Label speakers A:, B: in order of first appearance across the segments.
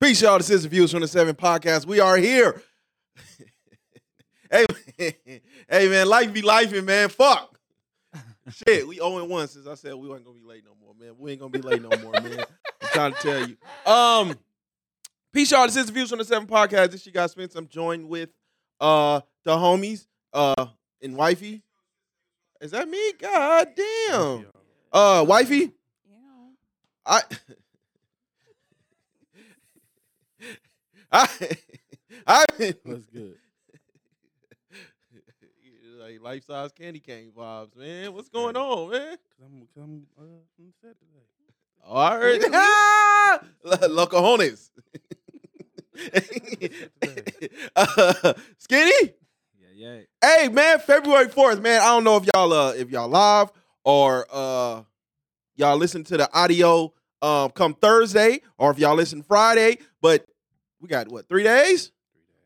A: Peace, y'all. This is the Views from the Seven podcast. We are here. hey, man. hey, man, life be lifing, man. Fuck. Shit, we 0 1 since I said we weren't gonna be late no more, man. We ain't gonna be late no more, man. I'm trying to tell you. Um, peace, y'all. This is the Views from the Seven podcast. This you guys Spence. I'm joined with uh the homies uh and wifey. Is that me? God damn. Uh, wifey. I. I. I.
B: That's good.
A: like life size candy cane vibes, man. What's going on, man?
B: Cause I'm, cause I'm, uh, I'm set today.
A: Oh, I heard that. Locojones. uh, skinny.
B: Yeah, yeah.
A: Hey man, February 4th, man. I don't know if y'all uh if y'all live or uh y'all listen to the audio um come Thursday or if y'all listen Friday, but we got what, three days?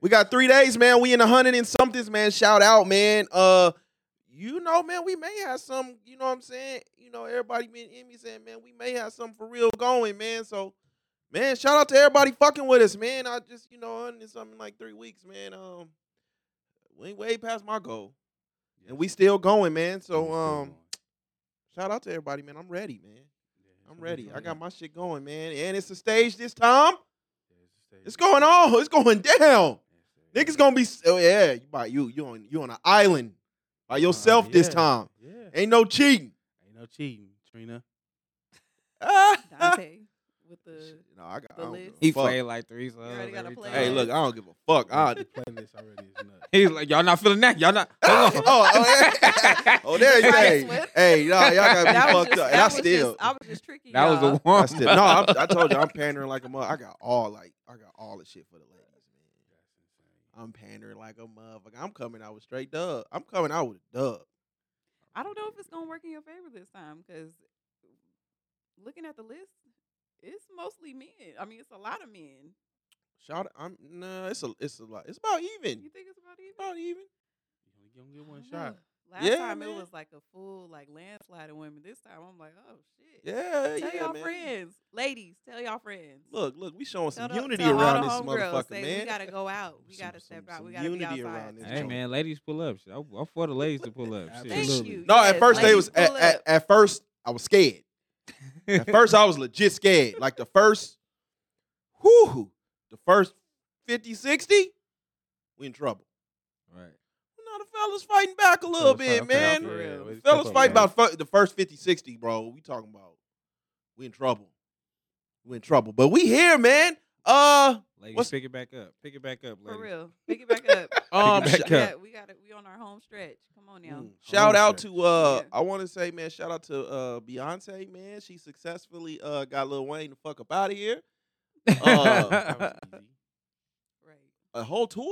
A: We got three days, man. We in a hundred and somethings, man. Shout out, man. Uh you know, man, we may have some, you know what I'm saying? You know, everybody been in me saying, man, we may have something for real going, man. So, man, shout out to everybody fucking with us, man. I just, you know, in something like three weeks, man. Um, we ain't way past my goal. And we still going, man. So um shout out to everybody, man. I'm ready, man. I'm ready. I got my shit going, man. And it's a stage this time. It's going on. It's going down. Niggas gonna be oh yeah, you by you, you on you on an island by yourself this time.
B: Yeah.
A: Ain't no cheating.
B: Ain't no cheating, Trina.
A: no,
C: Dante with the
A: I got I
C: The
A: don't
C: list.
A: give
D: He
A: a fuck.
D: played like three songs.
C: already got a
D: every
C: playlist.
D: time.
A: Hey, look, I don't give a fuck. I,
B: the playlist already is nuts.
D: He's like, y'all not feeling that? Y'all not.
A: oh,
D: Hold on.
A: oh, yeah. oh, there you
C: Right,
A: hey,
C: Swift.
A: hey, nah, y'all got me
C: That was
A: fucked
C: just-
A: up. And
C: that
A: I
C: was
A: still
C: just- I was just tricky.
D: That was the one.
A: I still, no, I'm, I told you I'm pandering like a mother. I got all like I got all the shit for the ladies, man. I'm pandering like a motherfucker. I'm coming out with straight dub. I'm coming out with a dub.
C: I don't know if it's gonna work in your favor this time because looking at the list, it's mostly men. I mean, it's a lot of men.
A: Shout, I'm no, it's a it's a lot. It's about even.
C: You think it's about even?
A: About even.
B: You only- You only get
C: I
B: one
C: don't
B: shot.
C: know. Last
A: Yeah,
C: time
A: man.
C: it was like a full like landslide of women. This time I'm like, oh shit.
A: Yeah,
C: Tell
A: yeah,
C: y'all
A: man.
C: friends, ladies. Tell y'all friends.
A: Look, look, we showing some
C: Tell the-
A: unity
C: tell all
A: around
C: the
A: this
C: homegirls,
A: motherfucker,
C: say,
A: man.
C: We gotta go out. We
A: Some-
C: gotta
A: some-
C: step out.
A: some
C: we gotta
A: unity
C: be outside.
A: around this
D: Hey
A: joint.
D: man, ladies pull up. Shit, I'm, I'm for the ladies to pull up. Shit.
C: Thank
B: Absolutely.
C: you.
A: No, at
C: Yes,
A: first they was
C: ladies,
A: at,
C: pull
A: at,
C: up.
A: at first I was scared. At first I was legit scared. Like the first, whoo, the first 50, 60, we in trouble.
D: Right.
A: Now the fellas fighting back a little
D: Fellas
A: bit,
D: fight- okay,
A: man.
D: okay.
B: way to step
A: Fellas
B: up,
A: fight
B: man.
A: about fu- the first 50, 60, bro. We talking about we in trouble. We in trouble. But we here, man. Uh
D: Ladies,
A: What's-
D: pick it back up. Pick it back up, ladies.
C: For real. Pick it back up.
A: um sh-
D: back
C: we
D: up.
C: got we got it. We on our home stretch. Come on now.
A: Mm. Shout out to uh
C: Yeah.
A: I want to say man, shout out to uh Beyonce, man. She successfully uh got Lil Wayne the fuck up out of here.
D: Oh.
B: That was easy.
C: Right.
A: A whole tour?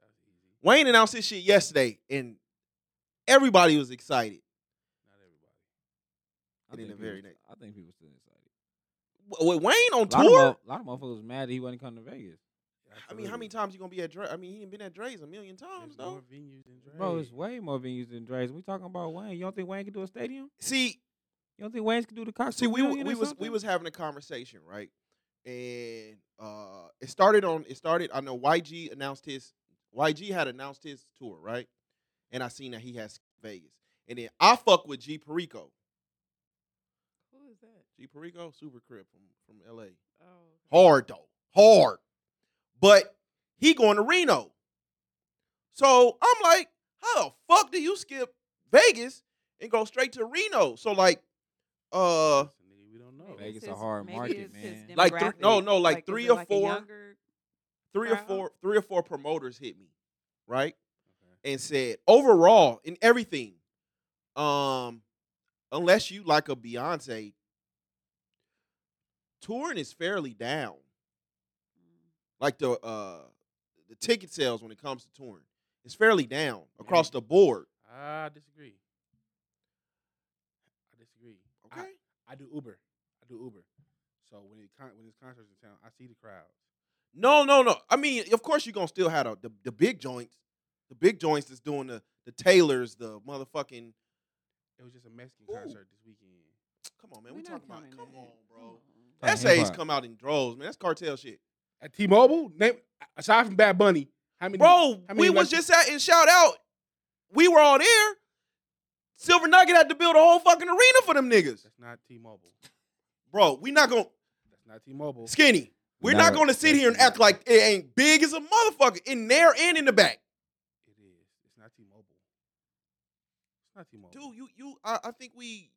B: That was easy.
A: Wayne announced his shit yesterday and everybody was excited.
B: Not everybody.
D: I
A: And
D: think
A: in the
D: people-
A: very next-
D: I think people still excited.
A: W- With Wayne on
D: A lot,
A: tour?
D: of, mo- a lot of motherfuckers was mad that he wasn't coming to Vegas.
A: I mean, how many
B: Absolutely.
A: times you gonna be at Dre? I mean, he ain't been at Dre's a million times
B: There's
A: though.
B: more venues than Dre.
D: Bro, it's way more venues than Dre's. We talking about Wayne. You don't think Wayne can do a stadium?
A: See,
D: You don't think Wayne can do the concert?
A: see, we w- we was we was having a conversation, right? And uh, it started on it started. I know YG announced his YG had announced his tour, right? And I seen that he has Vegas, and then I fuck with G Perico.
C: Who is that?
A: G Perico, super crip from from LA.
C: Oh.
A: hard though, hard. But he going to Reno. So I'm like, how the fuck do you skip Vegas and go straight to Reno? So like, uh,
B: Listen, nigga, we don't know.
C: Maybe
D: Vegas
C: it's
D: a hard
C: maybe
D: market,
C: it's his
D: man.
A: Like thr- no, no, like
C: demographic.
A: three
C: is
A: or
C: it a
A: four.
C: younger-
A: three or
C: Wow.
A: four, three or four promoters hit me, right? And said overall in everything, um, unless you like a Beyonce, touring is fairly down. like the uh the ticket sales when it comes to touring. It's fairly down across the board.
B: I disagree. I disagree. I-
A: Okay.
B: I do Uber. I do Uber. So when it con- when it's concerts in town, I see the crowds.
A: No, no, no. I mean, of course you're gonna still have the, the the big joints. The big joints that's doing the the Taylors, the motherfucking
B: It was just a Mexican
A: Ooh.
B: concert this weekend.
A: come on, man.
C: We're
A: We
C: not
A: talking about
C: counting
A: come
C: that.
A: on, bro.
D: Probably
A: Essays
D: hip-hop.
A: come out in droves, man. That's cartel shit.
B: At T-Mobile, name aside from Bad Bunny, how many?
A: Bro,
B: how many
A: we was
B: left-
A: just at and shout out. We were on air. Silver Nugget had to build a whole fucking arena for them niggas.
B: That's not T-Mobile.
A: Bro, we not gonna
B: That's not T-Mobile.
A: skinny. We're
D: Nah,
A: not gonna sit here and act like it ain't big as a motherfucker in there and in the back.
B: It is. It's not T-Mobile. It's not T-Mobile.
A: Dude, you you I, I think we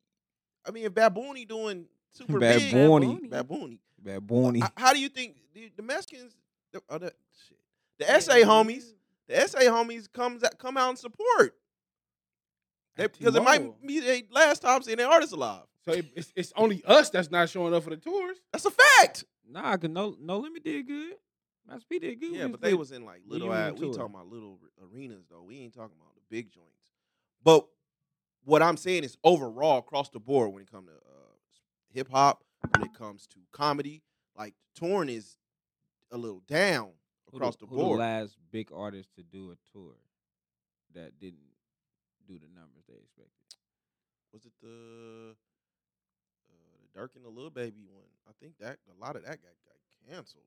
A: I mean if Baboony doing super
D: Bad
A: big
D: Bunny.
C: Bunny.
A: Baboony.
D: Bad Bunny.
A: I- how do you think the, the Mexicans the, oh, the, shit. the SA homies, the SA homies comes out, come out and support. They,
B: At
A: because it might
B: T-Mobile.
A: be their last time seeing their artist alive.
B: So it, it's, it's only us that's not showing up for the tours.
A: That's a fact.
D: nah, cause no, no limit did good. Master P did good.
A: Yeah,
D: when
A: but
D: he
A: they was in like
D: when
A: little.
D: you went
A: ad- we
D: to it.
A: talking about little r- arenas though. We ain't talking about the big joints. But what I'm saying is overall across the board when it comes to uh, hip hop, when it comes to comedy, like touring is a little down
D: Who
A: across the
D: who
A: board.
D: The last big artist to do a tour that didn't do the numbers they expected.
A: was it the uh, the Dirk and the Little Baby one? I think that a lot of that got, got canceled.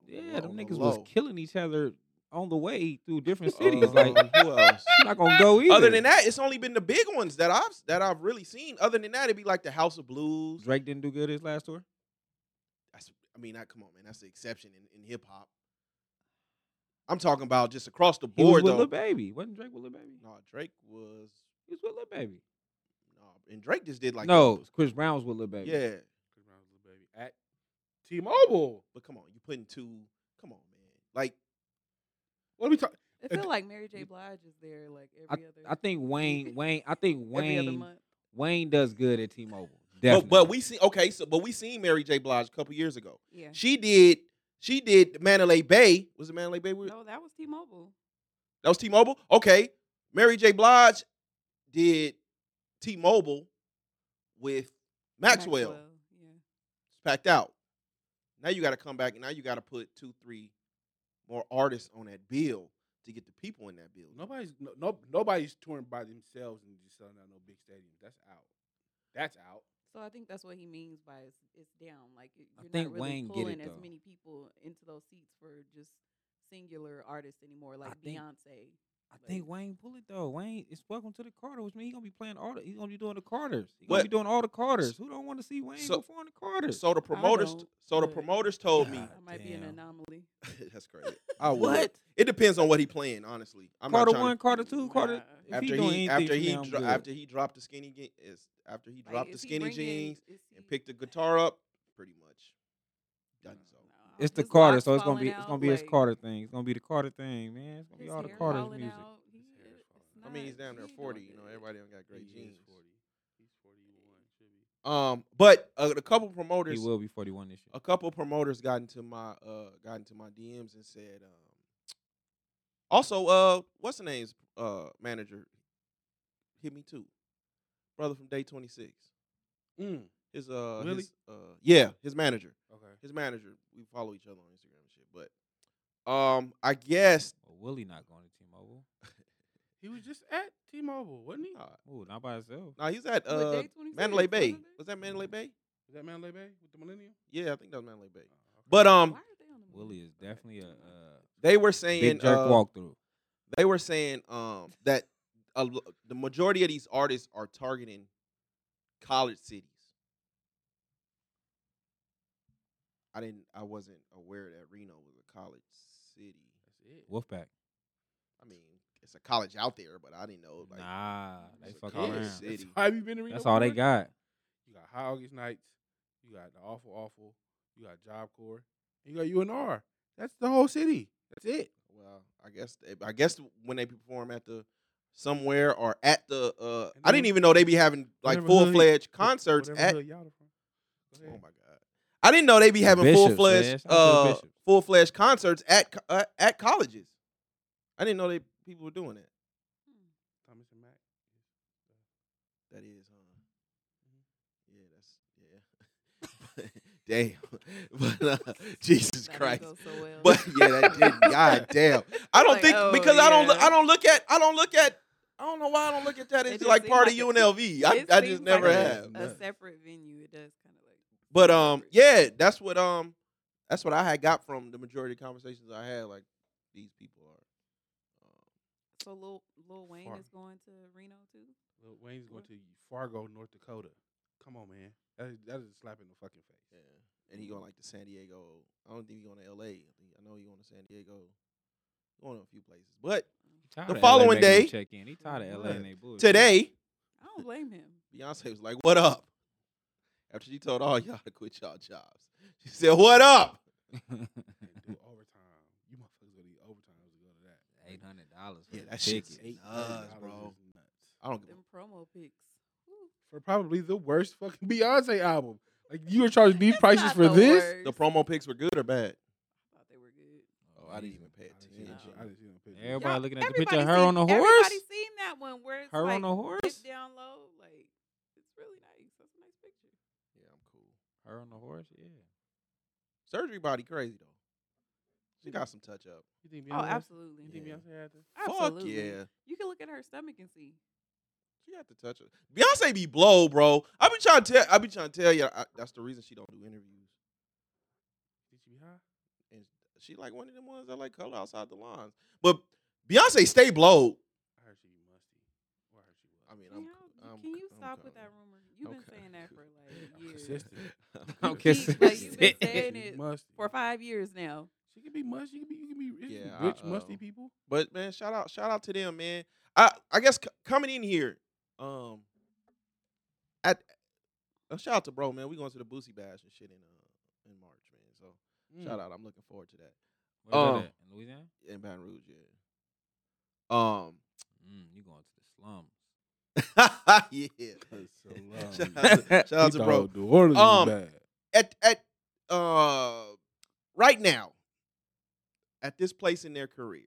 A: on the
D: Yeah,
A: low-
D: them
A: on the
D: niggas was
A: low.
D: killing each other on the way through different cities. like,
A: Um, who else?
D: you're not gonna go either.
A: Other than that, it's only been the big ones that I've that I've really seen. Other than that, it'd be like the House of Blues.
D: Drake didn't do good his last tour.
A: That's, I mean, that, come on, man, that's the exception in, in hip hop. I'm talking about just across the
D: He was
A: board
D: with
A: though.
D: Lil Baby. Wasn't Drake with Lil Baby?
A: No, Drake was
D: He was with Lil Baby.
A: no, and Drake just did like
D: no, Chris Brown was with Lil Baby.
A: yeah.
B: Chris Brown's little baby at T-Mobile.
A: But come on, you putting two. Come on, man. Like
B: What are we talking?
C: I feel like Mary J. Blige is there like every other.
D: I think Wayne, Wayne, I think
C: every other
D: Wayne,
C: month.
D: Wayne does good at T-Mobile.
A: But, but
D: Definitely.
A: we see okay, so but we seen Mary J. Blige a couple years ago.
C: Yeah.
A: She did she did Mandalay Bay. Was it Mandalay Bay? we-
C: No, that was T-Mobile.
A: That was T-Mobile. Okay, Mary J. Blige did T-Mobile with Maxwell.
C: Yeah.
A: It's packed out. Now you got to come back and now you got to put two, three more artists on that bill to get the people in that bill.
B: Nobody's no, no nobody's touring by themselves and just selling out no big stadiums. That's out. That's out.
C: So I think that's what he means by it's, it's down. Like it-
D: I
C: you're
D: think
C: not really
D: Wayne get it,
C: pulling as
D: though.
C: many people into those seats for just singular artists anymore, like
D: think-
C: Beyonce.
D: I think Wayne pull it though. Wayne is welcome to the Carter, which means he's gonna be playing all. The, he's gonna be doing the Carters. He's gonna be
A: But-
D: doing all the Carters. Who don't want to see Wayne
A: So-
D: perform the Carters?
A: So the promoters,
C: don't,
A: so the
C: but-
A: promoters told me
D: God
C: I might be an
D: damn.
C: anomaly.
A: that's crazy. I would.
D: what?
A: It depends on what he playing, honestly. I'm not
D: Carter
A: trying to-
D: one, Carter two, Carter.
C: Nah.
D: if
A: after
D: doing
A: he,
D: anything
A: after
D: from
A: he
D: now, I'm
A: dro-
D: good.
A: after he dropped the skinny ge- is after he
C: Like,
A: dropped the
C: is he
A: skinny
C: bringing-
A: jeans
C: is
A: and
C: he-
A: picked the guitar up, pretty much done so.
C: No,
D: it's the
C: his
D: Carter,
C: locks
D: so it's gonna
C: falling
D: be it's
C: out,
D: gonna be his
C: like,
D: Carter thing. It's gonna be the Carter thing, man. It's gonna be
C: his
D: all the
C: hair
D: Carter's
C: falling
D: music.
C: out. He-
B: His hair is
C: it's
B: falling
A: I mean, he's
C: not-
A: down there
C: he ain't
A: forty. You
C: doing
A: know,
C: good.
A: everybody don't got great
B: He is
A: jeans.
B: 40. He's 41. Should be.
A: Um, but uh, a couple promoters,
D: He will be forty one this year.
A: a couple promoters got into my uh got into my DMs and said, um, also uh, what's the name's uh manager hit me too, brother from Day Twenty Six.
B: Mm,
A: His uh,
B: Really?
A: his, uh, yeah, his manager.
B: okay.
A: his manager. We follow each other on Instagram and shit. But um, I guess
D: Well, Willie not going to T-Mobile.
B: He was just at T-Mobile, wasn't he?
A: nah,
D: Ooh, not by himself.
A: nah, he's at
C: What,
A: uh,
C: day 26,
A: Mandalay Bay.
C: wasn't it?
A: Was that Mandalay Bay?
B: Was that Mandalay Bay with the Millennium?
A: Yeah, I think that was Mandalay Bay.
B: Oh, okay.
D: uh,
A: But
C: Why
A: um,
C: are they on the moon?
D: Willie is definitely a uh,
A: they were
D: big
A: saying
D: jerk
A: uh,
D: walkthrough.
A: they were saying um that a, l- the majority of these artists are targeting college cities. I didn't. I wasn't aware that Reno was a college city.
B: that's it.
D: Wolfpack.
A: I mean, it's a college out there, but I didn't
D: oh,
A: know. Like,
D: Nah, they
A: it's a
D: fuck
A: college
D: around.
A: city.
B: That's why we been in Reno
D: That's all they
B: Florida.
D: got.
B: You got High August Nights. You got the Awful Awful. You got Job Corps. And you got UNR. That's the whole city. That's it.
A: Well, I guess they, I guess when they perform at the somewhere or at the uh,
B: And
A: I didn't
B: then-
A: even know they be having like
B: whatever hood-
A: full fledged concerts
B: Whatever
A: at.
B: hood y'all from. Go
A: Oh my
B: ahead.
A: god, I didn't know they be having
D: Bishops,
A: full
D: man.
A: fledged
D: Shout out to the
A: uh,
D: Bishops.
A: full fledged concerts at co- uh, at colleges. I didn't know they people were doing that.
C: Hmm.
B: Thomas and Mack.
A: That is, huh? Yeah, that's yeah. Damn, but uh, Jesus
C: That didn't
A: Christ.
C: Mm-hmm. go so well.
A: But yeah, that did. God damn. I don't
C: Like,
A: think
C: oh,
A: because I don't.
C: yeah.
A: I don't look at. I don't look at. I don't know why I don't look at that
C: It
A: as
C: just
A: like
C: seem
A: part
C: like it-
A: of UNLV. I,
C: It
A: I
C: seems
A: just
C: like
A: never
C: a-
A: have.
C: A separate venue. It does kind of like.
A: But um, yeah, that's what um, that's what I had got from the majority of conversations I had. Like these people are. Um,
C: So Lil Lil Wayne
B: Far.
C: is going to Reno too.
B: Lil Wayne's going to Fargo, North Dakota. Come on, man. That is, that is a slap in the fucking face.
A: yeah, and he going like to San Diego. I don't think he going to L.A. I, think, I know he going to San Diego. Going to a few places, but
C: Um,
D: Tired
A: The
D: of LA
A: following
D: making him
A: day-
D: check in. He tired of LA and they
A: Oh,
D: bullshit.
A: today
C: I don't blame him.
A: Beyonce was like, "What up?" After she told all y'all to quit y'all jobs, she said, "What up?"
B: And do overtime. You motherfuckers gonna need overtime to go to that.
D: Eight hundred dollars.
A: Yeah, that shit's
D: ticket.
A: eight
B: $800
A: nuts, bro.
B: is nuts.
A: I don't give
C: Them promo pics. Woo.
B: For probably the worst fucking Beyonce album. Like you were charging these
C: It's
B: prices
C: not
B: for
C: the
B: this?
A: a,
C: worst.
A: the promo pics were good or bad.
C: I thought they were good.
A: Oh, I didn't even pay
B: I didn't see
A: attention.
B: no- I didn't see no picture.
D: Everybody
C: Y'all-
D: looking at the picture of
C: everybody
D: her
C: seen-
D: on the horse.
C: Everybody seen that one where it's
D: Her
C: like
D: on the horse.
C: dipped down low. Like it's really nice. That's a nice picture.
A: Yeah, I'm cool.
D: Her on the horse. Yeah.
A: Surgery body crazy though. She got some touch up.
B: You think
C: Oh,
B: Beyonce?
C: absolutely.
B: You think
A: Yeah.
B: Beyonce had that?
A: Fuck
C: Absolutely.
A: yeah.
C: You can look at her stomach and see.
A: She got to touch up. Beyonce be blow, bro. I be trying to tell. I be trying to tell you. I, that's the reason she don't do interviews.
B: Did she be high?
A: And she like one of them ones that like color outside the lines. But Beyonce stay blow.
B: I heard she be musty. Or I heard she was.
A: I mean,
C: Can,
A: I'm.
C: y'all-
A: co- I'm
C: can you
A: co- I'm
C: stop with
A: cool.
C: that rumor? You've been
A: Okay.
C: saying that for like
A: I'm
C: years.
B: consistent.
A: I'm
D: I'm
A: cool.
C: Keith, like, you been
D: consistent.
C: saying
B: She be
C: it
B: musty.
C: For five years now.
B: She could be musty. She could be. You could be it's
A: Yeah,
B: rich,
A: I,
B: musty
A: uh,
B: people.
A: But man, shout out, shout out to them, man. I I guess c- coming in here, um, at uh, shout out to bro, man. We going to the Boosie Bash and shit in uh in March, man. So
B: Mm.
C: Mm.
A: shout out. I'm looking forward to that.
D: Where's
A: Um,
D: that at? In Louisiana.
A: in Baton Rouge. Yeah. Um.
D: Mm, you going to the slums?
A: yeah.
B: Shout
A: Shout out to, shout out to bro.
B: New Orleans
A: Um,
B: um, bad.
A: At at uh right now, at this place in their careers,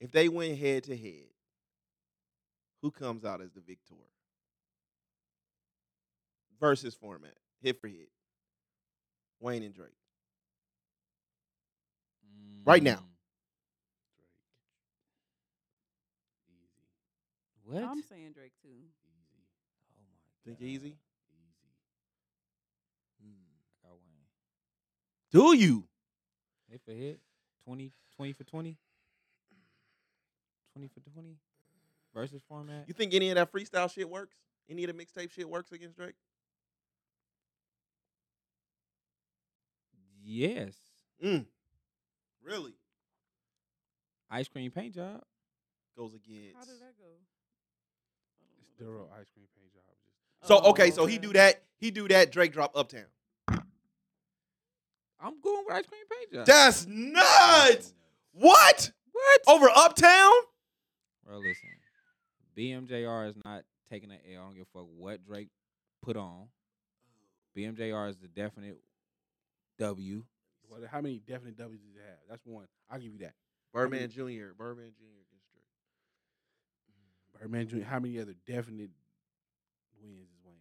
A: if they went head to head, who comes out as the victor? Versus format, hit for hit. Wayne and Drake. Right now.
D: Mm,
B: Easy,
D: Mm. What?
C: I'm saying Drake too.
B: easy,
D: oh my
A: Think
D: God.
A: easy? Mm.
B: easy.
D: I got Wayne.
A: Do you?
D: Hit for hit. 20, 20 for 20. 20 for 20. Versus format.
A: You think any of that freestyle shit works? Any of the mixtape shit works against Drake?
D: yes.
A: Mm. Really?
D: Ice cream paint job.
A: Goes against.
C: How did that go? I don't
B: It's
C: know
B: thorough
C: that
B: ice cream paint job. Just
A: So
C: Oh,
A: okay, so he
C: okay.
A: do that. He do that. Drake drop uptown.
D: I'm going with ice cream paint job.
A: That's nuts. What?
D: what?
A: Over uptown?
D: Bro, listen. BMJR is not taking an L. I don't give a fuck what Drake put on. BMJR is the definite W.
B: Well, how many definite W's did you have? That's one. I'll give you that.
A: Birdman Junior. Birdman Junior against Drake. Mm-hmm.
B: Birdman Jr. How many other definite wins does Wayne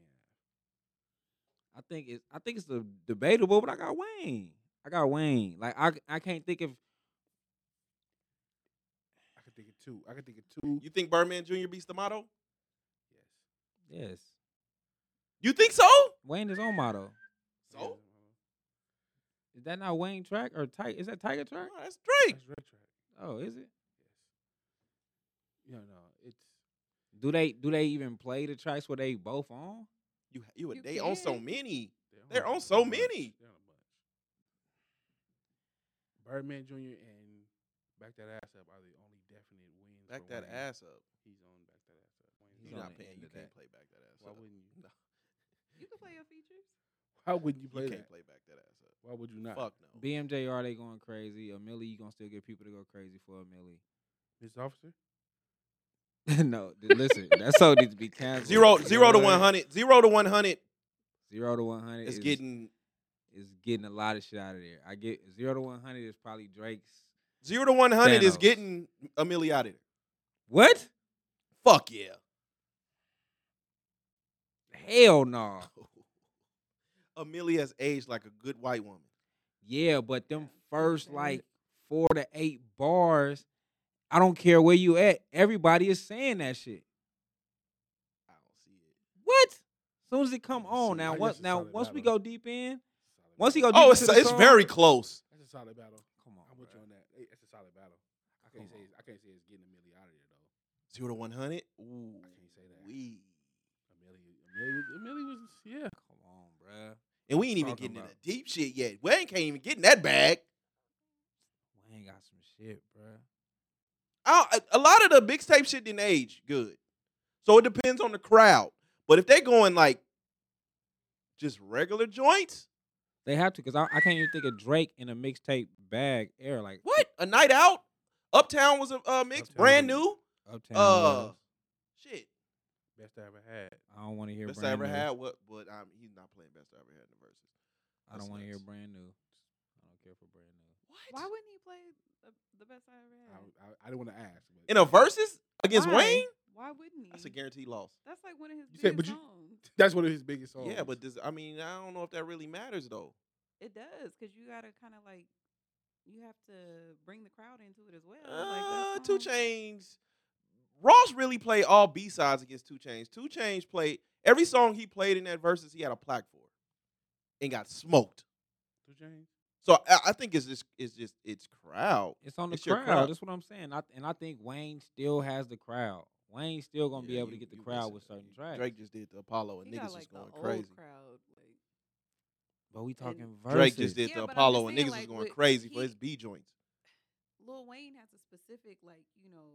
B: have?
D: I think it's I think it's a debatable, but I got Wayne. I got Wayne. Like I I can't think of
B: I could think of two. I could think of two.
A: You think Birdman Junior beats the motto?
B: yes.
D: yes.
A: You think so?
D: Wayne is on motto.
B: uh,
A: So
D: Is that not Wayne track or Tiger? Is that Tiger
A: No,
D: track?
A: Oh, that's Drake.
B: that's retro.
D: Oh, is it?
B: Yes. No, no. It's
D: Do they do they even play the tracks where they both on?
A: You you a
C: You
A: day on so
C: can.
A: many.
B: They're
A: They're
B: on,
A: on
B: a
A: so
B: bunch.
A: many.
B: They're on a bunch. Birdman Jr. and Back That Ass Up are the only definite wins.
A: Back
B: for
A: that
B: Wayne.
A: ass up.
B: He's on Back That Ass Up. Wayne's
D: He's
A: You're not
D: on the
A: paying. You
D: end of
A: can't
D: that.
A: play back that ass
B: Why
A: up.
B: wouldn't you?
A: No,
C: You can play your features.
B: Why wouldn't you
A: you
B: play
A: can't
B: that?
A: play back that ass up.
B: Why would you not?
A: Fuck no.
D: BMJR they going crazy. A Millie, you gonna still get people to go crazy for a Millie.
B: Mr. Officer?
D: no, th- listen, that song needs to be canceled.
A: Zero
D: You
A: zero
D: know
A: to
D: what?
A: one hundred. Zero to one hundred
D: Zero to one hundred
A: is getting
D: is getting a lot of shit out of there. I get zero to one hundred is probably Drake's.
A: zero to one hundred is
D: Thanos.
A: getting Amelie out of there.
D: What?
A: Fuck yeah.
D: Hell no.
A: Amelia's aged like a good white woman.
D: Yeah, but them
C: Yeah,
D: first
C: understand.
D: like four to eight bars, I don't care where you at. Everybody is saying that shit.
A: I don't see it.
D: What? Soon as it come
B: Yeah,
D: on,
B: see, I
D: now
B: guess
D: once
B: it's
D: now
B: solid
D: once we
B: battle.
D: go deep in, once he go deep
A: Oh, it's
D: into the
A: it's
D: song-
A: very close.
B: That's a solid battle.
D: Come on,
B: I'm with you
D: bruh.
B: on that. Hey, It's a solid battle. I can't
D: Come
B: say
D: on.
B: it's, I can't say it's getting Amelia out of there though.
A: Zero to one hundred. Ooh,
B: I can't say that.
A: we
B: Amelia, Amelia, was- Amelia was yeah.
D: Come on, bruh.
A: and we ain't even
D: Talking
A: getting into
D: about-
A: deep shit yet. Wayne can't even get in that bag.
D: Wayne got some shit, bruh.
A: I don't- a a lot of the mixtape shit didn't age good, so it depends on the crowd. But if they going like just regular joints,
D: They have to because I, I can't even think of Drake in a mixtape bag era like
A: what a night out, Uptown was a uh, mix,
B: Uptown
A: brand
B: was-
A: new.
D: Uptown.
A: Uh,
D: was.
A: shit.
B: Best I ever had.
D: I don't want to hear
A: Best I
D: brand
A: ever
D: new.
A: had. What? But um, he's not playing best I ever had in the verses.
D: I
A: That's
D: don't want to hear
A: nuts.
D: brand new. I don't care for brand new.
A: What?
C: Why wouldn't he play the, the best I ever
B: I,
C: had?
B: I, I didn't want to ask. but-
A: in a verses against
C: Why?
A: Wayne?
C: Why wouldn't he?
A: That's a guaranteed loss.
C: That's like one of his
B: You said,
C: biggest
B: but you-
C: songs.
B: That's one of his biggest songs.
A: Yeah, but does I mean I don't know if that really matters though.
C: It does because you gotta kind of like you have to bring the crowd into it as well. like
A: Uh,
C: that
A: Two
C: song-
A: Chains, Ross really played all B sides against Two Chains. Two Chains played every song he played in that verses. He had a plaque for, and got smoked.
B: Two Chainz?
A: So I, I think it's just it's just it's crowd.
D: It's on the
A: It's your
D: crowd.
A: crowd.
D: That's what I'm saying. I, and I think Wayne still has the crowd. Wayne's still gonna be
A: Yeah,
D: able
A: you-
D: to get the
A: you missing
D: crowd with
A: it.
D: certain
A: You-
D: tracks.
A: Drake just did the Apollo, and
C: He
A: niggas
C: got
A: was
C: like the
A: going
C: old
A: crazy.
C: crowd. Like
D: but we talking verses.
A: Drake just did
C: Yeah,
A: the
C: but I'm just
A: Apollo, and
C: saying,
A: niggas was
C: like,
A: going
C: with-
A: crazy for
C: he-
A: his B joints.
C: Lil Wayne has a specific like you know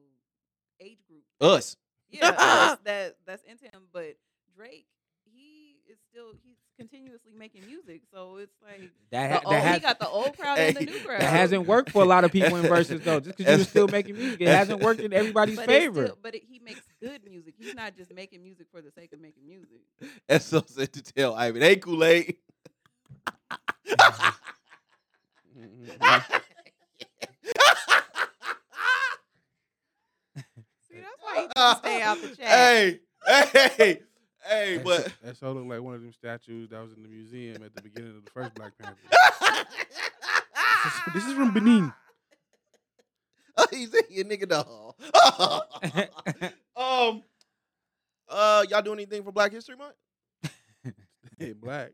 C: age group.
A: Us,
C: Yeah, us, that that's into him. But Drake, he is still he's continuously making music, so it's like
D: That,
C: the
D: ha-
A: Oh,
C: old,
D: that,
C: he
D: has,
C: got the old crowd and the
A: Hey,
C: new
A: that
C: crowd.
D: that hasn't worked for a lot of people in verses though. Just because you were
A: That's-
D: still making music, it hasn't worked in everybody's
C: but it's
D: favor.
C: Still, but it, he makes good music. He's not just making music for the sake of making music.
A: that's so said to tell. I mean, hey Kool Aid.
C: See, that's why he just stay out the chat.
A: Hey, hey, hey,
B: That
A: but
B: so- that so looked like one of them statues that was in the museum at the beginning of the first Black Panther. This is- this is from Benin.
A: He's a your nigga doll. um, uh, y'all doing anything for Black History Month?
B: Hey, black.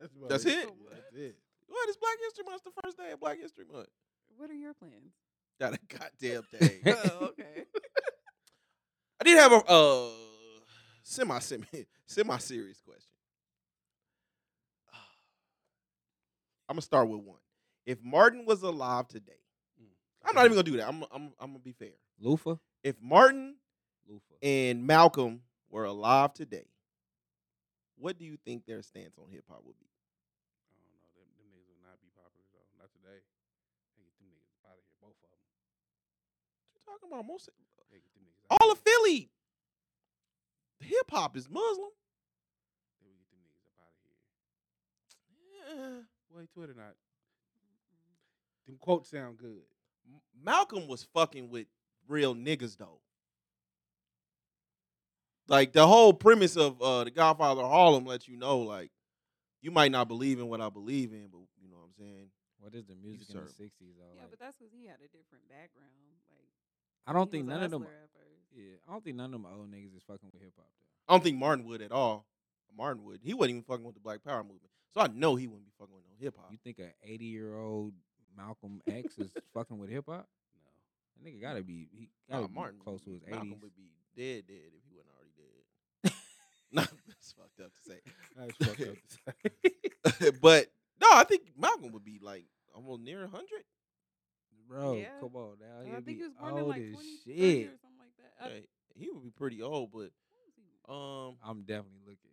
B: That's, about
A: That's it?
B: That's it.
A: What is Black History Month? It's the first day of Black History Month.
C: What are your plans?
A: Not a goddamn thing.
C: Oh, okay.
A: I did have a uh, semi semi semi serious question. I'm gonna start with one. If Martin was alive today, I'm not even gonna do that. I'm I'm I'm gonna be fair.
D: Lufa,
A: If Martin
D: Lufa.
A: and Malcolm were alive today, what do you think their stance on hip hop would be?
B: I don't know. Them, them niggas will not be popular though. Not today. They get them niggas out of here. Both of them.
A: What you talking about? Most
B: They get them niggas.
A: all
B: out
A: of Philly hip hop is Muslim.
B: They will get them niggas up out of here.
A: Yeah.
B: Well, Twitter not. Them quotes sound good.
A: M- Malcolm was fucking with real niggas though. Like the whole premise of uh, the Godfather of Harlem lets you know, like, you might not believe in what I believe in, but you know what I'm saying.
D: What is the music in the
A: serve.
D: '60s though?
C: Yeah,
D: Like,
C: but that's because he had a different background. Like
D: I don't
C: he
D: think
C: was a
D: none of them.
C: hustler at first.
D: Yeah, I don't think none of them old niggas is fucking with hip hop though.
A: I don't think Martin would at all. Martin would. He wasn't even fucking with the Black Power movement, so I know he wouldn't be fucking with no hip hop.
D: You think an 80 year old Malcolm X is fucking with hip hop?
B: No.
D: That nigga gotta be he
A: Nah,
D: gotta
A: Martin
D: be close to his
A: would- Malcolm
D: 80s.
A: would be dead, dead if he wasn't already dead. nah, that's fucked up to say.
B: That's fucked up. to say.
A: but no, I think Malcolm would be like almost near hundred.
D: Bro,
C: Yeah.
D: come on now.
C: I
D: he'd
C: think
D: be
C: he was born in
D: old
C: like
D: as
C: 20, 30
D: shit.
C: or something like
D: Uh,
C: that. I-
A: Yeah, he would be pretty old, but
C: what was he?
D: Oh.
A: um,
D: I'm definitely looking.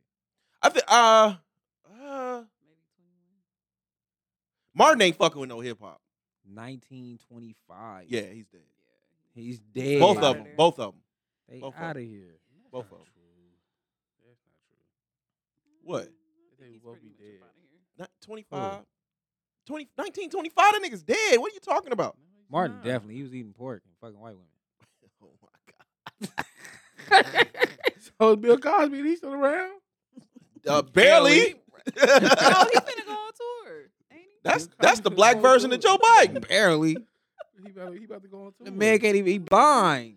A: I think uh, uh,
C: Maybe 21.
A: Martin ain't fucking with no hip hop.
D: 1925.
A: Yeah, he's dead.
C: Yeah.
D: He's dead.
A: Both
C: Outta
A: of them.
C: there.
A: Both of them.
D: They
A: both of 'em.
D: out of here.
B: That's
A: Both
B: not
A: of 'em.
B: true. That's not true.
A: What?
C: Mm, I
B: They
C: think he's
B: will
C: pretty
B: be
C: much
B: dead.
C: up outta here.
A: Not 25. 20, 1925, that nigga's dead. What are you talking about?
B: No, he's
D: Martin
B: not.
D: definitely he was eating pork and fucking white women.
A: Oh my
B: So is Bill Cosby. and He's still around.
A: god. Uh, barely.
C: oh, he's gonna go on tour, ain't he?
A: that's that's the black version of Joe Biden.
D: Barely.
B: He about, he about to go on tour.
D: the man can't even he blind.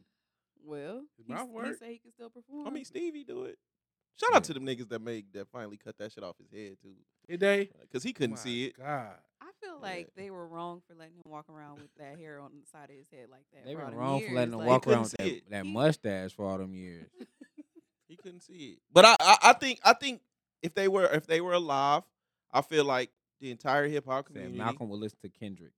C: Well,
B: His
C: he,
B: mouth
C: s- he
B: work.
C: say he can still perform.
A: I mean, Stevie do it. Shout out
D: Yeah.
A: to them niggas that made that finally cut that shit off his head too,
B: Did they?
A: because he couldn't
B: My
A: see it.
B: God.
C: I feel like they were wrong for letting him walk around with that hair on the side of his head like that.
D: They've
C: for all
D: been
C: them
D: wrong
C: years.
D: for letting him
C: like,
D: walk
A: couldn't
D: around with
A: see
D: that,
A: it.
D: that
C: He-
D: mustache for all them years.
A: He couldn't see it. But I, I, I think, I think if they were, if they were alive, I feel like the entire hip hop
D: Said
A: community.
D: Malcolm would listen to Kendrick.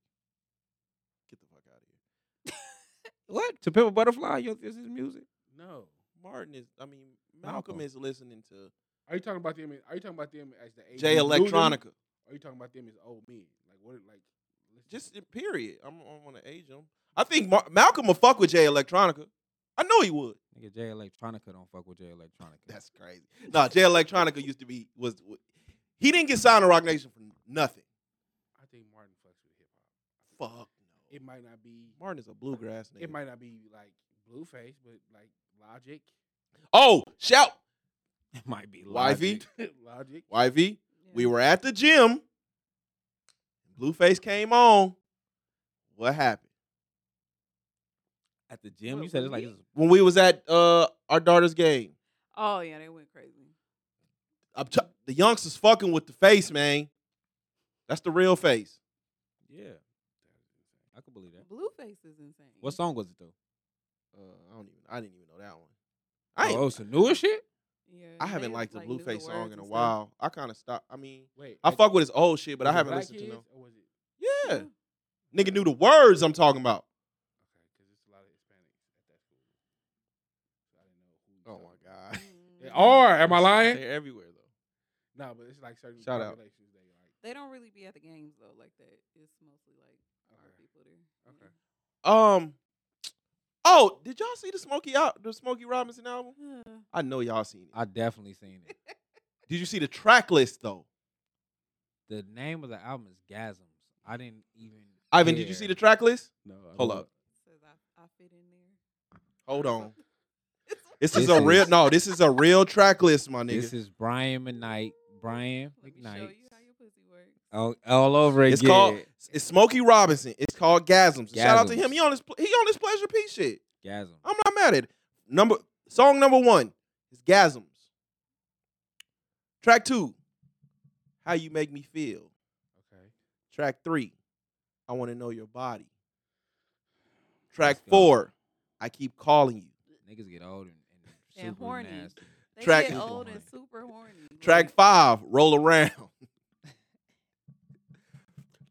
A: get the fuck out of here.
D: What? To Pimp a Butterfly? Yo, this is music.
B: No.
A: Martin is, I mean, Malcolm,
D: Malcolm.
A: is listening to
B: Are you talking about them? Are you talking about them as the age?
A: Jay
B: we knew them?
A: Electronica.
B: Are you talking about them as old men? Like what? Like let's-
A: Just in period. I'm, I'm gonna age him. I think Mar- Malcolm will fuck with Jay Electronica. I know he would.
D: Nigga, Jay Electronica don't fuck with Jay Electronica.
A: That's crazy. No, Jay Electronica used to be was. w- He didn't get signed to Rock Nation for nothing.
B: I think Martin fucks with hip hop.
A: Fuck no.
B: It might not be.
A: Martin is a bluegrass nigga.
B: It might not be like Blueface, but like Logic.
A: Oh, shout
D: it might be
A: YV.
D: Logic.
B: Logic.
A: YV. We
C: Yeah.
A: were at the gym. Blueface came on. What happened?
D: at the gym.
C: What,
D: you said it's
C: with
D: like
C: me?
D: it's
A: When we was at uh our daughter's game,
C: Oh yeah, they went crazy.
A: I'm t- the youngsters fucking with the face, man. That's the real face.
D: yeah. I could believe that.
C: Blueface is insane.
D: What song was it though?
A: Uh, I don't even. I didn't even know that one. I ain't,
D: oh, it's the newer shit.
C: Yeah,
A: I
C: they
A: haven't
C: just,
A: liked a
C: like, knew the
A: Blueface
C: words
A: song in
C: and
A: a
C: stuff.
A: while. I kind of stopped. I mean,
B: Wait.
A: I
B: that-
A: fuck with his old shit, but I
B: was it
A: haven't
B: Black
A: listened to
B: Kids,
A: no.
B: Or was it?
A: Yeah.
C: Yeah.
A: Nigga knew the words I'm talking about.
B: Okay, because it's a lot of Hispanics at that school. So I didn't know who. you talking
A: Oh
B: about.
A: god.
C: Mm.
B: Or am I lying?
A: They're everywhere though.
B: No, but it's like certain
A: Shout out.
B: populations they like.
C: They don't really be at the games though, like that. It's mostly like our
B: Okay.
C: people there.
B: Okay.
A: Um Oh, did y'all see the Smokey out the Smokey Robinson album?
D: Uh.
C: Yeah.
A: I know y'all seen it.
D: I definitely seen it.
A: Did you see the track list though?
D: The name of the album is Gasms. I didn't even.
A: Ivan, did you see
D: care.
A: the track list?
B: No. I
A: Hold
B: don't
A: up.
C: Says I, I fit in there.
A: Hold on.
C: It's
A: This is
D: This
A: a real
D: is-
A: no, this is a real track list, my
D: This
A: nigga.
D: is Brian McKnight. Brian
C: Let me show
D: McKnight.
C: you how your pussy works.
D: All, all over again.
A: It's called it's Smokey Robinson. It's called Gasms. Shout out to
D: Gasms.
A: him. He on his pl- he on his pleasure piece shit.
D: Gasm.
A: I'm not mad at it. Number song number one is Gasms. Track two, How You Make Me Feel.
B: Okay.
A: Track three, I want to know your body. Track
D: Let's go.
A: four, I keep calling you.
D: Niggas get old and, and super
C: And horny.
D: nasty.
C: They
A: Track-
C: get
A: Super
C: old and
D: horny.
C: super horny.
A: Track
C: like,
A: five, roll around.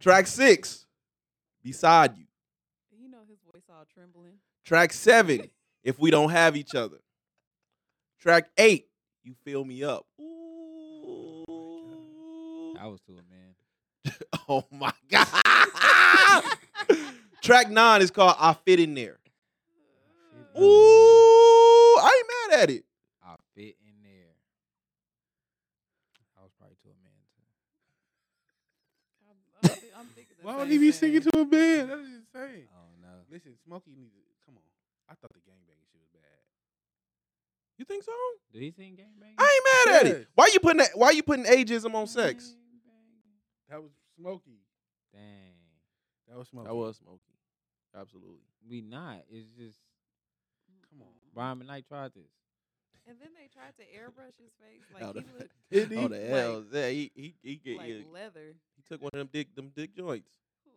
A: Track six, beside you.
C: You know his voice all trembling.
A: Track seven, if we don't have each other. Track eight, you fill me up.
C: Oh
A: Ooh.
D: I was to it, man.
A: Oh my god. Track nine is called I Fit In There.
D: Ooh.
C: Mm.
A: Ooh, I ain't mad at it.
D: I fit in there. I was probably to a man too.
C: I'm, I'm, thi- I'm thinking the
B: Why would
C: same
B: he be singing
C: thing.
B: to a band? That is insane.
D: I don't know.
B: Listen, Smokey needs to come on. I thought the gangbanging shit was bad.
A: You think so?
D: Do he sing gangbang?
A: I ain't mad at
B: Yes.
A: it. Why you putting that, why you putting ageism on sex?
B: That was Smokey.
D: Dang.
B: That was
C: Mm.
B: Smokey.
A: That was smoky. Absolutely.
D: We not. It's just
B: Come on.
D: Brian McKnight tried this.
C: And then they tried to airbrush his face like
A: Oh,
C: he
A: the-
C: looked
B: Did he?
A: Oh the
C: Like-
A: hell's yeah, he he he, get,
C: like
A: yeah,
C: leather.
A: he took one of them dick them dick joints.
C: Who?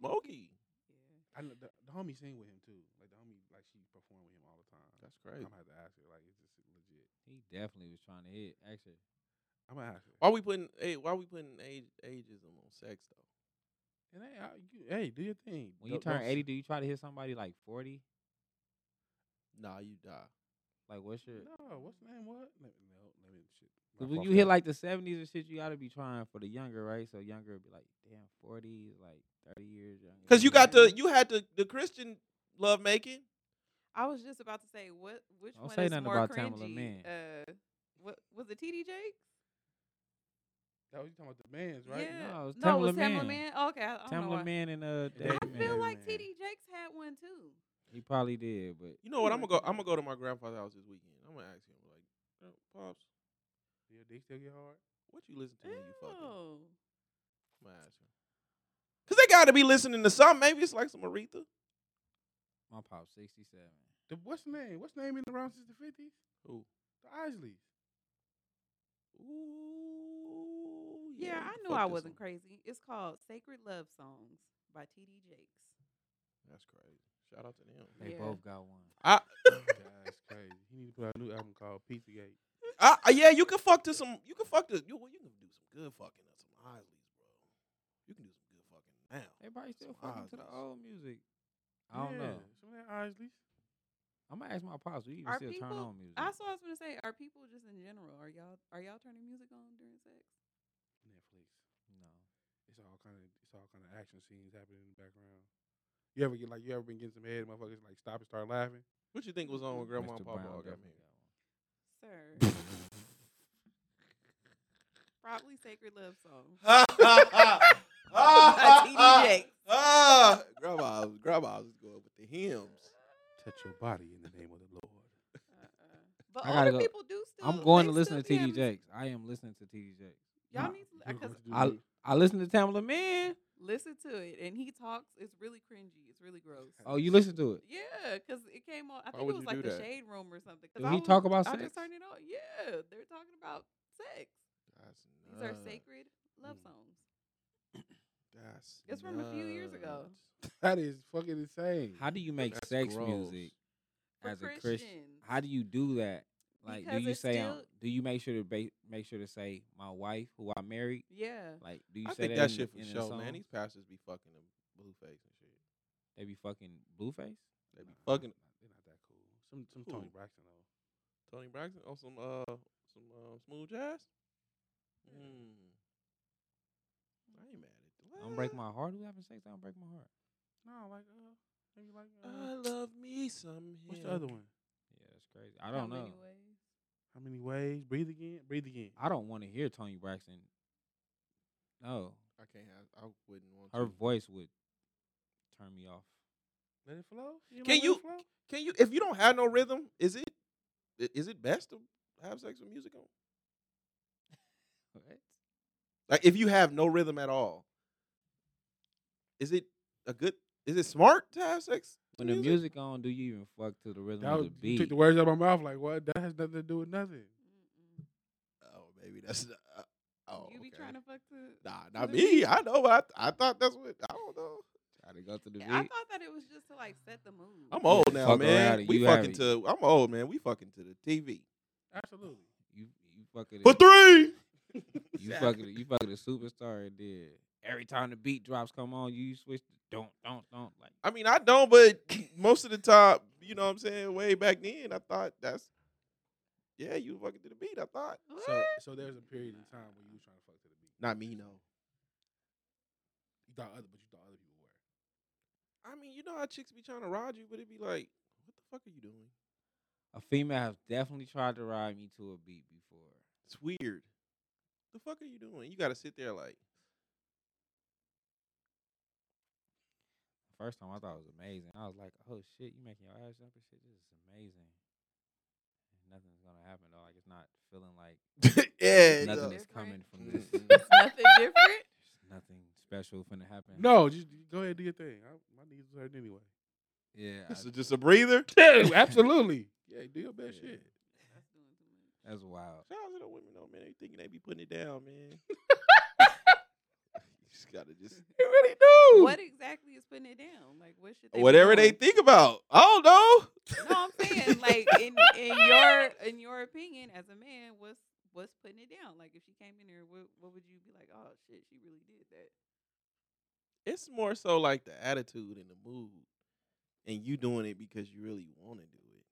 A: Smoky.
C: Yeah.
B: I know the, the homie sing with him too. Like the homie, like she performed with him all the time.
A: That's
B: I'm
A: crazy.
B: gonna have to ask her. Like it's just legit.
D: He definitely was trying to hit. Actually,
B: I'm gonna ask her.
A: Why we putting hey, why we putting age, ageism on sex though?
B: And hey, I, you, hey, do your thing.
D: when you
B: Don't- don't
D: turn
B: s-
D: 80, do you try to hit somebody like 40?
A: Nah, you die.
D: Like, what's your.
B: No, what's the name? What? No, no, let me shit. my
D: 'cause when
B: fault
D: you
B: for
D: hit
B: that.
D: like the 70s and shit, you got to be trying for the younger, right? So, younger would be like, damn, 40, like 30 years younger.
A: Cause you got
D: Yeah.
A: the you had the, the Christian love making.
C: I was just about to say what which
D: Don't
C: one
D: say
C: is
D: nothing
C: more
D: about Tamala
C: cringy.
D: Mann.
C: Uh, what was it? TD Jakes?
B: That was you talking about the bands, right?
C: Yeah.
D: No, it
C: it was
D: was Tamala
C: Tamala
D: Mann.
C: Mann. Oh, okay, I, I don't know why.
D: Tamla Man and uh,
B: Dave
D: Dave
C: I feel
B: Mann.
D: Man.
C: like
B: Man.
C: TD Jakes had one too.
D: He probably did, but
A: You know what? I'm gonna go. I'm gonna go to my grandfather's house this weekend. I'm gonna ask him like, "Uh, pops,
B: Your dick still get hard.
A: what you listen to when you fucking? I'm
C: Oh,
A: gonna ask him. Cause they gotta be listening to something. Maybe it's like some Aretha.
D: my pop 67.
B: The, what's the name? What's the name in the round since the fifties?
A: Who?
B: The Isleys.
A: Ooh, you
C: Yeah, I
A: can
C: knew
A: fuck
C: I
A: this
C: wasn't
A: one.
C: crazy. It's called Sacred Love Songs by T.D. Jakes.
A: That's crazy. Shout out to them.
D: They
C: Yeah.
D: both got one.
A: I,
B: That's crazy. He need to put out a new album called Pizzagate.
A: I, I- yeah, you can fuck to some. You can fuck to you. well, You can do some good fucking at some Isleys, bro. You can do some good fucking now.
D: Everybody still
A: Some
D: fucking to
A: Osmonds.
D: the old music. I don't know.
B: Some of that Isley's.
D: I'm gonna ask my pops. We even
C: Are
D: still turn
C: people-
D: on music.
C: Also, I was gonna say, are people just in general are y'all are y'all turning music on during sex?
B: Netflix.
D: no.
B: It's all kind of it's all kind of action scenes happening in the background. You ever get like you ever been getting some head, motherfuckers like stop and start laughing?
A: What you think was on when Grandma and
D: Mr. Brown
A: Papa all got
D: definitely
A: married?
C: Sir, probably Sacred Love Songs.
B: Uh-uh.
C: T.D. Jakes.
A: Ah, grandma, was- grandma was going with the hymns.
B: Touch your body in the name of the Lord.
C: Uh-uh. But
D: I gotta
C: older
D: go.
C: people do still.
D: got one. I'm going
C: they
D: to
C: still
D: listen to
C: be having
D: TD
C: s-
D: Jakes. I am listening to TD Jakes.
C: Y'all
D: Nah.
C: need to
B: You know
C: because
B: what you do,
D: I-
B: dude?
D: I listen to Tamla Man.
C: listen to it and he talks. It's really cringy. It's really gross.
D: Oh, you listen to it?
C: Yeah, because it came on. I think
A: would
C: it was
A: you
C: like
A: do
C: the
A: that?
C: Shade Room or something. 'cause
D: Do
C: I
D: he
C: was-
D: talk about
C: I
D: sex?
C: just turned it on. Yeah, they're talking about sex.
A: That's
C: These are
D: Uh,
A: nuts.
C: sacred
D: mm.
C: love songs.
A: That's
C: It's from a few years ago.
A: nuts.
B: That is fucking insane.
D: How do you make
A: That's
D: sex
A: gross.
D: music
C: For
D: as a Christian?
C: Christians.
D: How do you do that? Like,
C: Because
D: do you
C: it's
D: say um,
C: still-
D: do you make sure to ba- make sure to say my wife who I married?
C: Yeah.
D: Like, do you
A: I
D: say
A: think
D: that,
A: that
D: in,
A: shit
D: the-
A: for
D: in the
A: show, man.
D: song?
A: These pastors be fucking them blue face and shit.
D: They be fucking blueface.
A: They be
B: Nah,
A: fucking
B: They're not that cool. Some some
A: Who?
B: Tony Braxton though.
A: Tony Braxton on some uh some uh, smooth jazz. Mm. Hmm. I ain't mad at that.
D: Don't
C: Mm.
D: break my heart. Who having sex? Don't break my heart.
B: No, like uh, maybe like
A: I
B: uh,
A: love me some.
B: what's
A: him.
B: the other one?
D: Yeah, that's crazy. I don't know.
B: How many ways? Breathe again. Breathe again.
D: I don't want to hear Tony Braxton. No,
A: I can't have. I wouldn't want
D: her
A: to.
D: voice would turn me off.
B: Let it flow. You
A: Can
B: like Let It
A: you-
B: Flow?
A: Can you? If you don't have no rhythm, is it i- is it best to have sex with music on?
D: What?
A: Like if you have no rhythm at all, is it a good? Is it smart to have sex? to
D: When the music on, do you even fuck to the rhythm
B: That
D: of
B: was,
D: the
B: you
D: beat?
B: took the words out of my mouth. Like what? That has nothing to do with nothing.
A: Oh, maybe that's. Not, uh, oh,
C: you be
A: okay.
C: trying to fuck to
A: Nah,
C: to
A: not
C: the
A: me.
C: beat?
A: I know, but I, I thought that's what I don't know.
D: Try to go to the beat.
C: I thought that it was just to like set the mood.
A: I'm old
D: Yeah,
A: now,
D: fuck
A: man.
D: around,
A: We
D: you
A: fucking
D: have
A: to. I'm old, man. We fucking to the TV.
B: Absolutely.
D: you you fucking
A: For three.
D: you fucking you fucking a superstar and then every time the beat drops come on, you switch to don't don't don't like
A: I mean, I don't, but most of the time, you know what I'm saying. Way back then, I thought that's. Yeah, you fucking to the beat. I thought.
B: So so there's a period in time where you were trying to fuck to the beat.
A: Not me, no.
B: You thought other, but you thought other people were.
A: I mean, you know how chicks be trying to ride you, but it be like, what the fuck are you doing?
D: a female has definitely tried to ride me to a beat before.
A: It's weird. The fuck are you doing? You got to sit there like,
D: First time I thought it was amazing. I was like, oh shit, you making your ass jump and shit. This is amazing. Nothing's gonna happen though. Like it's not feeling like
A: yeah,
C: It's
D: nothing
A: no.
D: is
C: different.
D: coming from this.
A: Mm,
D: There's
A: mm.
C: nothing different.
D: nothing special finna happen.
B: No, just go ahead and do your thing. I, my knees was hurting anyway.
D: Yeah. I-
A: this is just a breather.
B: Yeah, absolutely. Yeah, do your best
D: Yeah.
B: shit.
C: That's doing too much.
D: that's wild.
A: Shout out to the women though, man. They thinking they be putting it down, man. you just gotta just
B: You really do.
C: What exactly is putting it down? Like what should they be
A: whatever they
C: doing?
A: think about. I don't know.
C: No, I'm saying like in, in your in your opinion as a man, what's what's putting it down? Like if she came in here, what what would you be like? Oh shit, she really did that.
A: It's more so like the attitude and the mood, and you doing it because you really want to do it.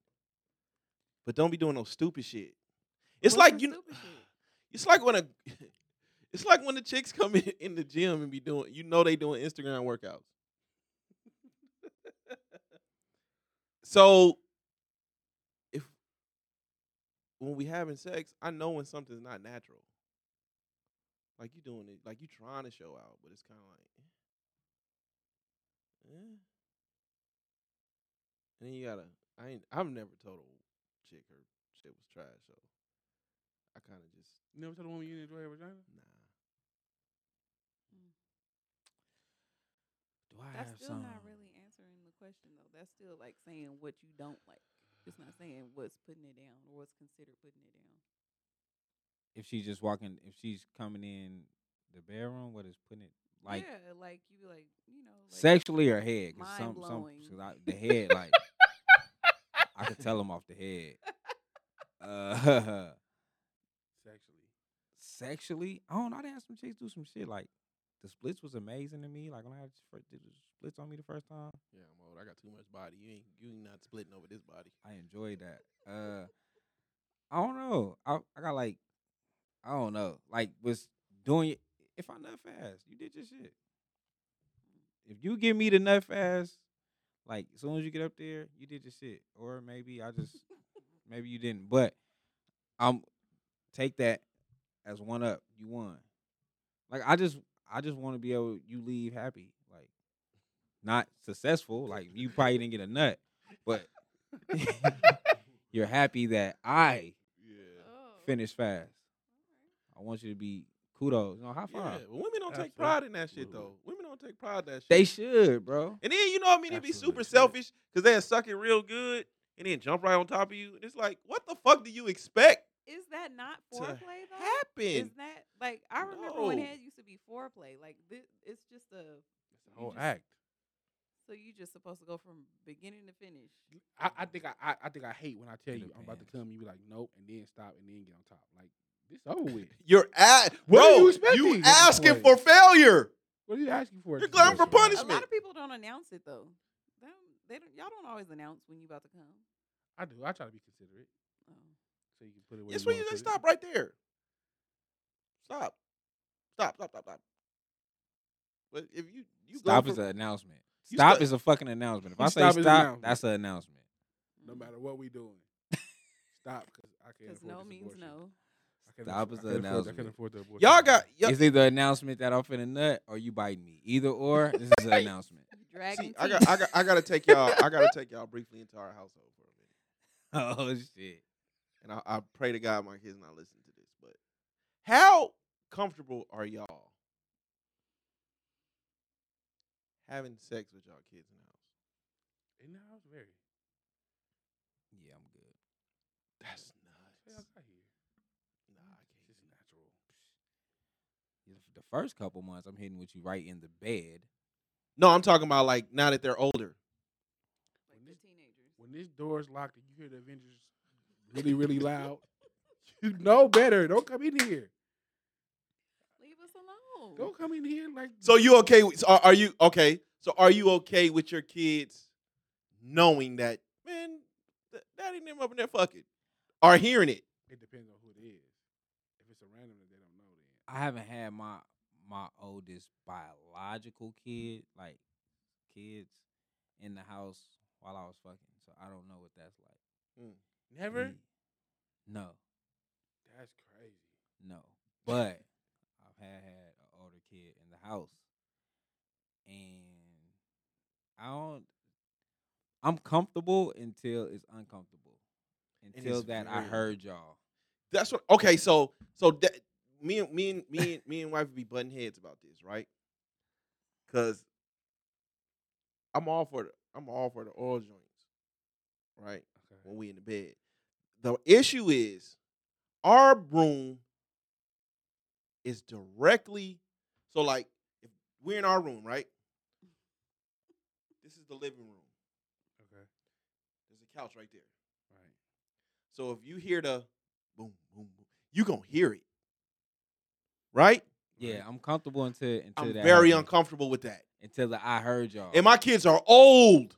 A: But don't be doing no stupid shit. It's
C: What's
A: like
C: the
A: you.
C: stupid shit?
A: It's like when a. It's like when the chicks come in, in the gym and be doing. You know they doing Instagram workouts. so, if when we having sex, I know when something's not natural. Like you doing it, like you trying to show out, but it's kind of like, eh. Eh. and then you gotta. I ain't. I've never told a chick her shit was trash, so I kind of just
B: You never told a woman you didn't enjoy her vagina?
A: nah.
D: Do I
C: That's
D: have
C: still
D: some?
C: not really answering the question though. That's still like saying what you don't like. It's not saying what's putting it down or what's considered putting it down.
D: if she's just walking, if she's coming in the bedroom, what is putting it like
C: yeah, like you be like you know like,
D: sexually or head? 'Cause some, some,
C: mind-blowing.
D: cause I, the head, like I could tell them off the head. Uh,
B: sexually.
D: sexually, I don't know. I done had some chicks do some shit like the splits was amazing to me. Like when I had fir- did the splits on me the first time,
B: Yeah, I'm old. I got too much body. You ain't you ain't not splitting over this body.
D: I enjoyed that. Uh, I don't know. I I got like, I don't know. Like was doing it. If I nut fast, you did your shit. If you give me the nut fast, like as soon as you get up there, you did your shit. Or maybe I just, maybe you didn't. But I'm take that as one up. You won. Like I just, I just want to be able. You leave happy. Like not successful. Like you probably didn't get a nut, but you're happy that I
B: Yeah.
C: Oh,
D: finished
C: alright.
D: fast. I want you to be kudos. No, high
B: Yeah,
D: five.
B: but women don't take
D: Absolute-
B: pride in that shit
D: Absolutely.
B: though. Women don't take pride in that shit.
D: They should, bro.
B: And then you know what I mean? They be
D: Absolutely
B: super
D: correct.
B: selfish because they'll suck it real good and then jump right on top of you. And it's like, what the fuck do you expect
C: Is that not
B: to
C: foreplay though? Is
B: happen?
C: that like I remember when
B: No.
C: head used to be foreplay? Like this, it's just a
B: It's
C: the whole
B: act.
C: so you just supposed to go from beginning to finish.
B: I, I think I, I I think I hate when I tell
D: It
B: you I'm about to
D: depends.
B: come. You be like, nope, and then stop and then get on top. Like this over with.
A: You're at
B: What are
A: bro.
B: you
A: You,
B: expecting at this
A: asking
B: point?
A: for failure.
B: What are you asking for?
A: You're
B: at this
A: glutton for
B: point?
A: punishment.
C: A lot of people don't announce it though. They don't, they don't, y'all don't always announce when you about to come.
B: I do. I try to be considerate
C: Oh.
B: so you can put it. Where
A: That's
B: you
A: when you
B: want
A: just
B: to put it.
A: stop right there. Stop. Stop. Stop. Stop. Stop. But if you you
D: Stop
A: glutton
D: is
A: for-
D: an announcement.
A: You
D: Stop
A: stop-
D: is a fucking announcement. If
B: You
D: I say
B: stop
D: stop,
B: is an announcement.
D: that's an announcement.
B: No matter what we doing, stop because I can't.
C: mm-hmm. because
B: afford
C: no
B: this
C: means
B: abortion.
C: no.
B: I can't
D: Stop
B: afford- I can't
D: is an
B: afford- I
D: announcement.
B: can't afford the abortion.
A: y'all got y'all,
D: It's either announcement that I'm finna nut or you biting me. Either or, this is an announcement.
C: You dragging.
A: see, I got I got I gotta take y'all I gotta take y'all briefly into our household for a minute.
D: Oh shit.
A: and I, I pray to God my kids not listen to this, but how comfortable are y'all having sex with y'all kids in the house?
B: And now I was married.
D: Yeah, I'm good.
A: That's
B: That's how
A: nuts.
B: I got here.
A: Nah, I
B: It's
A: can't.
B: just natural.
D: The first couple months, I'm hitting with you right in the bed.
A: No, I'm talking about like now that they're older.
C: like the teenagers.
B: When this door's locked and you hear the Avengers really, really loud, you know better. Don't come in here.
C: Leave us alone.
B: Don't come in here like.
A: So you okay? With, so are, are you okay? So are you okay with your kids knowing that man, th- daddy and them up in there fucking, are hearing it?
B: It depends on who it is. If it's a random that they don't know, then
D: I haven't had my my oldest biological kid, like kids, in the house while I was fucking. So I don't know what that's like.
B: never.
D: Mm. No,
B: That's crazy.
D: no. But I've had had an older kid in the house, and I don't. I'm comfortable until it's uncomfortable. Until
A: it's
D: that I
A: very-
D: heard y'all.
A: That's what. Okay, so so that, me and me and me and me and wife be butting heads about this, right? Because I'm all for the I'm all for the oil joints, right? When
B: Okay.
A: we in the bed, the issue is our room is directly so like if we're in our room, right? This is the living room.
B: Okay.
A: There's a couch right there.
B: Right.
A: So if you hear the boom boom boom, you gonna hear it, right?
D: Yeah, I'm comfortable until until
A: I'm
D: that
A: very
D: happens.
A: uncomfortable with that.
D: until the I heard y'all.
A: And my kids are old.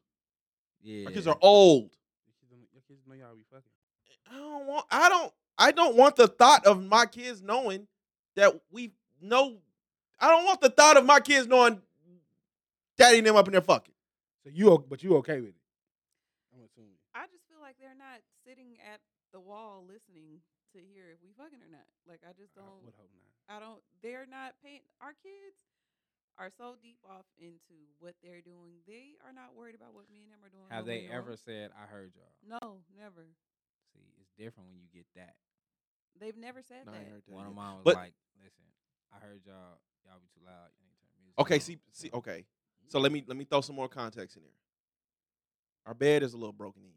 D: yeah.
A: My kids are old.
B: Your kids, don't- your kids know y'all be fucking.
A: I don't want. I don't. I don't want the thought of my kids knowing that we know. I don't want the thought of my kids knowing daddy and them up in there fucking.
B: So you, o- but you okay with it? I'm assuming.
C: I just feel like they're not sitting at the wall listening to hear if we fucking or not. Like I just
B: I
C: don't.
B: would hope not.
C: I don't. They're not paying. Our kids are so deep off into what they're doing. They are not worried about what me and them are doing.
D: Have
C: what we're
D: they
C: doing.
D: ever said I heard y'all?
C: No, never.
D: See, it's different when you get that.
C: They've never said
A: No, I ain't
C: that.
A: heard that
D: One
A: yet.
D: of mine was
A: But-
D: like, "Listen, I heard y'all. Y'all be too loud. You need to turn the music
A: Okay.
D: down."
A: See. See.
D: So,
A: Okay.
D: Mm-hmm.
A: So let me let me throw some more context in there. Our bed is a little broken in.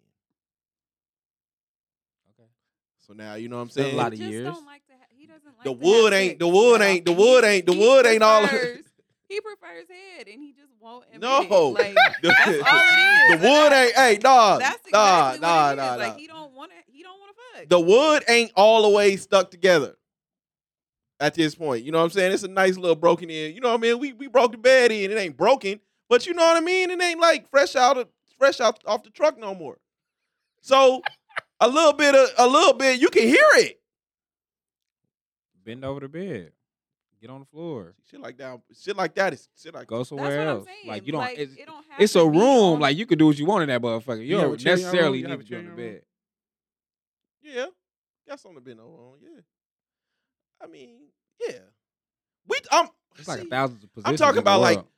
D: Okay.
A: So now you know what I'm
D: Still a
A: saying.
D: lot
C: He
D: of
C: just
D: years.
C: don't like to. Ha- he he doesn't like
A: The
C: to have
A: wood ain't- the
C: sex,
A: wood
C: y'all.
A: ain't- the
C: And
A: wood
C: he-
A: ain't- the
C: he
A: wood ain't all of it.
C: prefers- He prefers head, and he just won't admit it.
A: No.
C: Like,
A: The,
C: that's all
A: the
C: it is.
A: wood ain't. Hey, nah,
C: That's exactly
A: nah,
C: what it
A: nah, nah,
C: is.
A: nah.
C: Like he don't want to. He don't want to fuck.
A: the wood ain't all the way stuck together. At this point, you know what I'm saying? It's a nice little broken in. You know what I mean? We we broke the bed in. It ain't broken, but you know what I mean? It ain't like fresh out of fresh out off the truck no more. So a little bit of a little bit, you can hear it.
D: Bend over the bed. Get on the floor.
A: Shit like that. Shit like that is shit like
D: Go
C: That's
D: somewhere
C: what I'm
D: else.
C: saying.
D: Like you don't. it's,
C: it don't have
D: it's
C: to
D: a
C: be
D: room.
C: on-
D: Like you can do what you want in that motherfucker. You
B: have a
D: don't
B: chair in your room?
D: necessarily
B: You
D: need
B: have
D: to
B: a
D: be
B: chair
D: on the
B: in your room?
D: bed.
A: yeah. Got something to bend over on. Yeah. I mean, yeah. We I'm
D: It's like a
A: see,
D: thousands of positions.
A: talking
D: in the
A: about, like,
D: world.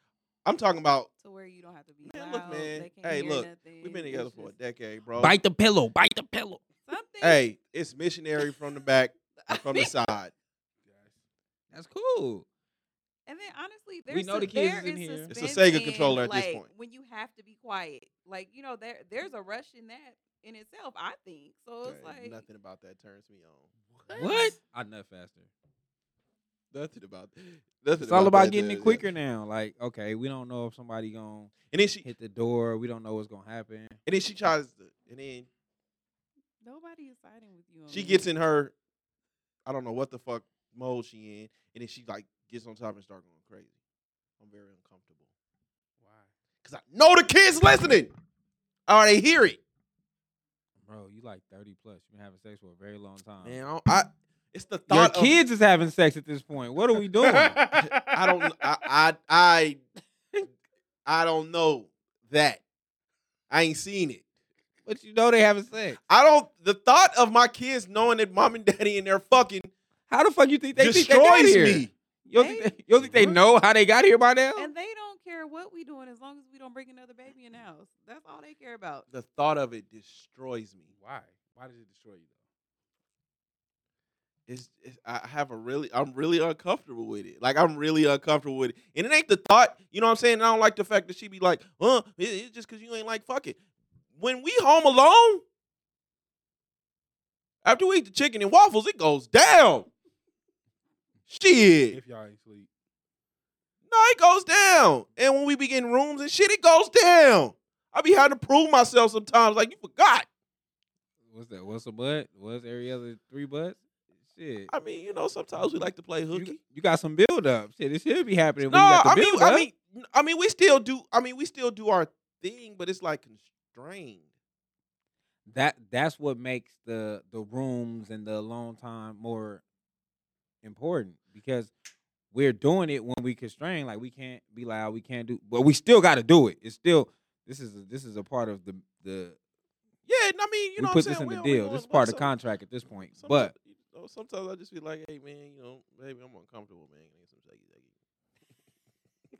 A: I'm talking about
C: to where you don't have to be
A: Man,
C: loud.
A: look, man.
C: They can't
A: Hey,
C: hear
A: look,
C: nothing.
A: we've been
C: It's
A: together for a
C: just
A: decade,
B: oh
A: bro.
D: bite the pillow. Bite the pillow.
C: Something.
A: Hey, it's missionary from the back and from the side.
D: That's cool.
C: And then honestly, there's
D: We know
C: su-
D: the kids
C: there
D: is in
C: is
D: here.
A: It's a
C: suspense
A: Sega
C: in,
A: controller at this
C: like,
A: point.
C: When you have to be quiet, like you know, there there's a rush in that in itself. I think so. It's
A: Dang,
C: like
A: nothing about that turns me on.
D: What? I nut faster.
A: Nothing about nothing.
D: It's all about
A: that
D: getting it
A: does
D: quicker
A: that.
D: now. Like, okay, we don't know if somebody gonna
A: And then she
D: hit the door. We don't know what's gonna happen.
A: and then she tries to and then
C: nobody is siding with you. On
A: she
C: that.
A: gets in her I don't know what the fuck mode she in and then she like gets on top and start going crazy. I'm very uncomfortable.
B: Why?
A: Cause I know the kids listening. Or they hear it.
D: Bro, you like thirty plus. You've been having sex for a very long time.
A: Man, I, don't- I it's the
D: Uh-huh. Your
A: thought of-
D: kids is having sex at this point. What are we doing?
A: I don't I I I, I don't know that. I ain't seen it.
D: but you know they having sex.
A: I don't. The thought of my kids knowing that mom and daddy and they're fucking
D: How the fuck you think they think they got
A: destroys
D: here?
A: me.
D: You don't, think they, you don't think they know how they got here by now?
C: and they don't care what we doing as long as we don't bring another baby in the house. That's all they care about.
A: The thought of it destroys me.
B: Why? Why does it destroy you though?
A: It's, it's I have a really I'm really uncomfortable with it. Like I'm really uncomfortable with it, and it ain't the thought. You know what I'm saying? And I don't like the fact that she be like, "Uh, it- it's just because you ain't like fucking." When we home alone, after we eat the chicken and waffles, it goes down. Shit.
B: If y'all ain't sleep,
A: No, it goes down. And when we be getting rooms and shit, it goes down. I be having to prove myself sometimes. Like you forgot.
D: What's that? What's a butt? What's every other three butts? Shit.
A: I mean, you know, sometimes we like to play
D: You,
A: hooky.
D: you got some build up. Shit, it should be happening.
A: No,
D: when you got the
A: I mean,
D: build
A: I
D: up.
A: mean, I mean, we still do. I mean, we still do our thing, but it's like constrained.
D: that that's what makes the the rooms and the alone time more important because we're doing it when we constrain like we can't be loud we can't do but we still got to do it it's still this is a, this is a part of the the
A: Yeah, and I mean, you know,
D: we
A: what
D: put
A: I'm
D: this in
A: saying?
D: the
A: We don't- we
D: deal
A: don't-
D: this is
A: we
D: part of the
A: some-
D: contract at this point
A: sometimes-
D: but
A: you know, sometimes I just be like, hey man, you know, baby, I'm uncomfortable, man. Give me some shaky,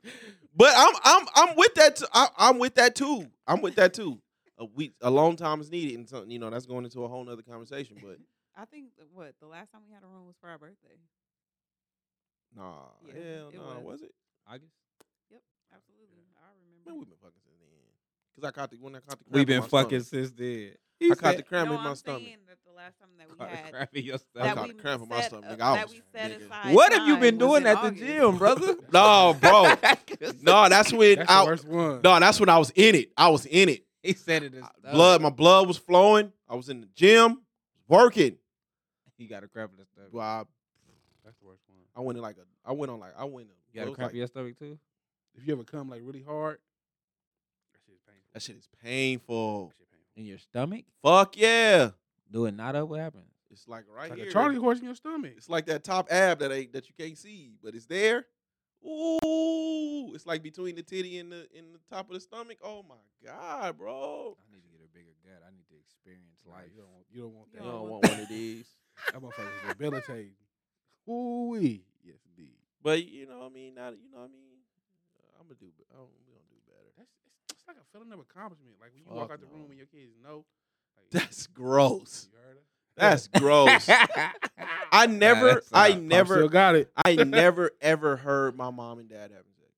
A: shaky. but I'm I'm I'm with that. T- I, I'm with that too. I'm with that too. A week, a long time is needed, and something you know that's going into a whole nother conversation. But
C: I think that, what the last time we had a room was for our birthday.
A: Oh, nah,
C: Yeah,
A: hell
C: it
A: nah, was.
C: was.
A: it?
D: August
C: Absolutely, I
A: Man,
C: remember.
A: we've been fucking since then. Cause I caught the when I caught the. crab
D: we've
A: in
D: been
A: my
D: fucking
A: Stomach.
D: since then
A: I
D: He
A: caught
D: said,
A: the cramp
C: no,
A: in my
C: I'm
A: stomach.
C: saying that the last time that we
D: "Caught the
C: had
D: crap in your
A: I
D: stomach."
C: that
A: caught
C: we
A: a cramp in my
C: set-
A: stomach.
C: uh,
A: I
C: that
A: was-
C: we set
A: nigga.
C: aside
D: what have you
C: time
D: been
C: was
D: doing
C: in
D: at
C: August.
D: the gym brother
A: No, bro. no, that's when
B: that's the
A: I.
B: worst one.
A: No, that's when I was in it. I was in it.
D: he said it is
A: Blood, my blood was flowing. I was in the gym, working.
D: he got a crap in his stomach
A: Well, I,
B: That's the worst one.
A: I went in like a. I went on like I went. In,
D: you got a
A: it was
D: crap in
A: like,
D: your stomach too
B: If you ever come like really hard, that shit is painful.
A: that shit is painful.
B: That shit painful.
D: in your stomach
A: Fuck yeah!
D: Do it not up. What happened?
A: It's like right
B: It's like
A: here.
B: a Charlie horse in your stomach.
A: It's like that top ab that ain't that you can't see, but it's there. Ooh, it's like between the titty and the and the top of the stomach. Oh my god, bro!
D: I need to get a bigger gut. I need to experience
B: Nah,
D: life.
B: you don't want, you don't want
C: You
A: You
B: that.
C: don't
A: don't
C: want
A: want one of these,
B: that motherfucker is debilitating. Ooh wee, yes indeed.
A: but you know what I mean. Now, you know what I mean. I'm gonna do. be- I'm gonna do better.
B: That's it's, it's like a feeling of accomplishment. Like when you walk
A: Fuck
B: out the
A: no.
B: room and your kids know. Like,
A: That's gross.
B: You heard her?
A: That's gross. I never,
D: that's, uh,
A: I
D: Pop
A: never,
B: Still got it.
A: I never ever heard my mom and dad having sex.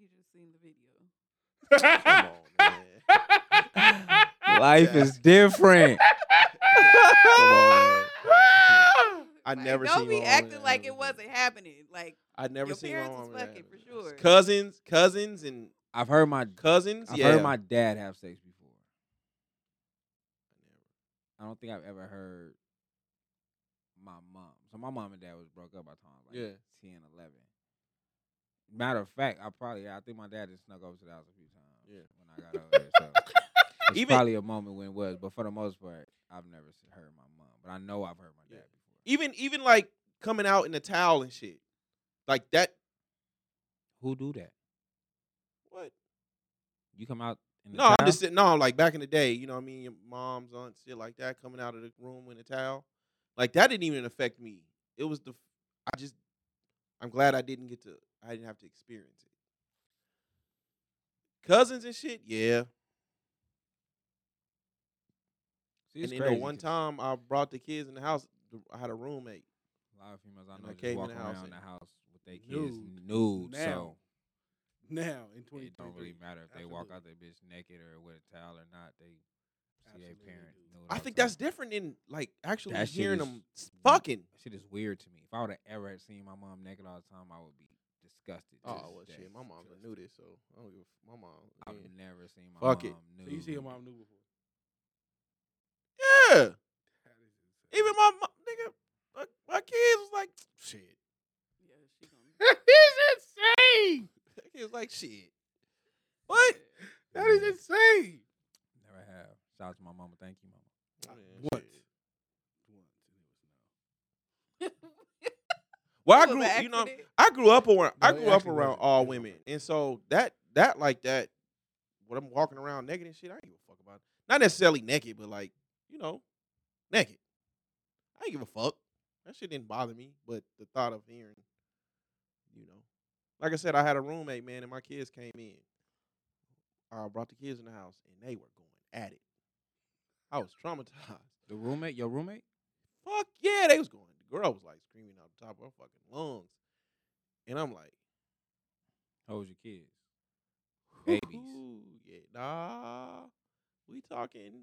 C: You just seen the video.
A: Come on, man.
D: life is different.
A: Come on, man. I
C: Like,
A: never
C: don't
A: seen
C: be
A: my
C: acting
A: mom
C: like it
A: having
C: wasn't
A: that.
C: happening. Like
A: I never
C: your
A: seen
C: parents
A: my
C: was
A: mom having
C: fucking
A: that.
C: for sure.
A: Cousins, cousins, and
D: I've heard my
A: cousins.
D: I've
A: yeah,
D: heard my dad have sex before. I don't think I've ever heard my mom. So my mom and dad was broke up by the time I was like ten, eleven. 10, 11. Matter of fact, I probably I think my dad just snuck over to the house a few times
A: Yeah.
D: when I got over there. So it's
A: Even-
D: probably a moment when it was, but for the most part, I've never s- heard my mom. But I know I've heard my
A: Yeah. E
D: dad before.
A: even even like coming out in a towel and shit, like that.
D: Who do that?
A: What?
D: You come out in the
A: No,
D: towel?
A: I'm just saying- no. Like back in the day, you know what I mean. Your moms, aunts, shit like that, coming out of the room in a towel, like that didn't even affect me. It was the, I just, I'm glad I didn't get to, I didn't have to experience it. Cousins and shit, yeah.
D: See, it's
A: and then the
D: crazy
A: one
D: 'cause
A: time I brought the kids in the house, the- I had a roommate.
D: a lot of females
A: and
D: I
A: I
D: know just
A: came
D: walk
A: in the house
D: around
A: and
D: the house with their kids
B: nude.
D: nude,
B: Now.
D: so
B: Now in twenty
D: it don't really
B: twenty.
D: matter if they walk
B: Absolutely.
D: out their bitch naked or with a towel or not. They see their
B: Absolutely
D: parent.
B: do.
D: nude
A: I
D: all
A: think
D: the
A: that's
D: time.
A: different than like actually
D: Oh, That shit
A: hearing
D: is-
A: them
D: mm,
A: s- fucking.
D: That shit is weird to me. If I would have ever had seen my mom naked all the time, I would be disgusted. to
A: Oh
D: this
A: well,
D: day.
A: shit. My mom done knew this, so I don't give. a f- My mom.
D: I've
A: yeah.
D: never seen my
A: Fuck it.
D: mom nude.
B: So you see your mom new before.
A: Yeah.
B: That is insane.
A: Even my, mo- nigga, my, my kids was like, shit.
C: Yeah, she gonna.
A: He was like, shit. What?
B: that is insane.
D: Never have. Shout out to my mama. Thank you, mama.
A: Oh,
B: What?
A: Well, I
C: It was
A: grew,
C: an
A: you know,
C: accident.
A: I grew up around, I
B: No, it
A: grew up
B: actually
A: around
B: wasn't.
A: all
B: It wasn't.
A: women, and so that, that like that, when I'm walking around naked and shit, I ain't give a fuck about. It. Not necessarily naked, but like, you know, naked. I ain't give a fuck. That shit didn't bother me, but the thought of hearing, you know, like I said, I had a roommate, man, and my kids came in. I brought the kids in the house, and they were going at it. I was traumatized.
D: The roommate, your roommate?
A: Fuck yeah, they was going. The girl was like screaming out the top of her fucking lungs. And I'm like,
D: How was your kids?
A: babies.
D: Babies.
A: Yeah, nah. We talking.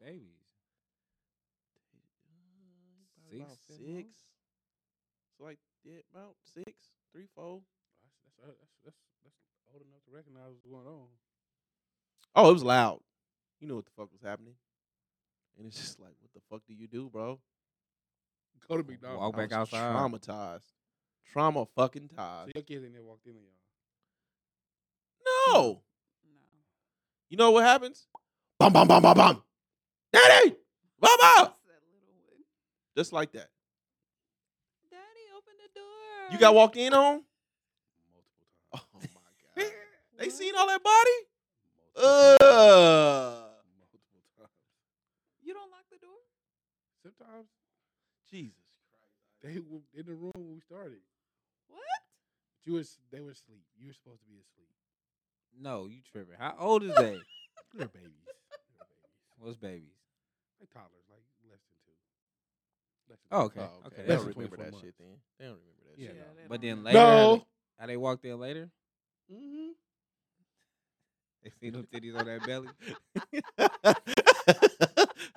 D: Babies.
A: probably about
D: Six, seven
A: six.
D: months?
A: So like yeah, about six, three, four.
B: That's, that's, that's, that's, that's old enough to recognize what's going on.
A: Oh, it was loud. You know what the fuck was happening. And it's just like, what the fuck do you do, bro?
B: Go
A: Oh,
B: to McDonald's.
D: Walk
A: I
D: back
A: was
D: outside.
A: Traumatized. Trauma fucking
B: So
A: ties.
B: your kids ain't never walked in on y'all.
A: No.
C: No.
A: You know what happens? Bum bum bum bum bum. Daddy! Bum bum!
C: Just that little one.
A: Just like that.
C: Daddy, open the door.
A: You got walked in on?
B: Multiple times.
A: Oh my god. They
C: What?
A: seen all that body?
B: Multiple times.
A: Uh
B: Multiple times.
C: You don't lock the door?
B: Sometimes
A: Jesus Christ.
B: they were in the room when we started.
C: What?
B: But you was they were asleep. You were supposed to be asleep.
D: No, you tripping. How old is they?
B: They're babies. They're babies.
D: What's babies?
B: Like toddlers, like less than two. Less than
D: Oh,
B: two.
D: okay.
A: Oh,
D: okay.
A: They
B: That's
A: don't
B: the
A: remember
B: 24
A: that
B: months.
A: shit then. They don't remember that
B: Yeah,
A: shit.
B: no.
C: they
D: But
C: don't
D: then
C: do
D: later,
C: that.
D: how
B: No.
D: they, how they walked in later?
B: Mm-hmm.
D: They see them titties on that belly.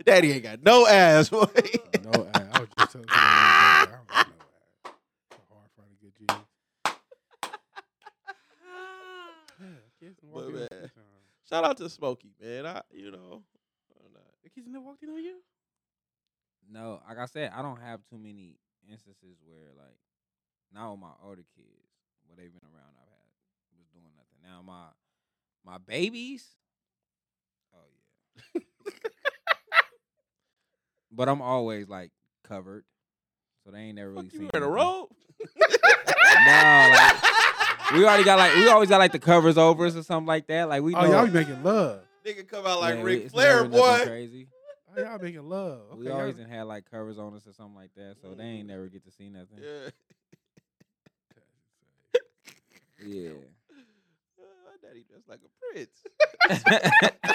A: Daddy ain't got no ass, boy.
B: No, I, I was just telling somebody the other day, I don't got no ass. It's a hard find a good jeans. Yeah, kids done walked in
A: But,
B: a few
A: man.
B: times.
A: Shout out to Smokey, man. I you know. I don't know.
B: The kids never walked in on you?
D: No, like I said, I don't have too many instances where like now with my older kids, where they've been around, I've had was doing nothing. Now my my babies, oh yeah. but I'm always like covered, so they ain't never really
A: Fuck you
D: seen
A: wearing a
D: anything.
A: robe?
D: No, like we already got like we always got like the covers over us or something like that. Like we
B: Oh,
D: know,
B: y'all be making love.
A: Nigga come out like
D: yeah, we-
A: Ric
D: it's
A: Flair,
D: never nothing
A: boy.
D: Crazy.
B: Oh, y'all making love. Okay,
D: we
B: y'all-
D: always done had like covers on us or something like that, so they ain't
A: Mm.
D: never get to see nothing.
A: Yeah.
D: yeah.
A: Uh, my daddy dressed like a prince.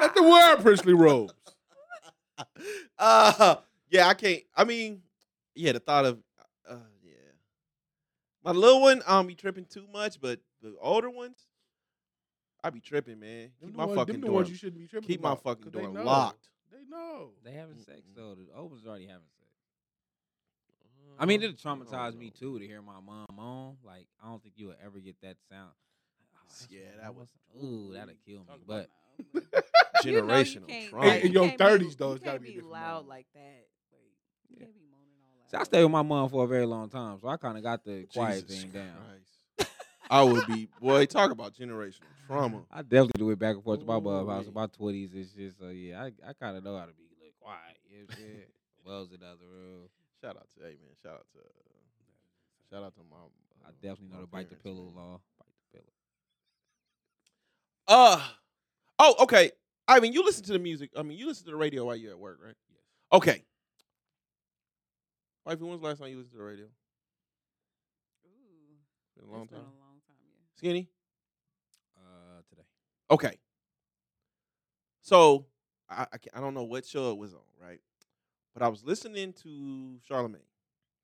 B: Let the world princely robes.
A: uh yeah, I can't. I mean, yeah, the thought of uh yeah. My little one, I don't be tripping too much, but the older ones, I be tripping, man. Keep
B: Them the
A: my
B: one-
A: fucking
B: them the ones
A: door.
B: you shouldn't be tripping
A: Keep my
B: about,
A: fucking
B: 'cause they
A: door
B: know.
A: locked.
B: They know.
D: They having sex
A: Mm-mm.
D: though. The Oprah's already having sex. I
B: Oh,
D: mean, it traumatized me too to hear my mom on. Like, I don't think you will ever get that sound. Oh, that's
A: Yeah,
D: my
A: that
D: mama's-
A: was-
D: Ooh, that'll kill me.
B: Talk about
D: But
A: Generational trauma.
B: Hey, in your 30s though,
C: You
B: it's gotta
C: can't
B: be a
C: be
B: different
C: loud
B: level.
C: like that. Like, you
D: Yeah.
C: can't be moaning all loud.
D: see, I stayed with my mom for a very long time, so I kind of got the quiet
A: Jesus
D: thing down.
A: Christ. I would be boy. Talk about generational trauma.
D: I definitely do it back and forth to my mom house
A: Ooh-wee.
D: in my twenties and shit. So yeah, I, I kind of know how to be like quiet. You know what I'm saying? Wells in the other room.
A: Shout out to hey man. Shout out to uh, shout out to my.
D: I
A: uh,
D: definitely
A: my
D: know to bite the
A: parents,
D: pillow
A: man.
D: law. Bite the pillow.
A: Uh oh, okay. I mean, you listen to the music. I mean, you listen to the radio while you're at work, right? Yes. Okay. Wifey, when was the last time you listened to the radio?
C: Ooh,
A: Been a long
C: it's been
A: time.
C: a long time, yeah.
A: Skinny.
D: Uh, today.
A: Okay. So I I, can't- I don't know what show it was on, right? But I was listening to Charlemagne,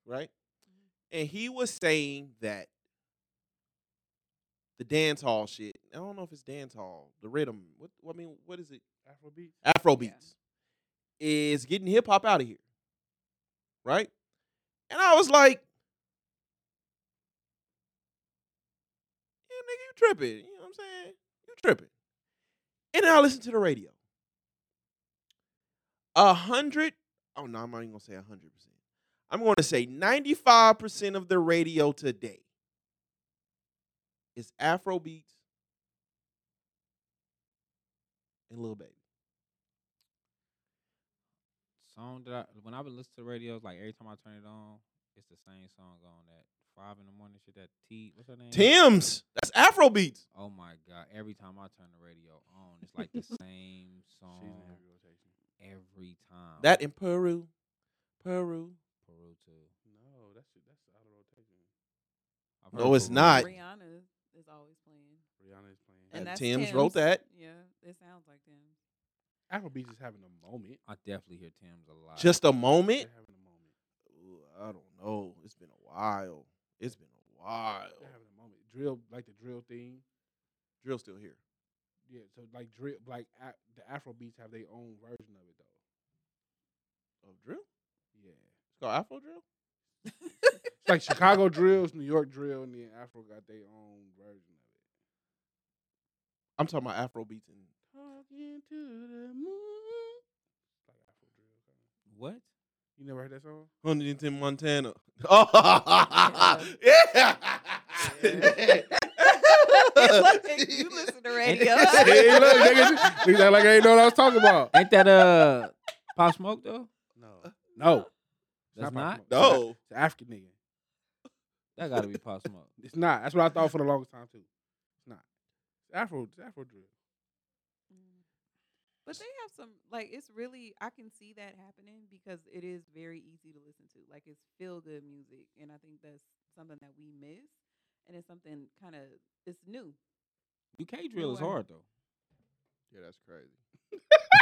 A: right?
C: Mm-hmm.
A: And he was saying that the dance hall shit. I don't know if it's dance hall, the rhythm. What, what I mean, what is it?
B: Afrobeat.
A: Afro beats is getting hip hop out of here, right? And I was like, "Yeah, nigga, you tripping? You know what I'm saying? You tripping?" And then I listened to the radio. A hundred. Oh no, I'm not even gonna say a hundred percent. I'm going to say ninety-five percent of the radio today is Afro beats and Lil Baby.
D: Song that I, when I've been listening to the radio, it's like every time I turn it on, it's the same song on that five in the morning shit. That T, what's her name?
A: Tim's. That's Afro beats.
D: Oh my god! Every time I turn the radio on, it's like the same
B: She's in
D: song
B: heavy rotation.
D: every time.
A: That in Peru, Peru.
D: Peru too.
B: No, that shit, that's out of rotation.
D: I've heard
A: No, it's
D: Peru.
A: not.
C: Rihanna is always playing.
B: Rihanna is playing.
A: And
C: And that's
A: Tim's wrote
C: Tim's.
A: that.
C: Yeah, it sounds like them.
B: Afrobeat is having a moment.
D: I definitely hear Tim's a lot.
A: Just a
B: They're
A: moment.
B: having a moment.
A: Ooh, I don't know. It's been a while. It's been a while.
B: They're having a moment. Drill, like the drill thing.
A: Drill's still here.
B: Yeah, so like drill, like a, the Afrobeats have their own version of it though.
A: Oh, drill?
B: Yeah,
A: It's called Afro drill.
B: it's like Chicago drills, New York drill, and then Afro got their own version of it.
A: I'm talking about Afro beats and
B: Talking to the moon. It's like Afro drill. kinda.
D: what?
B: You never heard that song?
A: 110 Montana. Oh, yeah.
C: Like, you listen to radio.
B: hey, look, nigga, nigga act like I ain't know what I was talking about.
D: Ain't that uh Pop Smoke though?
B: No, no, it's
D: That's
B: Pop
D: not.
B: Smoke. It's a-
A: No.
B: it's an African nigga.
D: That gotta be Pop Smoke.
B: It's not. That's what I thought for the longest time too. It's not. It's Afro, it's Afro drill.
C: Mm. But they have some like it's really I can see that happening because it is very easy to listen to. Like it's feel good music and I think that's something that we miss and it's something kind of it's new.
D: UK drill is
C: Newer.
D: hard though.
A: Yeah, that's crazy.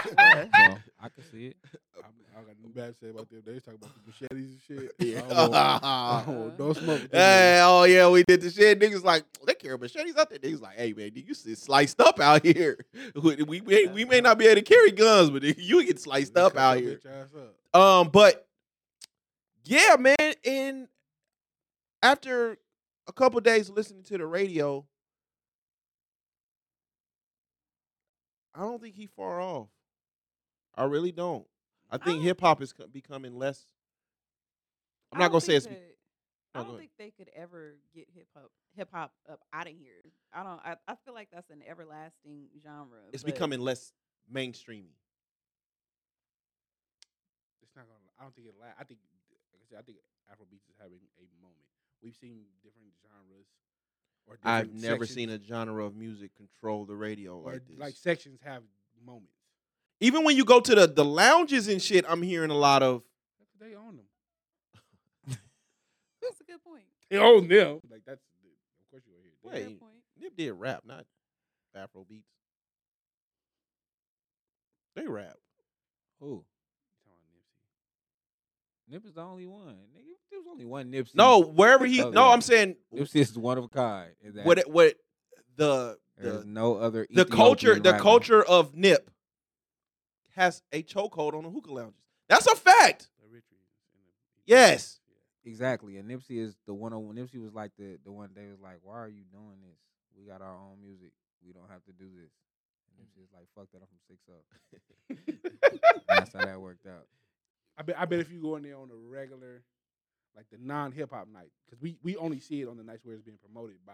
D: So I can see it.
A: Uh,
B: I'm, I got nothing bad to say about them. They was talking about the machetes and shit.
A: Yeah.
B: I don't want- I don't want no smoke. with them
A: Hey, oh Uh, yeah, we did the shit. Niggas like they care about shitties out there. Niggas like, hey man, nigga, you sit sliced up out here. We, we, may- we may not be able to carry guns, but nigga, you get
B: niggas.
A: sliced
B: They
A: up
B: cut
A: out
B: your
A: here.
B: bitch ass up.
A: Um, but yeah, man. And after a couple days listening to the radio, I don't think he far off. I really don't. I think
C: don't-
A: hip hop is co- becoming less. I'm
C: I
A: not
C: don't
A: gonna say
C: think
A: it's. be-
C: that-
A: Oh,
C: I
A: go
C: don't
A: ahead.
C: think they could ever get hip hop hip hop up out of here. I don't I, I feel like that's an everlasting genre.
A: It's
C: but
A: becoming less mainstreamy.
B: It's not gonna. I don't think it'll last. I think, like I said, I think Afrobeats is having a moment. We've seen different genres. Or
A: I've
B: different
A: never
B: sections-
A: seen a genre of music control the radio
B: or
A: like this.
B: like sections have moments.
A: Even when you go to the, the lounges and shit, I'm hearing a lot of
B: That's what they own them.
C: that's a good point.
B: They own them. Like that's of course you
C: That's
B: gonna
C: a
B: hear.
A: Wait.
B: that.
C: Good point.
A: Nip did rap, not Afro beats. They rap.
D: Who? Nip is the only one. Nigga, there was only one Nipsey.
A: No, wherever he.
D: Oh,
A: No,
D: yeah.
A: I'm saying
D: Nipsey is one of a kind. in that-
A: what what the
D: There's
A: The-
D: no other.
A: The culture,
D: Ethiopian
A: the
D: rapper.
A: culture of Nip has a chokehold on the hookah lounges. That's a fact.
B: The rich reasons and the-
A: Yes.
D: Exactly, and Nipsey is the one. Nipsey was like the the one. They was like, "Why are you doing this? We got our own music. We don't have to do this." And Nipsey was like, "Fuck that! I'm from Six Up." And that's how that worked out.
B: I bet I bet if you go in there on a regular, like the non hip hop night, because we we only see it on the nights where it's being promoted by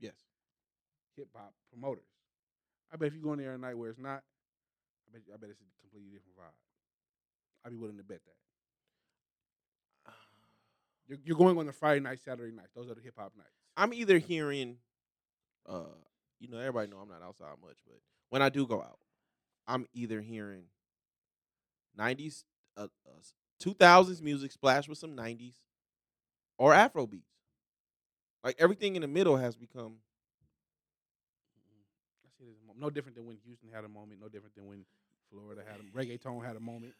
A: Yes.
B: hip hop promoters. I bet if you go in there a night where it's not, I bet I bet it's a completely different vibe. I'd be willing to bet that. You're, you're going on the Friday night, Saturday night. Those are the hip hop nights.
A: I'm either hearing, uh, you know, everybody know I'm not outside much, but when I do go out, I'm either hearing '90s, uh, uh, 2000s music splashed with some '90s, or Afro beats. Like everything in the middle has become
B: I see it as a mo- no different than when Houston had a moment. No different than when Florida had a reggaeton had a moment.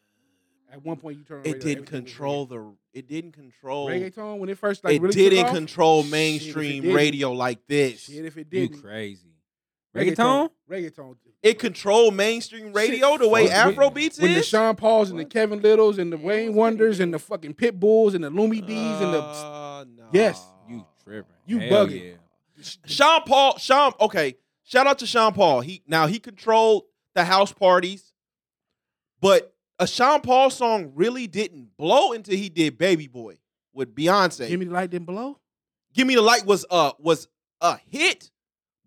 B: At one point, you turn. on
A: it
B: radio,
A: didn't
B: everything was
A: control the it didn't control
B: reggae. reggaeton when it first like
A: it
B: really took
A: didn't
B: off?
A: control
B: Shit, if it
A: mainstream
B: didn't-
A: radio like this.
B: Shit, if it
D: You
B: didn't,
D: crazy?
B: reggaeton,
D: Reggaeton?
B: reggaeton.
A: It controlled mainstream radio the way
D: fuck with-
A: Afro beats
B: when the
A: is.
B: Sean Pauls and the
D: What?
B: Kevin Littles and the
C: Yeah, it was
B: Wayne
C: pretty
B: Wonders and
C: big.
B: the fucking Pit Bulls and the Loomy D's and the
A: Uh, no.
B: Yes.
D: You tripping?
B: You
D: Hell
B: bugging.
D: Yeah.
A: Sean Paul, Sean, okay. Shout out to Sean Paul. He now he controlled the house parties, but a Sean Paul song really didn't blow until he did Baby Boy with Beyonce.
B: Give Me the Light Didn't Blow.
A: Give Me the Light was uh was a hit,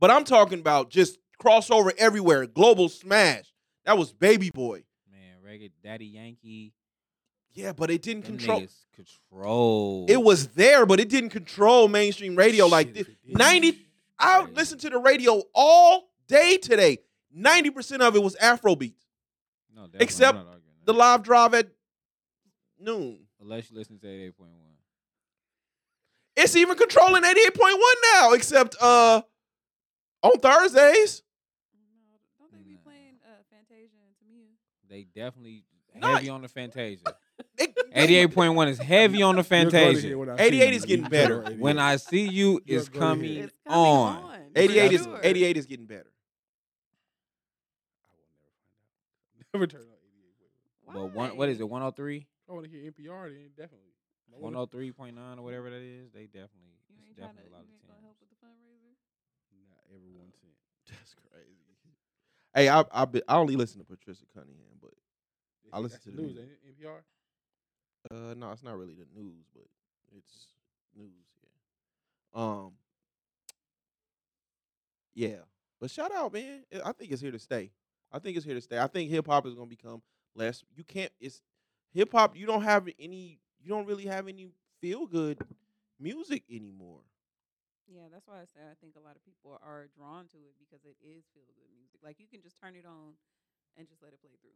A: but I'm talking about just crossover everywhere, global smash. That was Baby Boy.
D: Man, reggae, Daddy Yankee,
A: Yeah, but it didn't
D: them
A: control.
D: niggas control.
A: It was there, but it didn't control mainstream radio like
B: Shit,
A: this.
B: if it didn't.
A: 90 I
D: Crazy.
A: listened to the radio all day today. 90% of it was Afrobeat.
D: No, definitely, I'm
A: except
D: not arguing that.
A: The live drive at noon.
D: Unless you listen to 88.1.
A: It's even controlling 88.1 now, except uh on Thursdays.
C: No, don't they be
D: Nah.
C: playing uh, Fantasia and Tamia?
D: They definitely
A: No,
D: heavy on the Fantasia.
A: It-
D: 88.1 is heavy on the
B: You're going to
D: Fantasia.
B: hear what I
A: 88
B: see.
A: is getting
B: You
A: better.
B: go to
D: When
B: 88.
D: I see you
B: You're
D: is
B: gonna hear
D: coming,
B: it.
C: It's coming
D: on.
C: on. for
A: 88 is
C: sure.
A: 88 is getting better.
B: I will never find out. Never turn on 88.
D: But one, oh what is it? 103,
B: I want to hear NPR then definitely. I wanna-
D: 103.9 or whatever that is. They definitely,
C: You ain't
D: it's
C: trying to.
D: definitely a lot
C: You ain't gonna help
D: of
C: with the fundraiser.
B: Not everyone sent.
A: That's crazy. Hey, I I, be, I only listen to Patricia Cunningham, but I listen
B: That's
A: to
B: the
A: the
B: news.
A: music.
B: ain't it? NPR.
A: Uh, no, it's not really the news, but it's news. Yeah. Um. Yeah, but shout out, man. I- I think it's here to stay. I think it's here to stay. I think hip hop is gonna become less. You can't. It's hip hop. You don't have any. You don't really have any feel good music anymore.
C: Yeah, that's why I said I think a lot of people are drawn to it because it is feel good music. Like you can just turn it on and just let it play through.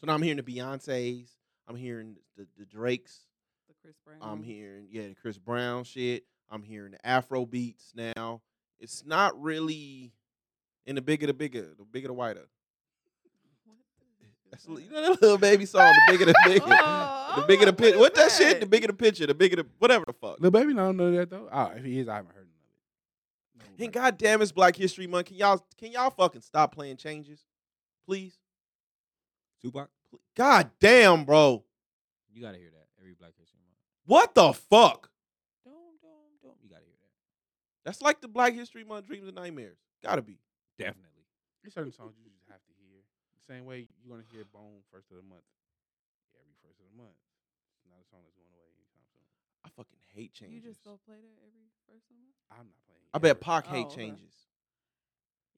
A: So now I'm hearing the Beyonces. I'm hearing the the Drakes.
C: The Chris Brown.
A: I'm hearing yeah the Chris Brown shit. I'm hearing the Afro beats now. It's not really in the bigger the bigger, the bigger the whiter.
C: What the-
A: That's a li- you know that little baby song, the bigger the bigger,
C: Mm-hmm. Oh,
A: the bigger the
C: I'm like,
A: pit. What that shit? The
C: is
A: bigger the picture, the bigger the whatever the fuck.
B: Lil baby, I don't know that though. Ah, if he is, I haven't heard none of it. No,
A: And
B: like,
A: God damn it's Black History Month. Can y'all can y'all fucking stop playing changes, please?
D: Tupac,
A: Pl- God damn, bro.
D: you got to hear that every Black History Month.
A: What the fuck?
D: Dom, dom, dom. You got to hear that.
A: That's like the Black History Month dreams and nightmares. Gotta be.
D: Definitely.
B: there's certain songs you just have to hear. The same way you're gonna hear Bone first of the month. Every first of the month. It's not a song that's going away anytime soon.
A: I fucking hate
C: that-
A: changes.
C: You just go play that every first summer.
B: I'm not playing.
A: I bet
B: ever.
A: Pac
C: Oh,
A: hate
C: okay.
A: changes.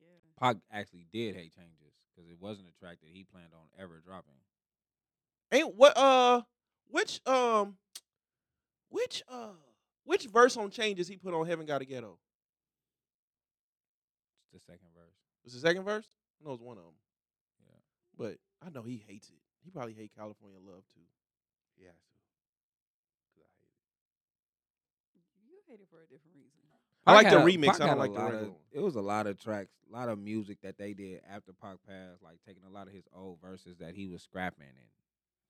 C: Yeah.
D: Pac actually did hate changes because it wasn't a track that he planned on ever dropping.
A: Ain't what uh which um which uh which verse on changes he put on Heaven Got a Ghetto?
D: It's the second verse.
A: Was the second verse? I know it's one of them.
D: Yeah.
A: But I know he hates it. He probably hate California Love too.
B: Yeah, so. 'Cause I hate it.
C: You hate it for a different reason.
D: Uh,
A: I like
D: Pac
A: the
D: had a-
A: remix.
D: Pac
A: I
D: had
A: don't
D: a
A: like the
D: lot
A: regular
D: of-
A: one.
D: It was a lot of tracks, a lot of music that they did after Pac passed, like taking a lot of his old verses that he was scrapping and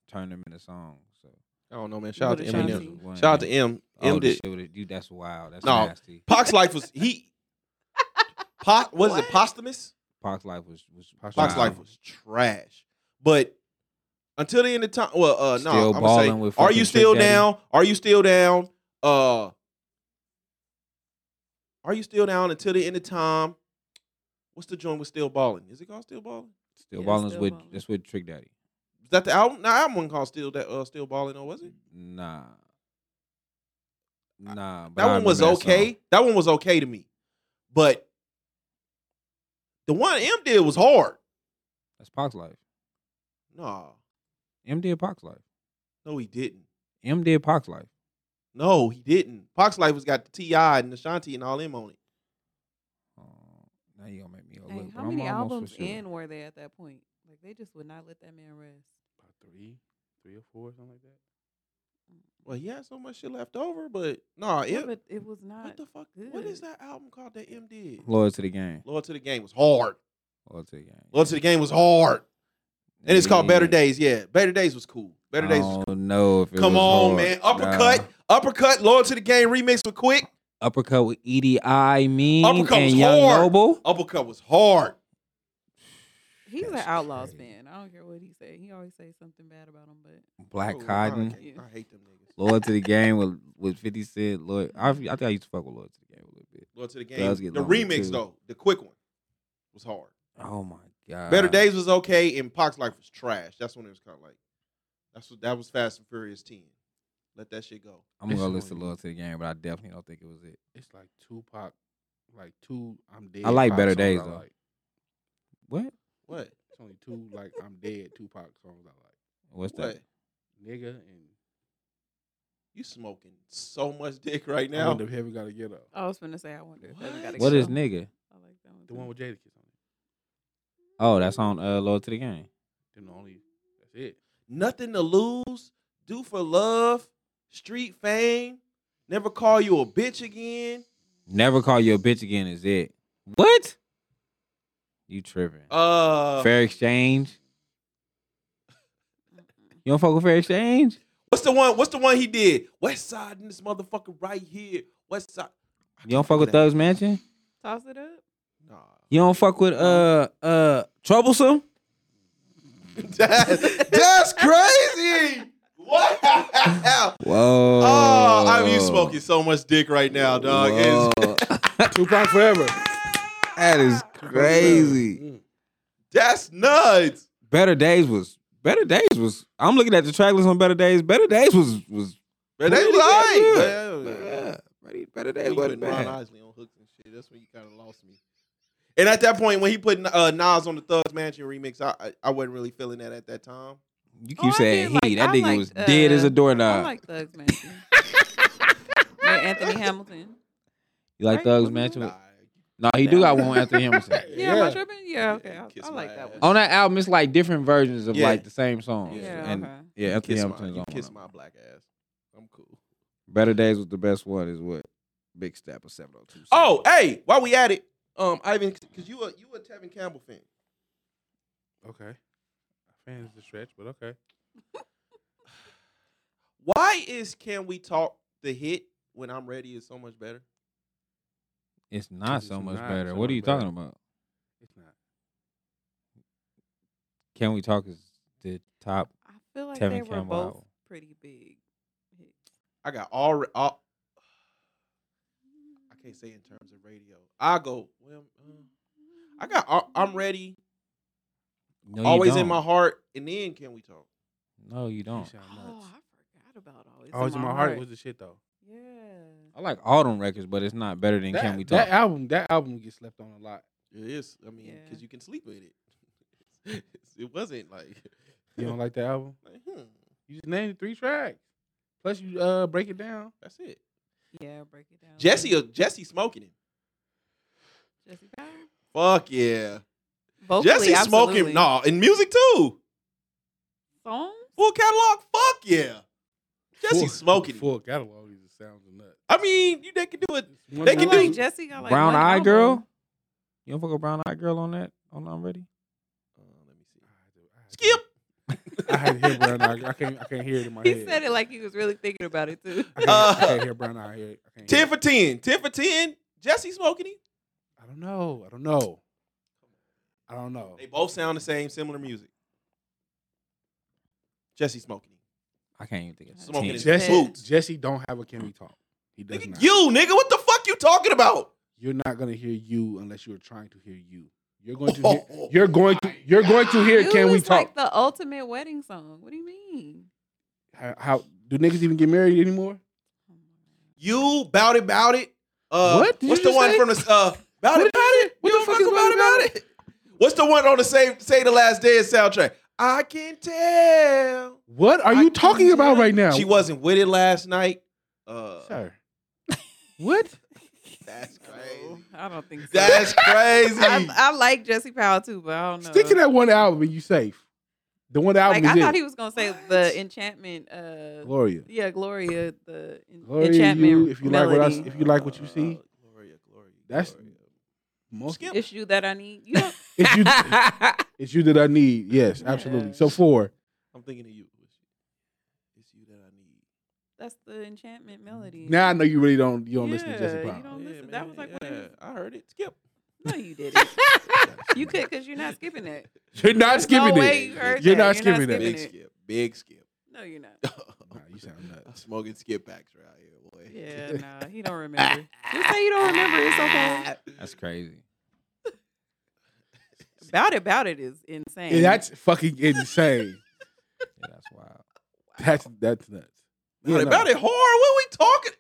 D: turned them into songs. So
A: I don't know, man.
C: Go
A: Shout out to
C: to
D: That was
A: Eminem.
C: Shanti.
D: one-
A: Shout out to M.
D: Oh,
A: M
D: the
A: did
D: shit with it, dude, that's wild. That's
A: No.
D: nasty.
A: Pac's life was he Pot, what is it?
C: What?
A: Posthumous.
D: Pox Life was was
B: Pox
A: Fox
B: Wow.
A: Life was trash. But until the end of time, well, uh, no, I'm gonna
D: Still
A: say,
D: balling with
A: are
D: fucking
A: you still
D: Trick Daddy.
A: down? Are you still down? Uh, are you still down until the end of time? What's the joint with still balling? Is it called still balling?
D: Still
C: Yeah,
D: Ballin'
C: Still
D: with
C: Ballin'.
D: that's with Trick Daddy.
A: Is that the album? No, album wasn't called still that uh, still balling, or was it?
D: Nah. Nah, but
A: That
D: I
A: one was
D: remember that song.
A: okay. That one was okay to me, but the one M did was hard.
D: That's Pox Life.
A: No,
D: M did Pox Life.
A: no, he didn't.
D: M did Pox Life.
A: No, he didn't. Pox Life was got the Ti and Ashanti and all them on it.
D: Oh, now you gonna make me
C: Dang,
D: overlook. but
C: how
D: I'm
C: many
D: almost for
C: albums
D: sure.
C: in were they at that point? Like they just would not let that man rest.
B: About three, three or four, something like that.
A: Well, he had so much shit left over, but nah,
C: Yeah,
A: it,
C: but it was not.
A: what the fuck? What is
C: good.
A: that album called that M did?
D: Loyal to the game.
A: Lord to the Game was hard.
D: Loyal to the game.
A: Lord to the Game was hard. And it's called Better
D: Yeah.
A: Days. Yeah, Better Days was cool. Better Days was
D: I
A: cool.
D: don't know if it
A: Come
D: was
A: on,
D: hard.
A: man.
D: Nah.
A: Uppercut, uppercut, Lord to the Game remix with Quick.
D: uppercut with EDI mean
A: Uppercut was
D: and Young
A: hard. Oh,
D: Noble.
A: Uppercut was hard.
C: He's an
D: That's
C: Outlaws
D: crazy.
C: fan. I don't care what he say. He always say something bad about him, but
D: Black
A: Oh,
D: Cotton.
A: I, hate- I hate them niggas.
D: Loyal to the game with with Fifty Cent. Loyal, I, I think I used to fuck with Loyal to the game a little bit.
A: Lord to the Game.
D: Does get
A: The
D: lonely,
A: remix
D: too.
A: though, the quick one, was hard.
D: Oh my god.
A: Better Days was okay, and Pox Life was trash. That's when it was kind of like, that's what that was Fast and Furious Ten. Let that shit go.
D: I'm gonna
B: This
D: listen
B: one-
D: to Loyal to the game, but I definitely don't think it was it.
B: It's like Tupac, like two. I'm dead.
D: like
B: Pac
D: Better
B: songs
D: Days,
B: I
D: though.
B: Like.
D: What?
A: What?
B: It's only two like I'm dead Tupac songs I
D: What's
A: what?
D: that?
B: like. Nigga and
A: You smoking so much dick right
B: I
A: now.
B: wonder if heaven got a ghetto.
C: I was finna say I wonder if they ever got a
A: What?
D: What is
C: show.
D: nigga?
C: I like that one.
B: The one with Jadakiss on it.
D: Oh, that's on uh, Loyal to the game.
B: Then the only that's it.
A: Nothing to lose. Do for love. Street fame. Never call you a bitch again.
D: Never call you a bitch again is it? What? You tripping?
A: Uh,
D: fair exchange. You don't fuck with fair exchange?
A: what's the one? What's the one he did? West Side in this motherfucker right here. West Side. I
D: You don't
A: can't
D: fuck with
A: remember
D: Thugs Mansion?
C: Toss it up.
A: that. Nah.
D: You don't fuck with uh uh troublesome?
A: That's, that's crazy. Wow.
D: Whoa!
A: Oh, I'm you smoking so much dick right now, dog. It's-
B: Tupac forever.
D: that is crazy.
B: Mm.
A: that's nuts.
D: Better days was better days was. I'm looking at the track list on better days. Better days was was.
A: Man, they
D: Really
A: lying.
D: good.
A: Man,
D: Yeah, Better-
A: When
D: better days
A: you
D: wasn't
A: put Ron
D: bad.
A: Isley on hooks and shit. That's when you kind of lost me. And at that point, when he put uh, Nas on the Thugs Mansion remix, I, I I wasn't really feeling that at that time.
D: You
C: Oh, I
D: keep saying
C: did
D: he.
C: like-
D: that
C: I
D: nigga
C: liked,
D: was dead as
C: uh,
D: a
C: I
D: doorknob.
C: like Thugs Mansion. With Anthony Hamilton.
D: you like
C: right?
D: Thugs
C: Wasn't it?
D: Mansion?
A: Nah,
D: No, he do got one after him.
C: Yeah, am I
B: Yeah.
C: tripping? Yeah, okay.
A: Yeah,
C: I,
A: kiss
C: I
A: my
C: like that
A: ass.
C: one.
D: on that album, it's like different versions of
A: Yeah.
D: like the same song.
A: Yeah.
D: and
C: okay.
D: yeah, Anthony
A: kiss my,
D: Hamilton's
A: you
D: on.
A: kiss
D: them.
A: my black ass. I'm cool.
D: Better days was the best one. Is what Big Step of seven hundred two.
A: Oh, hey, while we at it, um, Ivan, because you a you a Tevin Campbell fan.
B: Okay. Fans the stretch, but okay.
A: Why is Can We Talk the hit when I'm ready is so much better?
D: it's not
B: It's
D: so much
B: not
D: better.
B: so
D: What
B: much
D: are you
B: better.
D: talking about?
B: It's not.
D: Can we talk? Is the top
C: I feel like
D: Tevin
C: they were
D: Campbell
C: both
D: album.
C: pretty big hits.
A: I got all, re- all I can't say in terms of radio. I go well. Uh, I got all, I'm ready.
D: No, you
A: always in
D: don't.
A: my heart, and then can we talk?
D: No, you
B: You
D: don't.
B: sound nuts.
C: Oh, I forgot about all this.
B: Always Oh, in my heart was the shit though.
C: Yeah.
D: I like all them records, but it's not better than
B: That,
D: Can We
B: that
D: Talk.
B: album that album gets slept on a lot.
A: It is. I mean, because
C: Yeah.
A: you can sleep with it. it wasn't like,
B: You don't like that album?
A: like, hmm,
B: You just named three tracks. Plus you uh break it down.
A: that's it.
C: Yeah, break it down.
A: Jesse, uh, Jesse smoking him.
C: Jesse Powell?
A: Fuck yeah.
C: Vocally,
A: Jesse smoking
C: absolutely.
A: him. Nah, in music too.
C: Songs?
A: Full catalog. Fuck yeah. Jesse
B: Full-
A: smoking. him.
B: Full Uh, catalog is the sounds of nuts.
A: I mean, you they could do it.
B: It's one
A: They
C: I
B: of
A: can
C: feel
B: the-
A: do-
C: like Jesse got like
D: brown
C: one
D: Eye
C: album.
D: Girl. You don't fuck with Brown Eye Girl on that? On I'm Ready?
A: Uh, let me see.
B: I had to- I had to-
A: Skip.
B: I had to hear brown eye. I can't. I can't hear it in my
C: He
B: head.
C: said it like he was really thinking about it too.
B: I can't, I
A: Uh,
B: can't hear brown eye. I can't hear. I can't hear
A: Ten
B: it.
A: for ten. Ten for ten. Jesse smoking him.
B: I don't know. I don't know. I don't know.
A: They both sound the same, similar music. Jesse smoking.
D: I can't even think of
A: Smoking
D: ten.
A: is-
B: Jesse,
A: boots.
B: Jesse don't have a can we talk. He does
A: Nigga,
B: not.
A: you nigga, what the fuck you talking about?
B: You're not gonna hear you unless you are trying to hear you. You're
A: Oh,
B: going to hear. You're going to. You're going to hear.
C: You
B: Can we
C: is Like
B: talk?
C: the ultimate wedding song. What do you mean?
B: How, how do niggas even get married anymore?
A: You bout it, bout it. Uh,
B: What did
A: What's
B: you
A: the
B: just
A: one
B: say?
A: from the uh, bout
B: What
A: it,
B: did you
A: bout
B: say?
A: it?
B: What
A: you
B: the
A: don't
B: fuck
A: fuck
B: is
A: about
B: Bout
A: it,
B: It,
A: bout
B: Bout
A: it? What's the one on the same say the last dance soundtrack? I can tell.
B: What are
A: I
B: you
A: can
B: talking about
A: tell
B: right now?
A: She wasn't with it last night. Uh,
B: Sir. what?
A: That's crazy.
C: I don't think so.
A: That's crazy.
C: I, I like Jesse Powell too, but I don't know.
B: Stick to that one album and you safe. The one album
C: Like I
B: is
C: thought
B: it.
C: he was gonna say
A: What?
C: the enchantment. Uh,
B: Gloria.
C: yeah, Gloria, the en-
B: Gloria,
C: enchantment.
B: you- if you like
C: melody.
B: what I s- if you like what you see,
A: Uh, Gloria, Gloria.
B: that's-
A: Gloria.
B: Most-
A: Skip.
C: it's you that I need. You don't,
B: It's you. it's you that I need. Yes, absolutely. So four.
A: I'm thinking of you. It's you that I need.
C: that's the enchantment melody.
B: Now I know you really don't. You don't listen to
C: Yeah,
B: Jesse
C: you
B: Brown.
C: don't- listen, that was like one of his-
A: I heard it. Skip.
C: No, you didn't. you could, cause you're not skipping that.
B: You're not
C: There's
B: skipping
C: no
B: it.
C: way you heard
B: You're
C: that.
B: not
C: You're not
B: skipping that.
A: Big
C: it.
A: skip. Big skip.
C: No, you're not.
B: Nah, you sound
A: I'm
B: nuts.
A: smoking skip packs right here, boy.
C: Yeah, nah, he don't remember. Just say you don't remember. It's okay.
D: That's crazy.
C: About it, about it is insane.
B: Yeah, that's fucking insane.
D: Yeah, that's wild.
B: That's that's nuts. Yeah,
A: Not
B: no.
A: about it hard. What we talking?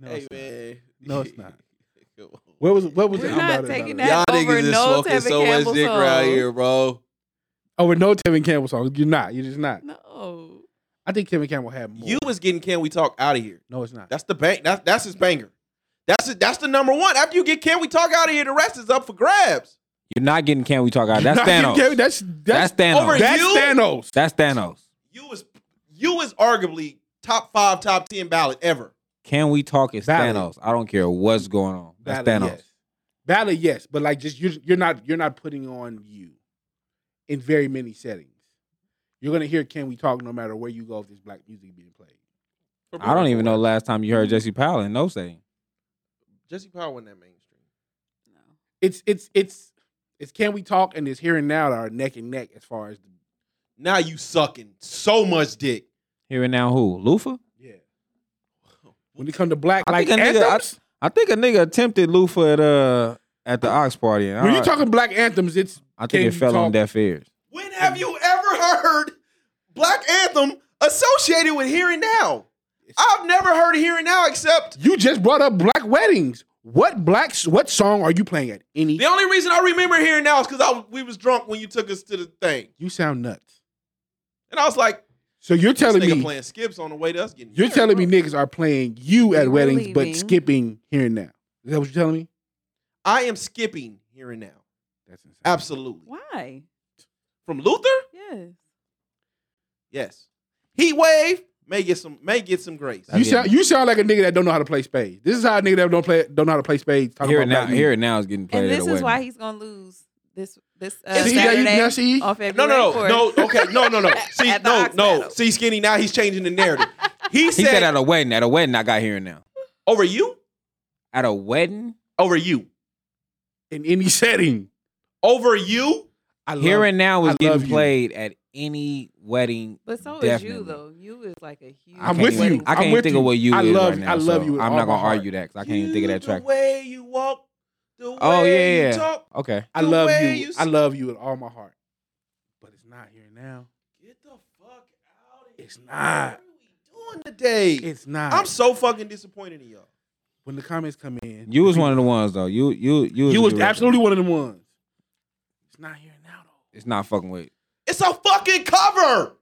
B: No,
A: hey
B: it's not.
A: man.
B: No, it's not.
A: Come on,
B: What was
A: man.
B: what was
C: We're
B: it?
C: not
B: about it,
C: taking
B: about it?
A: Y'all
C: that over
A: niggas is
C: no
A: smoking
C: Tevin
A: so much
C: Campbell
A: dick right
C: song.
A: here, bro.
B: Oh, with no Tevin Campbell songs. You're not. You're just not.
C: no.
B: I think Tevin Campbell had more.
A: You was getting can we talk out of here.
B: no, it's not.
A: That's the bang. That's that's his banger. That's it. That's the number one. After you get can we talk out of here, the rest is up for grabs.
D: You're not getting Can We Talk Out. That's
B: Nah, you
D: Thanos.
B: can't- that's that's
D: that's Thanos.
A: Over-
B: that's
A: You-
B: Thanos.
D: that's Thanos.
A: You was you was arguably top five, top ten ballot ever.
D: Can we talk? It's
B: Valid.
D: Thanos. I don't care what's going on. That's
B: Valid,
D: Thanos.
B: yes. Valid, yes, but like just you're you're not you're not putting on you in very many settings. You're gonna hear "Can We Talk" no matter where you go if there's black music being played.
D: I don't even know last time you heard Jesse Powell in no saying.
A: Jesse Powell wasn't that mainstream.
C: No.
B: It's it's it's it's "Can We Talk" and it's here and now that are neck and neck as far as the
A: Now you sucking so much dick.
D: Here and now, who Lufa?
B: yeah. When it come to black,
D: I
B: like
D: think a nigga- I-
B: anthems,
D: I think a nigga attempted Lufa at uh at the Ox party. And
B: when
D: I,
B: you're talking black anthems, it's
D: I
B: Can
D: think it
B: You
D: fell on
B: Talk?
D: deaf ears.
A: When have you ever heard Black Anthem associated with Here and Now? I've never heard Here and Now except
B: you just brought up black weddings. What black what song are you playing at any?
A: the only reason I remember Here and Now is because I was- we was drunk when you took us to the thing,
B: You sound nuts.
A: and I was like,
B: So you're
A: this
B: telling
A: nigga
B: me
A: playing skips on the way to us getting.
B: You're
A: married,
B: telling me
A: bro.
B: niggas are playing you at
C: You're
B: weddings but
C: leaving.
B: skipping here and now. Is that what you're telling me?
A: I am skipping Here and Now.
B: That's insane.
A: Absolutely
C: Why?
A: from Luther.
C: Yes.
A: Yes, Heat Wave may get some may get some grace.
D: That's-
B: You sound you sound like a nigga that don't know how to play spades. This is how a nigga that don't play don't know how to play spades. Talking
D: Here
B: about
D: and now,
B: black
D: here
B: music.
D: and now is getting played.
C: And
D: at
C: this
D: a
C: is why
D: wedding.
C: he's gonna lose this this uh,
B: See, now you-
C: Saturday
B: now see?
C: on
A: No,
C: February
A: no,
C: 4th.
A: no, no. Okay, no, no, no. See,
C: At the
A: no,
C: Ox
A: no.
C: Battle.
A: See, skinny. Now he's changing the narrative. He
D: He
A: said,
D: said at a wedding. At a wedding, I got here and now.
A: over you,
D: At a wedding,
A: over you,
B: in any setting.
A: over you.
B: I love
D: here and now
B: I
D: is
B: love
D: getting
B: you.
D: played at any wedding.
C: But so is
D: Definitely.
C: you though. You is like a huge.
B: I'm with
D: even-
B: you.
D: I
B: I'm
D: can't
B: with
D: think
B: you.
D: of what you
B: I
D: is
B: love-
D: right now.
B: I love
D: so
B: you with
D: I'm
B: all
D: not
B: my
D: gonna
B: heart.
D: argue that because I can't even think of that track.
A: The way you walk, the way
D: Oh, yeah,
A: you
D: yeah.
A: talk,
D: Okay.
B: I
A: the
B: love
A: way
B: you.
A: you
B: I love you with all my heart. But it's not here and now.
A: Get the fuck out of here.
B: It's not.
A: What are we doing today?
B: It's not.
A: I'm so fucking disappointed in y'all.
B: when the comments come in,
D: You was one of the ones though. You you you was,
B: You
D: a
B: was
D: director.
B: absolutely one of the ones. It's not here and now though.
D: It's not fucking with.
A: It's a fucking cover.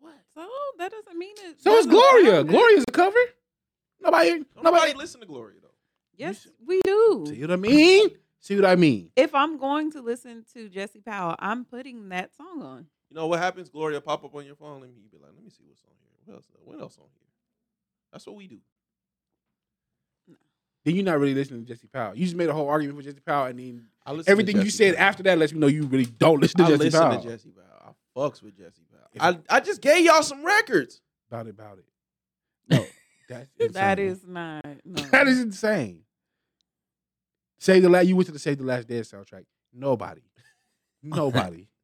C: What? So that doesn't mean it.
B: So it's
C: doesn't
B: Gloria.
C: count.
B: Gloria's a cover. Nobody
A: Don't
B: nobody
A: Nobody listen to Gloria though.
C: Yes, we do.
B: See what I mean? See what I mean?
C: if I'm going to listen to Jesse Powell, I'm putting that song on.
A: You know what happens? Gloria pop up on your phone and you be like, "Let me see what's on here. What else? What else on here?" That's what we do.
B: Then you're not really listening to Jesse Powell. You just made a whole argument for Jesse Powell, and then
A: I listen to
B: everything you
A: Jesse
B: said
A: Powell.
B: after that lets me know you really don't listen to
A: I
B: Jesse
A: listen
B: Powell.
A: to Jesse Powell. I fucks with Jesse Powell. I, I just gave y'all some records.
B: About it, about it. No, that's insane.
C: That is not. No.
B: that is insane. Save the last. You went to the Save the Last Dance soundtrack. Nobody. Nobody.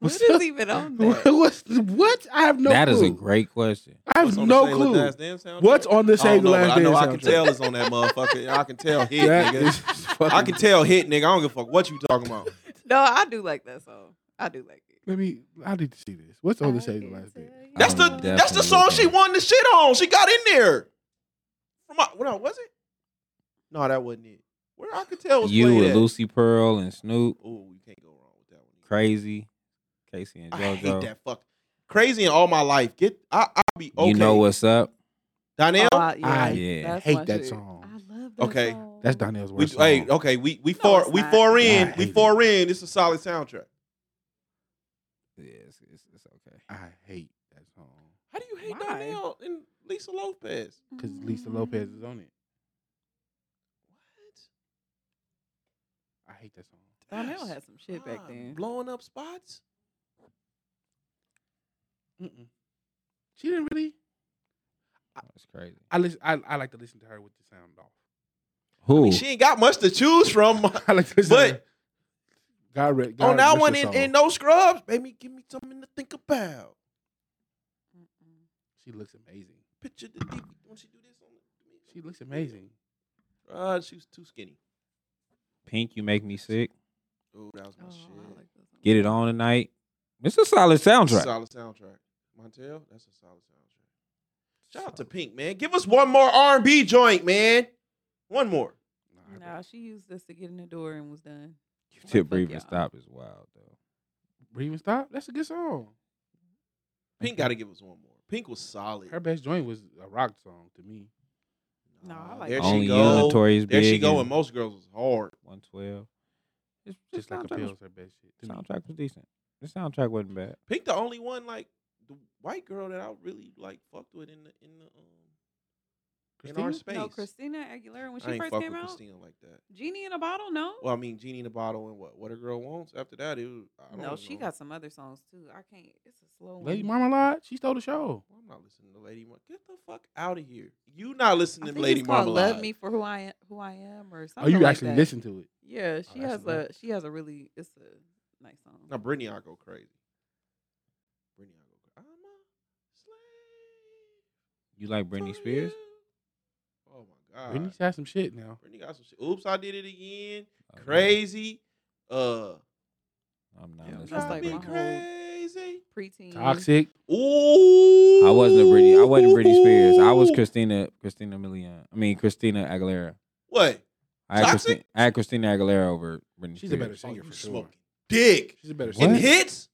C: What
D: What's
C: is
D: up?
C: even on that?
B: What's what? I have no.
D: That
B: clue.
D: is a great question.
B: I have
A: What's on the
B: no
A: Save the
B: clue.
A: Last Dance soundtrack?
B: What's on the
A: I don't
B: Save the
A: know, but
B: Last
A: I know
B: Dance
A: I can
B: soundtrack?
A: tell it's on that motherfucker. I can tell hit,
B: That
A: nigga.
B: is fucking-
A: I can tell hit, nigga. I don't give a fuck what you talking about.
C: No, I do like that song. I do like it.
B: Let me. I need to see this. What's on the Save the
C: can
B: Last
C: tell
B: Dance?
C: you
A: That's the
D: I'm
A: that's the
D: definitely
A: song she
D: down.
A: won the shit on. She got in there. From my, what was it? No, that wasn't it. Where I could tell was
D: You
A: played
D: and
A: at.
D: Lucy Pearl and Snoop,
A: Ooh, you can't go wrong with that one.
D: crazy, Casey and
A: I hate
D: JoJo.
A: that fuck. Crazy in all my life. Get I I'll be okay.
D: You know what's up?
A: Donnell?
C: Oh, I- yeah,
B: I
C: that's
B: hate
C: my
B: that
C: shit.
B: song.
C: I love that
A: Okay.
C: song.
B: That's Donnell's
A: we,
B: worst. song.
A: hey, okay, we we
C: No,
A: four
C: it's
A: we
C: not.
A: four
B: Yeah, I
A: in. We
B: hate
A: four in. It's a solid soundtrack.
D: Yeah, it's, it's, it's okay.
B: I hate that song
A: How do you hate
C: Why?
A: Donnell and Lisa Lopez?
B: because Lisa
C: Mm-hmm.
B: Lopez is on it. I hate that song.
C: Donnell had some shit back
A: Ah,
C: then.
A: Blowing up spots?
B: Mm-mm. She didn't really.
D: That's crazy.
B: I listen. I, I like to listen to her with the sound off.
D: Who?
A: She ain't got much to choose from.
B: I like to listen.
A: But-
B: to her. God, re- God
A: on that
B: rest
A: one
B: her
A: in,
B: soul.
A: in no scrubs, baby, give me something to think about.
C: Mm-mm.
B: she looks amazing.
A: Picture the deep when she do this on the
B: She looks amazing.
A: Uh, she was too skinny.
D: Pink, you make me sick.
A: Oh, that was my
C: Oh, I
A: shit.
C: like that song.
D: Get it on tonight. It's a solid soundtrack.
A: Solid soundtrack. Montel, that's a solid soundtrack. Shout out to Pink, man. Give us one more R and B joint, man. One more.
B: Nah, I
C: No,
B: don't-
C: she used us to get in the door and was done.
D: Tip
C: Fuck
D: breathe
C: y'all.
D: and stop is wild though.
B: Breathe and stop. That's a good song.
A: Pink got to give us one more. Pink was solid.
B: Her best joint was a rock song to me.
C: No, I
A: Nah,
C: like
A: there
C: that.
A: she
D: Only you,
A: go.
D: Notorious
A: There
D: Big.
A: she go.
D: and
A: And most girls was hard.
D: 112. It's
B: Just like a
D: soundtrack was-
B: pill's her best shit. To me.
D: Soundtrack was decent. The soundtrack wasn't bad.
A: Pink the only one like the white girl that I really like fucked with in the in the um in our
B: Christina?
A: space.
C: No, Christina Aguilera when
A: I
C: she
A: ain't
C: first
A: fuck
C: came
A: with
C: out.
A: Christina like that.
C: Genie in a bottle, no.
A: Well, I mean, genie in a bottle and what? What a girl wants. After that, it was, I don't
C: no, she
A: know.
C: got some other songs too. I can't. It's a slow
B: Lady
C: one.
B: Mama lied. She stole the show.
A: Well, I'm not listening to Lady Mar. Get the fuck out of here. You not
C: I
A: listening to
C: think
A: Lady
C: it's called
A: Marmalade.
C: Love Me for Who I Am, Who I Am, or
B: Oh,
C: something.
B: you
C: like
B: actually
C: that.
B: listen to it.
A: Oh,
C: Yeah, she
B: that's
C: has a
B: lit.
C: she has a really it's a nice song.
A: Now Brittany, I go crazy. Brittany, I go crazy. I'm a slave.
D: You like Britney
A: for
D: Spears?
A: you. Oh my god.
B: Britney's
A: Brittany,
B: had some shit now.
A: got some shit. Oops, I did it again.
D: Oh, no.
A: Crazy. Uh,
D: I'm not
C: Yeah,
D: listening.
C: That's
A: drive
C: like
A: me
C: my whole-
A: crazy.
C: Preteen.
B: Toxic.
A: Ooh.
D: I wasn't a Britney. I wasn't Britney Spears. I was Christina Christina Milian. I mean Christina Aguilera.
A: What?
D: I had,
A: Toxic?
D: Christina, I had Christina Aguilera over Britney
B: She's a
D: Spears.
B: better singer
A: you
B: for sure.
A: smoking dick.
B: She's a better
D: What?
A: And
B: singer.
A: hits?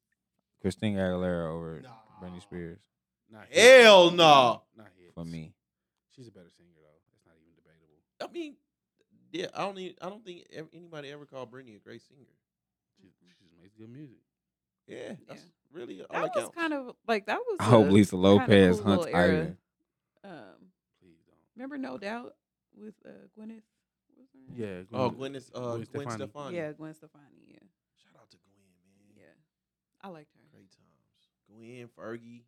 D: Christina Aguilera over
B: Nah.
D: Britney Spears
B: Not hits.
A: Hell no.
B: Not hits.
D: for me.
B: She's a better singer though. It's not even debatable.
A: I mean, yeah, I don't. Even, I don't think ev- anybody ever called Britney a great singer.
B: She,
A: Mm-hmm.
B: she just makes good music.
A: Yeah, that's really all
C: That
A: that
C: was
A: counts.
C: kind of like that was.
D: I hope
C: a
D: Lisa
C: kinda
D: Lopez
C: cool
D: hunts
C: little era.
D: Ida.
C: Um,
B: Please don't.
C: remember No Doubt with uh, Gwyneth? what was her name?
B: Yeah.
A: oh, Gwyneth, uh,
B: Gwen
A: Gwen
B: Stefani.
A: Stefani.
C: Yeah, Gwen Stefani. Yeah,
A: Shout out to Gwen, man.
C: yeah. I liked her.
A: Great times. Gwen, Fergie.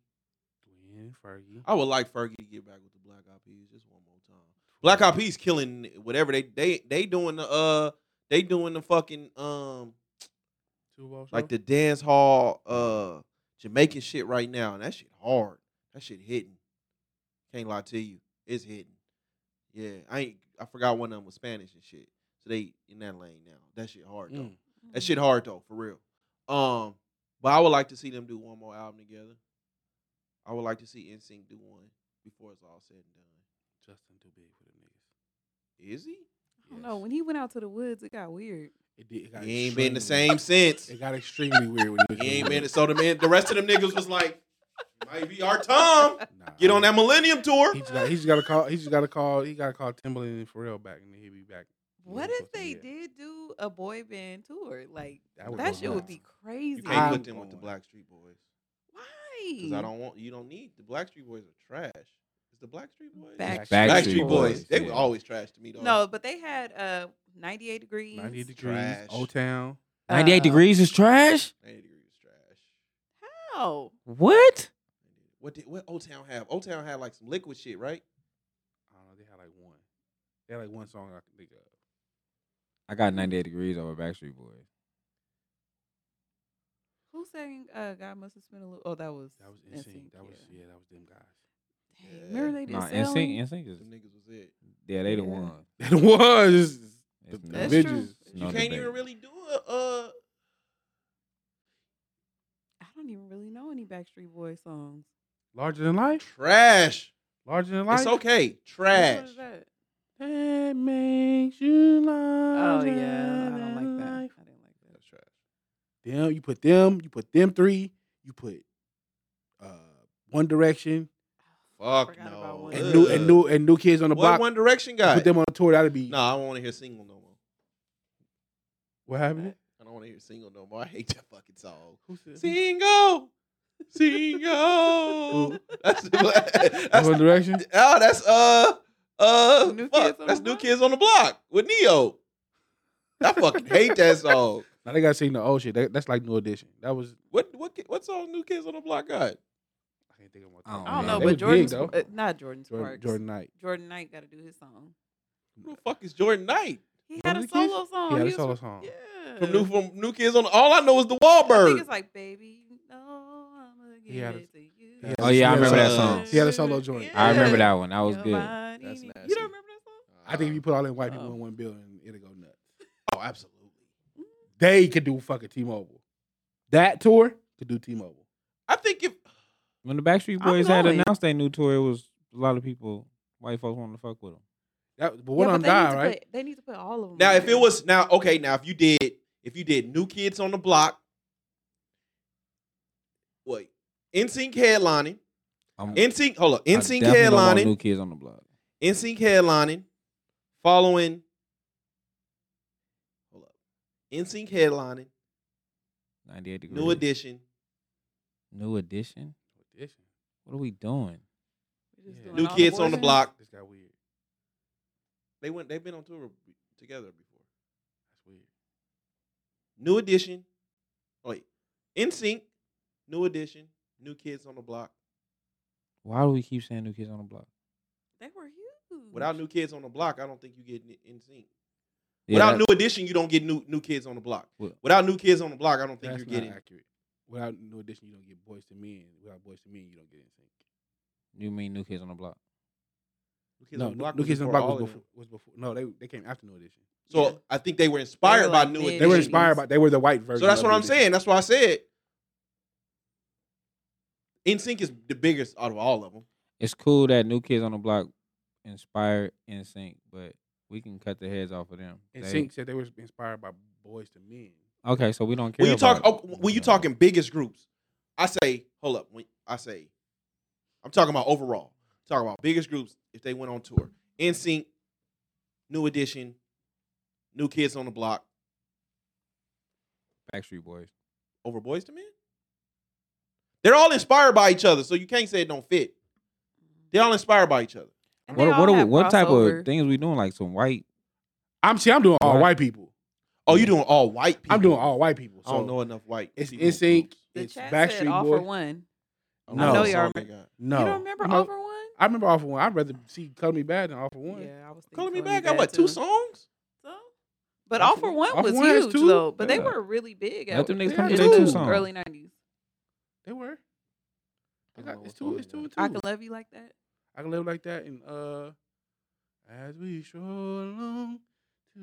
B: Gwen Fergie.
A: I would like Fergie to get back with the Black Eyed Peas just one more time. Black Eyed Peas killing whatever they they they doing the uh they doing the fucking um
B: Super Bowl show?
A: like the dance hall uh Jamaican shit right now, and that shit hard. That shit hitting. Can't lie to you, it's hitting. Yeah, I ain't. I forgot one of them was Spanish and shit, so they in that lane now. That shit hard though.
B: Mm.
A: That shit hard though, for real. Um, but I would like to see them do one more album together. I would like to see NSYNC do one before it's all said and done.
B: Justin too big for the niggas.
A: Is he?
C: I don't know. When he went out to the woods, it got weird.
B: It, did, it got
A: He ain't been the
B: extremely-
A: same since.
B: It got extremely weird when he was.
A: He ain't been so the man. The rest of them niggas was like, might be our time. Get on that Millennium tour.
B: He just, got, he just got to call. He just got to call. He got to call Timberland and Pharrell back, and then he'll be back.
C: What
B: Yeah,
C: if they
B: yeah.
C: did do a boy band tour? Like
B: That would
C: that,
B: go
C: shit would
B: nuts.
C: be
A: You
C: crazy.
A: can't
B: I'm
D: Um,
A: put them with the
B: going.
A: Black Street Boys
C: Why?
A: because I don't want. You don't need the Black Street Boys are trash. Is the Black Street Boys?
C: Back-
D: Backstreet
A: Black Street Boys.
D: Boys,
A: They
D: yeah.
A: were always trash to me though.
C: No, but they had uh 98 degrees.
B: 90 degrees,
A: Trash.
B: Old Town.
D: 98
C: uh,
D: degrees is trash?
A: 90 degrees was trash.
C: How?
D: What?
A: What did what Old Town have? Old Town had like some liquid shit, right?
B: I don't know. They had like one. They had like one song I can think of.
D: I I got 98 degrees over Backstreet Boys.
C: Who sang uh, God Must Have Spent a Little? Oh, that was
B: That was insane.
C: NSYNC,
B: That was yeah. That was them guys.
C: Dang, Remember they did
D: Nah,
C: Sailing?
D: NSYNC, NSYNC is
A: Them niggas was it.
D: yeah, they the
C: Yeah.
D: ones.
B: It was.
D: It's
B: The
D: no-
C: That's
B: bitches.
C: true.
D: it's
A: You
D: no
A: can't
D: debate.
A: even really do a uh
C: I don't even really know any Backstreet Boy songs.
B: Larger than life.
A: trash.
B: Larger than life.
A: It's okay.
C: Which
A: Trash.
C: one is that?
B: That makes you
C: Oh
B: larger
C: yeah, I don't like
B: than
C: that.
B: life.
C: I didn't like that.
A: That's trash.
B: Them. You put them. You put them three. You put uh, One Direction
C: I
A: Fuck
C: forgot
A: no.
C: about One
B: and
A: Ugh.
B: new and new and new kids on the
A: What
B: block.
A: One Direction
B: You
A: guy?
B: Put them on a tour. That'd be
A: No, I don't want to hear single no more.
B: what happened.
A: I don't want to hear single no more. I hate that fucking song.
B: Who said-
A: Single, single. that's that's
B: One Direction.
A: oh, that's uh uh
C: New Kids
A: fuck,
C: on
A: that's
C: the
A: new
C: Block?
A: kids on the block with Neo. I fucking hate that song.
B: Now they gotta sing the old shit. That, that's like New Edition. That was
A: What what ki- what song New Kids on the Block got?
B: I can't think of one.
D: I don't
C: I don't
D: Yeah,
C: know,
D: they
C: but
D: was
C: Jordan,
B: Jordan,
D: though.
C: uh, not Jordan Sparks.
B: Jordan,
C: Jordan,
B: Jordan Knight.
C: Knight got to do his song.
A: Who the fuck is Jordan Knight
C: He
B: One
C: had
B: of
C: a
B: the kids?
C: solo
A: Oh,
C: song.
B: He had a
C: was
B: solo
C: from-
B: song.
C: Yeah.
A: from New from New Kids on? All I know is the Wahlberg.
C: I think it's like, baby, you know I'm gonna
B: He had
C: give
B: a-
C: it to you.
B: had
D: Oh, yeah, I remember that song.
B: He had a solo joint.
D: I remember
C: Yeah.
D: that one. That was
C: Your
D: good.
C: body
A: That's
C: need-
A: nasty.
C: You don't remember that song?
B: I think if you put all in white people
C: Oh.
B: in one building, it'll go nuts.
A: oh, absolutely.
B: They could do fucking T-Mobile. That tour could do T-Mobile.
A: I think if
D: When the Backstreet
C: I'm
D: Boys had
C: going.
D: announced their new tour, it was a lot of people, white folks, wanted to fuck with them.
B: That, but one
C: yeah,
B: of
C: but
B: them died,
C: they need to
B: right?
C: Put, they need to put all of them.
A: now if it was now okay now if you did if you did New Kids on the Block, what NSYNC headlining,
D: I'm,
A: NSYNC hold up,
D: I
A: NSYNC
D: definitely don't want
A: headlining,
D: New Kids on the Block.
A: NSYNC headlining, following. Hold up. NSYNC headlining,
D: 98 degrees.
A: New Edition.
D: New edition. What are we doing?
C: Just
B: Yeah.
C: doing
A: New
C: all
A: Kids
C: boy
A: on the
C: bands.
A: Block.
B: This got weird.
A: They went. They've been on tour b- together before.
B: That's weird.
A: New Edition. oh, Wait, NSYNC, New Edition, New Kids on the Block.
D: Why do we keep saying New Kids on the Block?
C: They were huge.
A: Without New Kids on the Block, I don't think you get N- NSYNC.
D: Yeah,
A: Without
D: that-
A: New Edition, you don't get new New Kids on the Block.
D: Well-
A: Without New Kids on the Block, I don't think
B: That's
A: you're
B: not
A: getting.
B: accurate. Without no addition, you don't get boys to men. Without boys to men, you don't get anything.
D: you mean New Kids on the Block?
A: New Kids
B: No,
A: on the Block.
B: New
A: was
B: Kids on the
A: before
B: Block
A: all
B: was
A: of
B: before,
A: them.
B: was before. No, they they came after No Edition.
A: So
C: Yeah.
A: I think they were inspired by
C: like
A: New
C: mid-
A: Edition.
B: They were
C: Yeah.
B: inspired by. They were the white version.
A: So that's
B: of
A: what
B: New
A: I'm
B: Edition.
A: saying. That's why I said NSYNC is the biggest out of all of them.
D: It's cool that New Kids on the Block inspired NSYNC, but we can cut the heads off of them.
B: And
D: They-
B: Sink said they were inspired by boys to men.
D: Okay, so we don't care.
A: When you talk,
D: about-
A: oh, when you talking biggest groups, I say, hold up. When I say, I'm talking about overall. talking about biggest groups if they went on tour. NSYNC, New Edition, New Kids on the Block,
D: Backstreet Boys,
A: over Boys to Men. They're all inspired by each other, so you can't say it don't fit. They're all inspired by each other.
C: And
D: what
C: they
D: what
C: all
D: are,
C: have
D: we- what type of
C: crossover.
D: things we doing? Like some white.
B: I'm see. I'm doing all
D: Right.
B: white people.
A: Oh, you doing all white people?
B: I'm doing all white people. So
A: I don't know enough white.
B: It's
A: people.
B: NSYNC.
C: The
B: It's
C: chat said
B: Backstreet
C: all for
B: Boys.
C: one.
A: I
B: No.
A: know
B: I know
A: y'all.
C: y'all
B: No,
C: You don't remember
B: I'm
C: all
B: not-
C: for one?
B: I remember all for one. I'd rather see Color Me Bad than all for one.
C: Yeah, I was thinking
A: Color Me
C: Color
A: Back. I what
C: too.
A: two songs?
C: So- But
B: All
C: all
B: For
C: for
B: One-
C: one
B: All For
C: was
B: One has
C: huge
B: two?
C: though. But they
D: Yeah.
C: were really big
D: Let
C: at
D: them
C: in
D: niggas
B: they
D: come
B: are
D: with their two
B: too.
D: songs.
C: early nineties.
B: They were. They
A: I don't
B: got,
A: know
B: it's
A: what
B: two.
A: song
B: It's
A: they
B: two
A: got.
B: and two.
C: I can love you like that.
B: I can live like that and uh, as we stroll along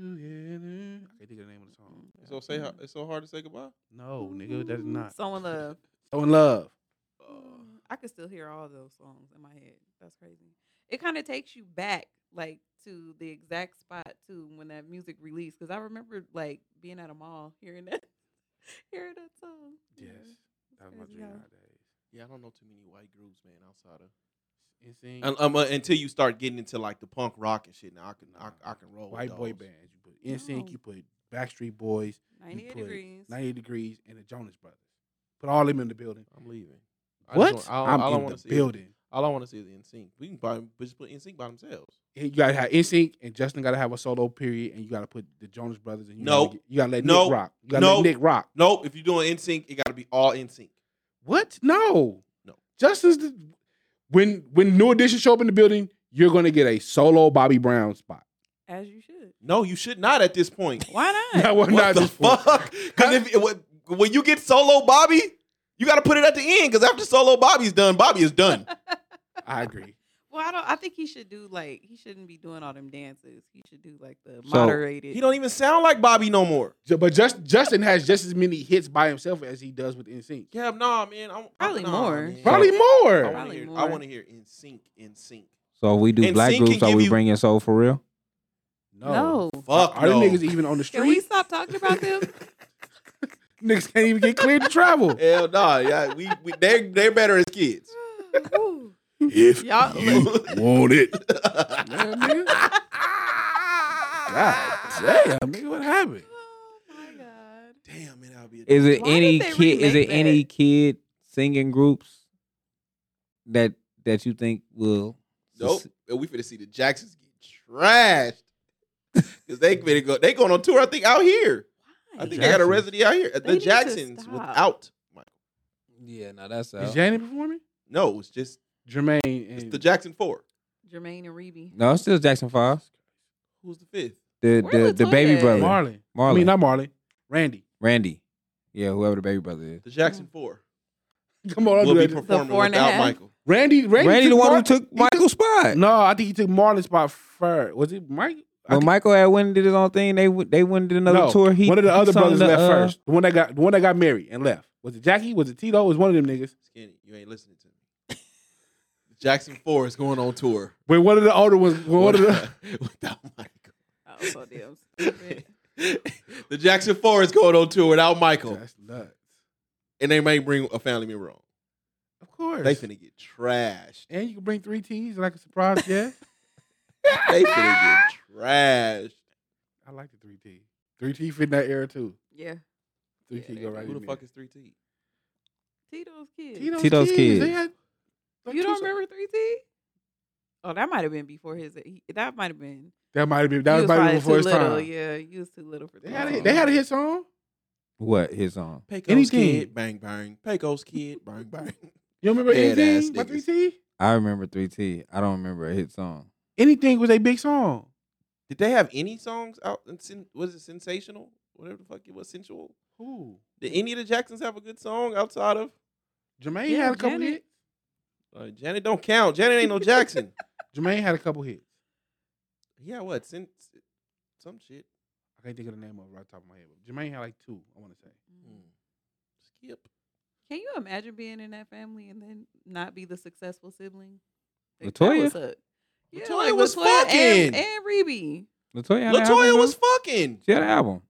B: together. I can't think of the name of the song.
C: Mm.
A: So say ho- it's so hard to say goodbye.
B: No, Oh, nigga, that's not. Oh.
C: So in love.
B: So in love.
C: I could still hear all those songs in my head. That's crazy. It kind of takes you back, like to the exact spot too when that music released. Because I remember like being at a mall hearing that, hearing that song. Yeah.
B: Yes, that was my
C: Crazy
B: dream
C: how-
B: nowadays.
A: Yeah, I don't know too many white groups, man, outside of
B: Insane.
A: um, uh, until you start getting into like the punk rock and shit. Now I can I, I can roll. with
B: White boy
A: those.
B: bands. You put NSYNC.
C: No.
B: You put Backstreet Boys. You
C: 98
B: put
C: degrees.
B: 98 degrees and the Jonas Brothers. Put all them in the building.
A: I'm leaving.
B: what?
A: I just want, I,
B: I'm
A: all I
B: in
A: want to
B: the
A: see. Is,
B: building.
A: all I want to see is in sync. We can buy, but just put in sync by themselves.
B: And you gotta have NSYNC and Justin gotta have a solo period, and you gotta put the Jonas Brothers. And you
A: No.
B: gotta, get- you gotta let
A: No.
B: Nick rock. You gotta
A: No.
B: let Nick rock.
A: Nope. If you're doing in sync, it got to be all in sync.
B: What? No,
A: No.
B: Justin's the, when when New Edition show up in the building, you're gonna get a solo Bobby Brown spot.
C: As you should.
A: No, you should not at this point.
C: Why not?
B: No, well,
A: what
B: not
A: the
B: this point.
A: fuck? Because if it- when- when you get solo Bobby, you got to put it at the end. Because after solo Bobby's done, Bobby is done.
B: I agree.
C: Well, I don't. I think he should do like he shouldn't be doing all them dances. He should do like the
D: So-
C: moderated.
A: He don't even sound like Bobby no more.
B: Ju- But just Justin has just as many hits by himself as he does with NSYNC.
A: Yeah, nah, man. I'm,
C: Probably
A: nah,
C: more.
A: man.
B: Probably
A: I
B: more.
A: want to
C: Probably
A: hear. I
C: more.
A: want to hear in sync. In sync.
D: So we do
A: And
D: black
A: Sync can
D: groups. Are
A: give
D: we
A: you-
D: bringing soul for real?
C: no.
A: Fuck
B: Are
A: no.
B: them niggas even on the
C: Can we
B: street?
C: stop talking about them?
B: Niggas can't even get cleared to travel.
A: Hell nah. Yeah, we, we they they're better as kids.
C: Woo.
B: If
C: Y'all-
B: want it. Yeah, nigga. God damn, nigga, what happened?
C: oh my god.
A: Damn, man, that would be. A
D: Is it
C: Why did
D: any
C: they
D: kid? Is
C: remake
D: it any
C: that?
D: kid singing groups that that you think will?
A: nope. We finna see the Jacksons get trashed because they finna go. They going on tour. I think out here. I
C: Why?
A: think they got a
D: Jacksons.
A: residency out here.
C: They
A: the
C: need to
A: Jacksons
C: stop.
A: without. Mike.
D: Yeah, no, that's
B: Is Janet performing?
A: No, it's just
B: Jermaine
A: it's
B: and
A: the Jackson Four.
C: Jermaine and Reby.
D: no, it's still Jackson Five.
A: Who's the fifth?
D: The
C: Where
D: the, the baby
C: Latoya?
D: brother,
B: Marlon. I
D: Marlon.
B: mean, not Marlon. Randy.
D: Randy. Yeah, whoever the baby brother is.
A: The Jackson Four
B: Come on,
A: will
B: I'll do
A: be
B: that.
A: performing
C: Oh. four and a
A: without
C: half?
A: Michael.
B: Randy. Randy,
D: Randy, the one
B: Mar-
D: who took Michael's spot.
B: No, I think he took Marlon's spot first. Was it Mike? I
D: When
B: think-
D: Michael had went and did his own thing, they went- they went and did another
B: no,
D: tour. He
B: one of the
D: he
B: other
D: sung
B: brothers
D: the,
B: left
D: uh,
B: first. The one that got the one that got married and left. Was it Jackie? Was it Tito? It was one of them niggas.
A: Skinny, you ain't listening to me. The Jackson Four is going on tour
B: When one of the older ones, when one of the
A: without Michael.
C: Oh, so damn stupid.
A: the Jackson Four is going on tour without Michael,
B: That's nuts.
A: and they may bring a family member on.
B: Of course.
A: They finna get trashed.
B: and you can bring three T's like a surprise guest.
A: They finna get trashed.
B: I like the three T. Three T fit in that era too.
C: yeah.
B: Three
C: Yeah,
B: T
C: they
B: go
C: do.
B: right.
A: Who
B: in
A: the
B: there.
A: fuck is Three T?
C: Tito's kid.
B: Tito's,
D: Tito's
B: kids. They
D: kids.
B: had like
C: you
B: two
C: don't
B: se-
C: remember three T? Oh, that might have been before his. He, that might have been.
B: That might have been
C: you
B: that
C: was
B: might have
C: probably
B: been before
C: too
B: his
C: little.
B: time.
C: Yeah, you was too little for
B: They
C: three
B: had a,
C: T.
B: they had a hit song.
D: What his song?
A: Pecos
B: Anything.
A: kid, bang bang. Pecos kid, bang bang.
B: You don't remember
A: Dead ass
B: anything by three
A: niggas.
B: T?
D: I remember Three T. I don't remember a hit song.
B: Anything was a big song.
A: Did they have any songs out? And sen- was it sensational? Whatever the fuck it was, sensual.
B: Who?
A: Did any of the Jacksons have a good song outside of
B: Jermaine
C: Yeah,
B: had a couple
C: Janet.
B: hits.
A: uh, Janet? Don't count. Janet ain't no Jackson.
B: Jermaine had a couple hits.
A: yeah, what? Sen- some shit.
B: I can't think of the name of it right off the top of my head. But Jermaine had like two, I want to say.
A: Hmm.
C: Mm.
A: Skip.
C: Can you imagine being in that family and then not be the successful sibling? Like, that
D: Latoya?
C: would suck. Yeah,
A: Latoya
C: like,
A: was fucking.
C: and, and Reby.
D: Latoya. Had an
A: Latoya
D: album,
A: was
D: though?
A: fucking.
D: She had an album.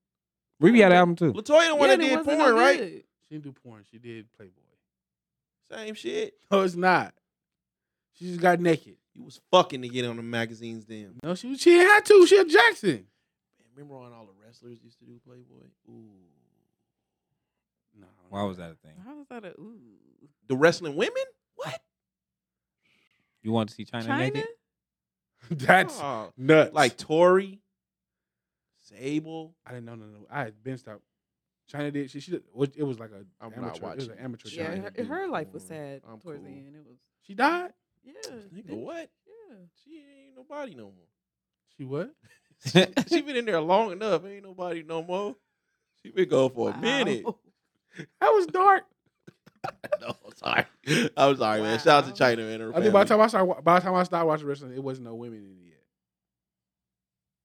D: Ruby had an album too.
A: Latoya the one
C: Yeah,
A: that
C: and it
A: did
C: wasn't
A: porn,
C: no
A: right?
C: good.
B: She didn't do porn. She did Playboy.
A: Same shit.
B: No, it's not. She just got naked.
A: You was fucking to get on the magazines then.
B: No, she was, she had to. She a Jackson.
A: Remember when all the wrestlers used to do Playboy? Ooh.
B: No. I don't
D: Why
B: know.
D: was that a thing?
C: How was that a ooh?
A: The wrestling women? What?
D: You want to see China,
C: China?
D: naked?
B: That's
A: Oh,
B: nuts.
A: like Tori, Sable.
B: I didn't know. No, no. I had been stopped. China did. She, she did- was- It was like a
A: I'm not
B: amateur. It was
A: watching.
B: an amateur.
C: Yeah,
B: China
C: her,
B: dude.
C: her life was
A: porn.
C: sad
A: I'm
C: towards
A: cool.
C: the end. It was
B: She died.
C: yeah.
A: Nigga,
C: bitch,
A: what?
C: Yeah.
A: She ain't nobody no more.
B: She what?
A: she, she been in there long enough. Ain't nobody no more. She been gone for a minute.
C: Wow.
B: That was dark.
A: no, I'm sorry. I'm sorry, man. Shout out
C: Wow.
A: to China and her
B: I
A: family.
B: think by the time I started, wa- by the time I started watching wrestling, it wasn't no women in it yet.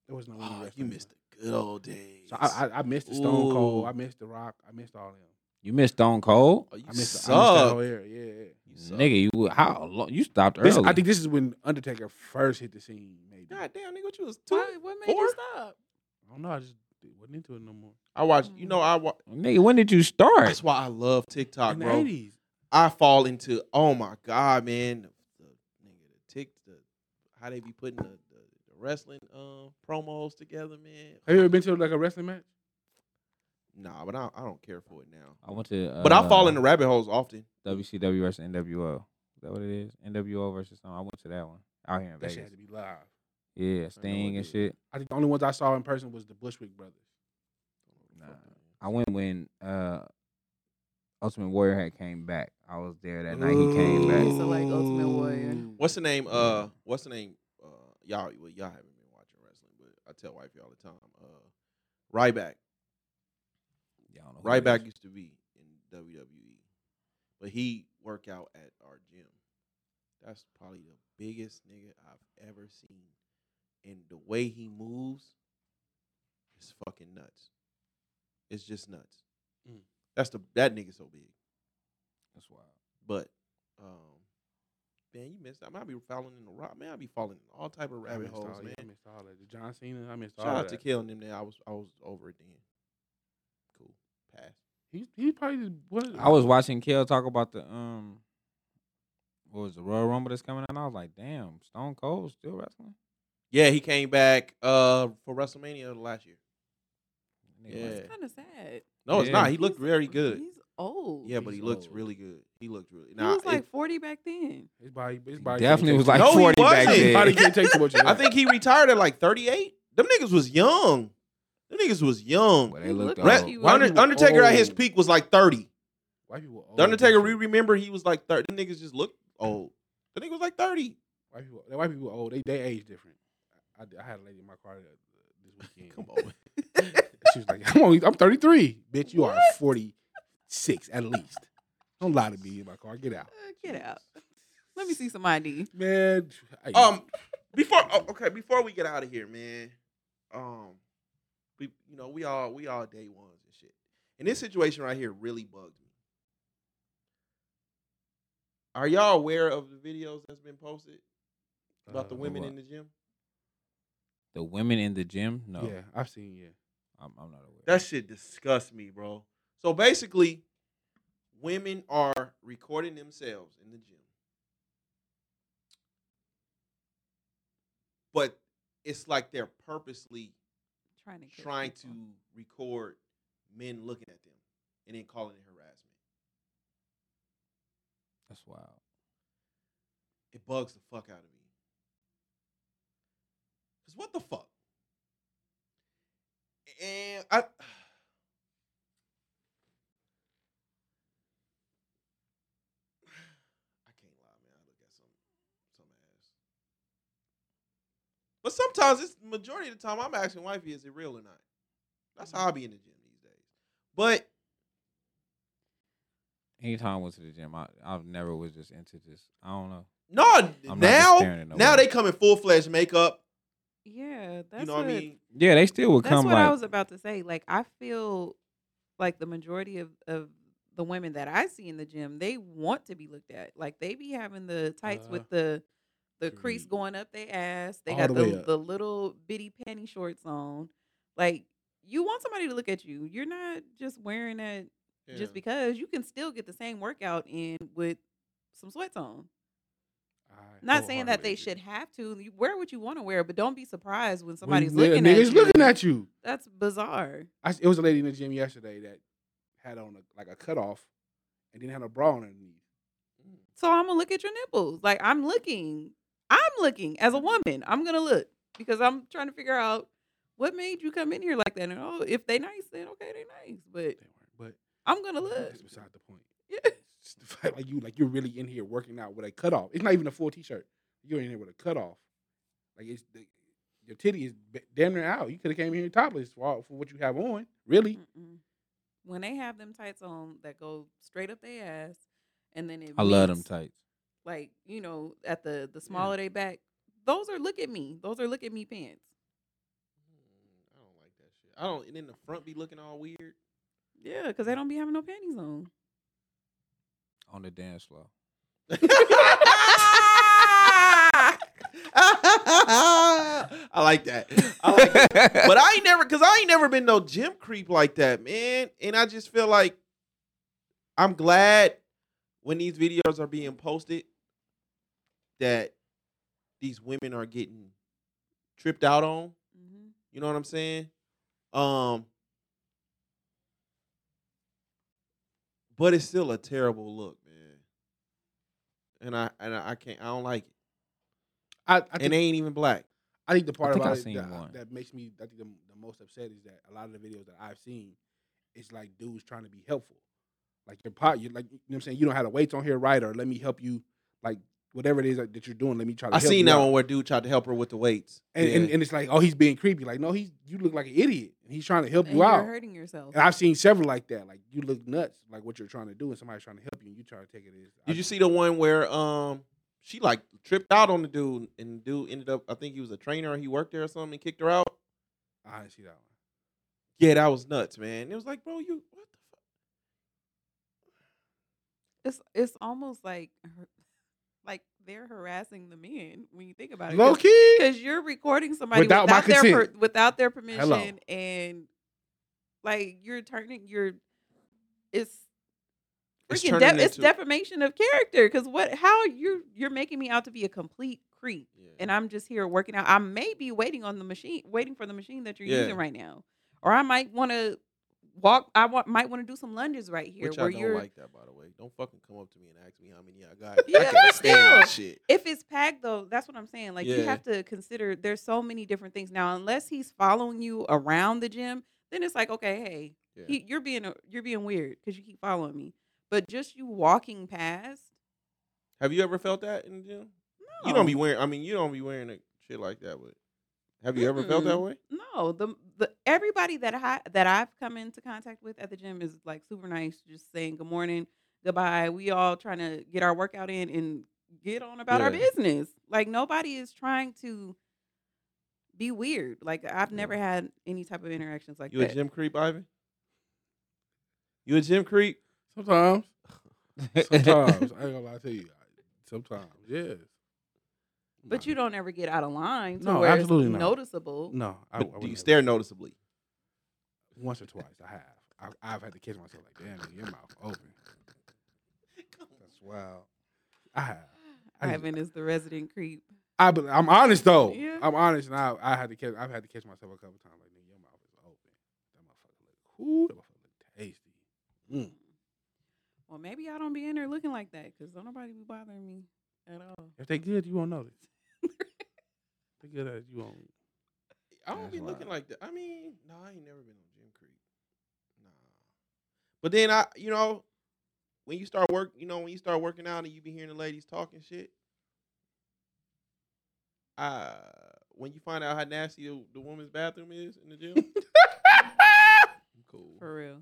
B: There was no women.
A: oh, you
B: wrestling.
A: missed the good old days.
B: So I, I, I missed the Stone Cold.
A: Ooh.
B: I missed the Rock. I missed all of them.
D: You missed Stone Cold,
A: oh, you
B: I missed,
A: suck.
B: the, I missed that whole era. Yeah. yeah.
A: you suck.
D: nigga. You were- how long? You stopped early.
B: This, I think this is when Undertaker first hit the scene. Maybe
A: God damn, nigga, what you was two?
C: Why, what made
A: four?
C: you stop?
B: I don't know. I just wasn't into it no more.
A: I watched.
B: Mm.
A: You know, I wa-
D: nigga. When did you start?
A: That's why I love TikTok,
B: In the
A: bro.
B: eighties,
A: I fall into oh my god, man, the, the nigga the tick the how they be putting the, the, the wrestling um promos together, man.
B: have you ever been to like a wrestling match?
A: Nah, but I, I don't care for it now.
D: I went to. Uh,
A: But I fall into rabbit holes often.
D: WCW versus NWO. Is that what it is? NWO versus something. I went to that one out here in
B: That shit
D: Vegas.
B: had to be live.
D: Yeah, Sting
A: it
D: and
A: is.
D: shit.
B: I think the only ones I saw in person was the Bushwick brothers.
D: Nah, I went when uh Ultimate Warrior had came back. I was there that night. He came
C: Ooh.
D: back.
C: So, like, Ultimate Warrior.
A: What's the name?
D: Yeah.
B: Mm.
A: Uh, what's the name? Uh, y'all well, y'all haven't been watching wrestling, but I tell wifey all the time. Uh, Ryback,
D: Yeah, I don't know. who that
A: Ryback
D: is.
A: used to be in WWE, but he work out at our gym. That's probably the biggest nigga I've ever seen, and the way he moves is fucking nuts. It's just nuts.
B: Mm.
A: That's the that nigga so big.
D: That's wild.
A: But um, man, you missed. I might be falling in the rock. Man, I be falling in all type of
B: I
A: rabbit
B: missed
A: holes,
B: all,
A: man.
B: I missed all that. The John Cena. I missed
A: Shout
B: all
A: out
B: that.
A: to killing them. There, I was I was over it then. Cool, pass.
B: He's he probably the- one of the,
D: I was watching Kel talk about the um, what was the Royal Rumble that's coming out? And I was like, damn, Stone Cold still wrestling.
A: Yeah, he came back uh for WrestleMania last year.
D: Nigga,
A: Yeah.
D: what's-
C: It's kind of sad.
A: No, it's
D: Yeah.
A: not. He looked
C: He's-
A: very good.
C: He's old.
A: Yeah, but he
B: He's
A: looks
B: old.
A: really good. He looked really.
C: he
A: Nah,
C: was like
A: it-
C: forty back then.
B: His body, his
D: He
B: body
D: definitely
B: can't
D: was
B: take
D: like
A: No, he
D: 40 back
A: wasn't.
B: too much. His body
D: then.
B: can't take too much. of
A: I
B: that.
A: think he retired at like 38. Them niggas was young. Them niggas was young.
D: Well,
C: He
D: they looked
C: looked
A: Re-
C: like he
D: old.
C: was-
A: Under- Undertaker at his
B: old.
A: peak was like 30.
B: white people. Old,
A: The Undertaker, we
B: different.
A: remember he was like 30. Them niggas just looked old. The nigga was like 30.
B: White people, the white people old. They they age different. I, I, I had a lady in my car uh, this weekend.
A: Come on.
B: She was like, "I'm only, I'm 33, bitch. You are
C: What?
B: 46 at least. Don't lie to me in my car. Get out,
C: Uh, get out. Let me see some ID.
B: man. Hey,
A: Um, before oh, okay, before we get out of here, man. Um, we you know we all we all day ones and shit. And this situation right here really bugged me. Are y'all aware of the videos that's been posted about the
B: Uh,
A: women
D: what?
A: in the gym?
D: The women in the gym? No,
B: yeah, I've seen yeah.
D: I'm, I'm not aware.
A: That shit disgusts me, bro. So basically, women are recording themselves in the gym. But it's like they're purposely
C: Trying to. catch
A: trying to
C: people.
A: record men looking at them and then calling it harassment.
D: That's wild.
A: It bugs the fuck out of me. Cause what the fuck? And I I can't lie, man. I look at some some ass. But sometimes it's majority of the time I'm asking wifey, is it real or not? That's how I be in the gym these days. But
D: Anytime I went to the gym, I I've never was just into this. I don't know.
A: no,
D: not just staring
A: now
D: at
A: now
D: nobody.
A: they come in full fledged makeup.
C: Yeah, that's
A: You know what I
C: what-
A: mean?
D: Yeah, they still would
C: That's
D: come
C: what
D: like.
C: I was about to say. Like I feel like the majority of of the women that I see in the gym, they want to be looked at. Like they be having the tights
B: Uh,
C: with the the crease
B: agreed.
C: going up their ass. They
B: All
C: got
B: the way
C: the,
B: up.
C: the little bitty panty shorts on. Like you want somebody to look at you. You're not just wearing that
A: Yeah.
C: just because you can still get the same workout in with some sweats on.
B: I
C: Not saying that
B: wholeheartedly
C: they should
B: agree.
C: have to. You wear what you want to wear, but don't be surprised when
B: When
C: somebody's
B: nigga-
C: looking at
B: niggas
C: you.
B: looking at you.
C: That's bizarre.
B: I, s- it was a lady in the gym yesterday that had on a, like a cutoff and then had a bra on underneath.
C: So I'm gonna look at your nipples. Like I'm looking. I'm looking as a
D: Mm-hmm.
C: woman. I'm gonna look because I'm trying to figure out what made you come in here like that. And oh, if they nice, then okay, they nice. But
B: They weren't,
C: I'm gonna
B: but
C: look.
B: that's beside the point.
C: Yeah.
B: It's the fact, like you like you're really in here working out with a cutoff. It's not even a full t-shirt. You're in here with a cutoff. Like it's the, your titty is ba- damn near out. You could have came here topless for, all, for what you have on. Really,
C: Mm-mm. When they have them tights on that go straight up their ass, and then it
D: I love them
C: meets,
D: tights.
C: Like you know, at the the smaller they back, those are look at me. Those are look at me pants.
A: Mm, I don't like that shit. I don't. And then the front be looking all weird.
C: Yeah, because
D: Mm.
C: they don't be having no panties on.
D: on the dance floor.
A: I like that. I like that. But I ain't never, cause I ain't never been no gym creep like that, man. And I just feel like I'm glad when these videos are being posted that these women are getting tripped out on.
C: hmm
A: You know what I'm saying? Um But it's still a terrible look, man. And I and I I can't I don't like it.
B: I, I
A: and
B: think
A: they ain't even black.
B: I think the part
D: think I
B: about it
D: seen
B: that,
D: one.
B: that makes me I think the, the most upset is that a lot of the videos that I've seen, it's like dudes trying to be helpful. Like your pot, you like you know what I'm saying. You don't have the weights on here right, or let me help you. Like whatever it is that that you're doing, let me try to
A: I
B: help
A: seen
B: you
A: that
B: out.
A: one where dude tried to help her with the weights.
B: And,
A: Yeah.
B: and, and it's like, oh, he's being creepy. Like, no, he's you look like an idiot. And he's trying to help
C: And
B: you
C: you're
B: out.
C: hurting yourself.
B: And I've seen several like that. Like you look nuts, like what you're trying to do, and somebody's trying to help you, and you try to take it as I-
A: Did you see the one where um she like tripped out on the dude and the dude ended up I think he was a trainer or he worked there or something and kicked her out?
B: I didn't see that one.
A: Yeah, that was nuts, man. It was like, bro, you what the fuck?
C: it's it's almost like har- like they're harassing the men when you think about it.
B: Low key.
C: because you're recording somebody
B: Without my
C: without, their per,
B: consent.
C: without their permission
B: Hello.
C: and like you're turning you're it's
A: It's
C: freaking
A: turning
C: def- it's
A: into-
C: defamation of character because what how you're you're making me out to be a complete creep
A: Yeah.
C: and I'm just here working out. I may be waiting on the machine, waiting for the machine that you're
A: Yeah.
C: using right now, or I might want to walk. I wa- might want to do some lunges right here,
A: Which I
C: where
A: don't
C: you're.
A: like that, by the way. Don't fucking come up to me and ask me how many I got. I
C: Yeah,
A: can't
C: but
A: stand that shit.
C: If it's packed though, that's what I'm saying. Like you
A: Yeah.
C: have to consider there's so many different things now. Unless he's following you around the gym, then it's like okay, hey,
A: Yeah.
C: he, you're being a, you're being weird because you keep following me. But just you walking past, oh,
A: Have you ever felt that in the gym?
C: no,
A: You don't be wearing I mean, you don't be wearing a shit like that, but have you ever felt that
C: Mm-mm.
A: way?
C: No, the the everybody that I that I've come into contact with at the gym is like super nice, just saying good morning, goodbye. We all trying to get our workout in and get on about our
A: Yeah.
C: business. Like nobody is trying to be weird. Like I've
A: Yeah.
C: never had any type of interactions like
A: You a
C: that.
A: gym creep, Ivan? You a gym creep?
B: Sometimes, sometimes I ain't gonna lie to you. Sometimes, yes.
C: but you don't ever get out of line. To
B: No,
C: where
B: absolutely
C: it's
B: not.
C: noticeable.
B: No, I, I
A: But do
B: wouldn't
A: you
B: have-
A: stare noticeably?
B: once or twice. I have. I, I've had to catch myself like, damn, your mouth open.
D: That's wild.
B: I have. I just-
C: Ivan is the resident creep.
B: I, but I'm honest though.
C: Yeah.
B: I'm honest, and I, I had to catch. I've had to catch myself a couple times. Like, nigga, your mouth is open. That motherfucker look cool. That motherfucker look tasty. Mm.
C: Well, maybe I don't be in there looking like that because don't nobody be bothering me at all.
B: If they good, you won't notice. they good at it, you won't.
A: I don't
D: That's
A: be
D: wild.
A: looking like that. I mean, no, I ain't never been on gym creep. Nah. But then I, you know, when you start work, you know, when you start working out and you be hearing the ladies talking shit, uh, when you find out how nasty the, the woman's bathroom is in the gym, I'm cool.
C: For real.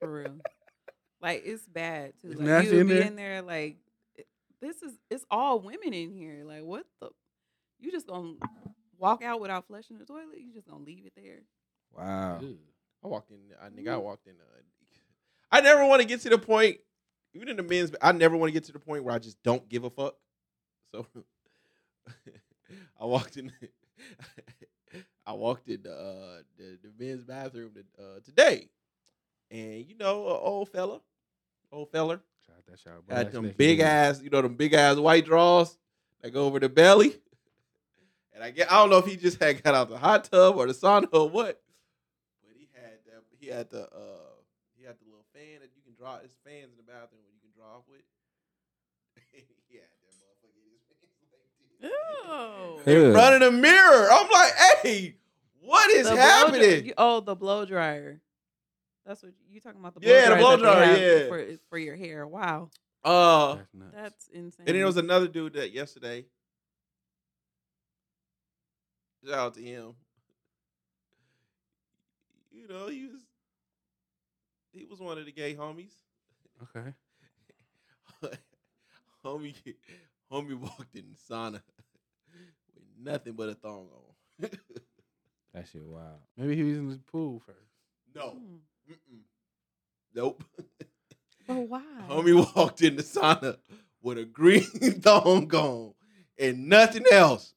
C: For real. like it's bad too.
B: It's
C: like
B: nasty
C: you
B: in
C: be
B: there?
C: in there like it- this is it's all women in here. Like what the you just gonna walk out without flushing the toilet? You just gonna leave it there.
D: Wow.
A: Ugh. I walked in. I think I walked in. Uh, I never want to get to the point, even in the men's. I never want to get to the point where I just don't give a fuck. So I walked in. I walked in the uh, the, the men's bathroom to- uh, today, and you know, a old fella, old feller,
B: Shout out that shower.
A: got them big ass, you know, them big ass white draws that go over the belly. And I get, I don't know if he just had got out the hot tub or the sauna or what, but he had that, he had the, uh, he had the little fan that you can draw. It's fans in the bathroom where you can draw off with. he had that motherfucker in his
C: Oh.
A: hands like this. in front of the mirror. I'm like, hey, what is happening?
C: oh, the blow dryer. That's what you talking about. The blow
A: Yeah, the blow
C: dryers that they
A: dryer,
C: have for for your hair. Wow,
A: Uh,
B: That's nuts.
C: that's insane.
A: And then there was another dude that yesterday. Shout out to him. You know, he was he was one of the gay homies.
B: okay.
A: homie homie walked in the sauna with nothing but a thong on.
D: That shit wild.
B: Maybe he was in the pool first.
A: no.
C: Hmm.
A: Mm-mm. Nope.
C: But why?
A: Homie walked in the sauna with a green thong on and nothing else.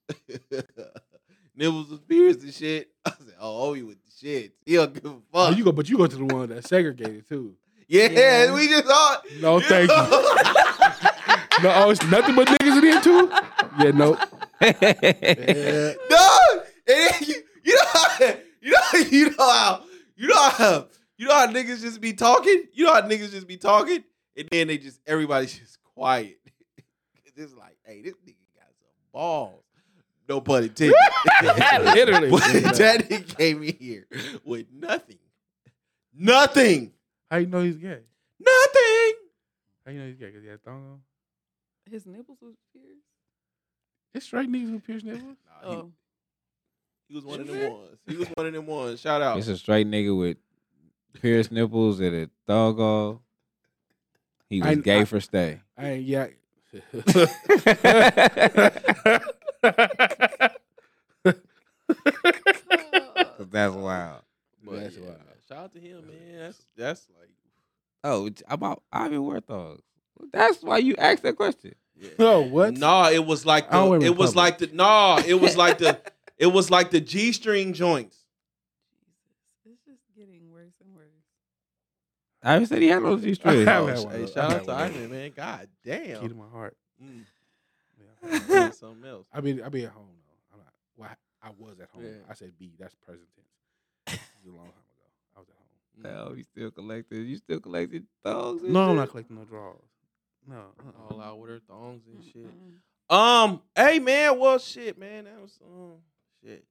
A: Nibbles was pierced and shit. I said, oh, homie with the shit. He don't give a fuck.
B: Oh, you go, but you go to the one that's segregated too.
A: yeah,
C: Yeah.
A: we just all.
B: No, thank you.
A: you.
B: No, oh, it's nothing but niggas in here too. Yeah, nope. Yeah.
A: No, and then you, you know, how, you know, you know how, you know how, you know how niggas just be talking. You know how niggas just be talking, and then they just everybody's just quiet. it's just like, hey, this nigga got some balls. No pun intended.
B: Literally.
A: but that nigga came in here with nothing, nothing,
B: How you know he's gay?
A: nothing.
B: How you know he's gay? Cause he had a thong on.
C: His nipples was pierced.
B: It's straight niggas with pierced nipples.
A: Nah, he,
C: Oh,
A: he was one of
C: You
A: them
C: sure?
A: ones. He was one of them ones. Shout out.
D: It's a straight nigga with pierced nipples and a thong on. He was
B: I-
D: gay
B: I-
D: for stay.
B: I ain't yeah.
D: That's wild.
A: But
B: That's
A: yeah, man,
B: wild.
A: Shout out to him, man. That's that's like
D: Oh, it's about Ivan Warthog. That's why you asked that question.
A: yeah.
B: No, Oh, what?
A: Nah, it was like
B: I don't
A: the,
B: wear
A: it was
B: Republic.
A: like the nah, it was like the it was like the G string joints.
C: Jesus, it's just getting worse and worse.
D: Ivan said he had those G
B: I
D: strings.
B: have
A: Oh,
B: had
A: sh-
B: one
A: hey,
B: of those.
A: shout
B: I
A: out to
B: had one of
A: Ivan, man. God
B: Key to
A: damn.
B: my heart.
A: Mm,
B: Yeah, I-
A: said something else.
B: I mean, I be at home though. I'm not. Well, I, I was at home.
A: Yeah.
B: I said B. That's present tense. This is a long time ago. I was at home.
A: Mm. Mm-hmm.
D: No, you still collected. You still collected thongs. and
B: No, I'm
D: shit?
B: not collecting no draws. No. uh-uh.
A: All out with her thongs and shit.
C: Mm-mm.
A: Um, hey man, well shit, man. That was um shit.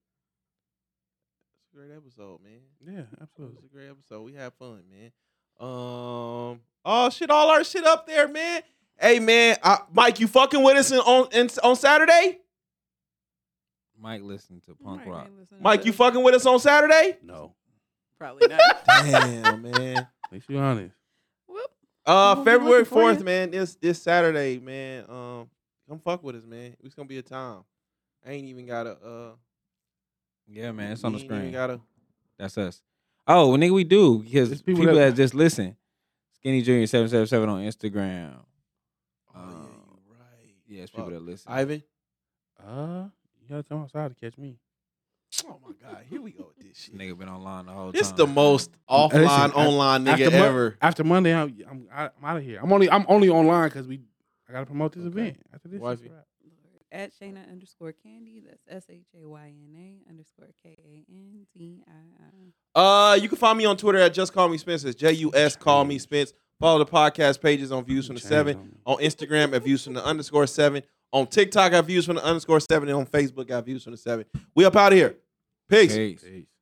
A: It's a great episode, man.
B: Yeah,
A: It was
B: absolutely.
A: a great episode. We had fun, man. Um, oh shit, all our shit up there, man. Hey man, I, Mike, you fucking with us in, on in, on Saturday?
D: Mike listened to punk
C: Mike
D: rock.
C: ain't listening
A: Mike,
C: to
A: you
C: us.
A: fucking with us on Saturday?
B: No.
C: Probably not.
A: Damn, man.
B: Let's be honest.
C: Whoop.
A: Uh,
C: Well, we
A: February
C: looking for
A: fourth,
C: you.
A: man. This this Saturday, man. Um, come fuck with us, man. It's gonna be a time. I ain't even gotta. Uh,
D: Yeah, man, it's on
A: we
D: the
A: ain't even
D: screen.
A: Gotta.
D: That's us. Oh, well, nigga, we do because
B: It's people
D: people,
B: that-
D: that just listen. Skinny Junior seven seven seven on Instagram.
A: Oh, yeah,
D: Um,
A: you right.
D: Yeah, it's people
A: Fuck.
D: that listen.
A: uh, Ivan.
B: Uh, you gotta come outside to catch me.
A: Oh my god, here we go with this shit.
D: nigga been online the whole
A: This
D: time.
A: the most offline,
B: Listen, I-
A: online nigga
B: after Mon-
A: ever.
B: After Monday, I'm I'm, I- I'm out of here. I'm only I'm only online because we I gotta promote this
A: Okay.
B: event. After this,
A: Wifey.
B: it's a wrap.
C: Lord. At Shayna underscore Candy. That's S H A Y N A underscore K A N D I I.
A: Uh, you can fifind me on Twitter at Just Call Me Spence. It's J U S Call Me Spence. Follow the podcast pages on Views from the
B: Change
A: Seven
B: on me.
A: on Instagram at Views from the underscore Seven on TikTok at Views from the underscore Seven and on Facebook at Views from the Seven. We up out of here. Peace.
D: Peace.
B: Peace.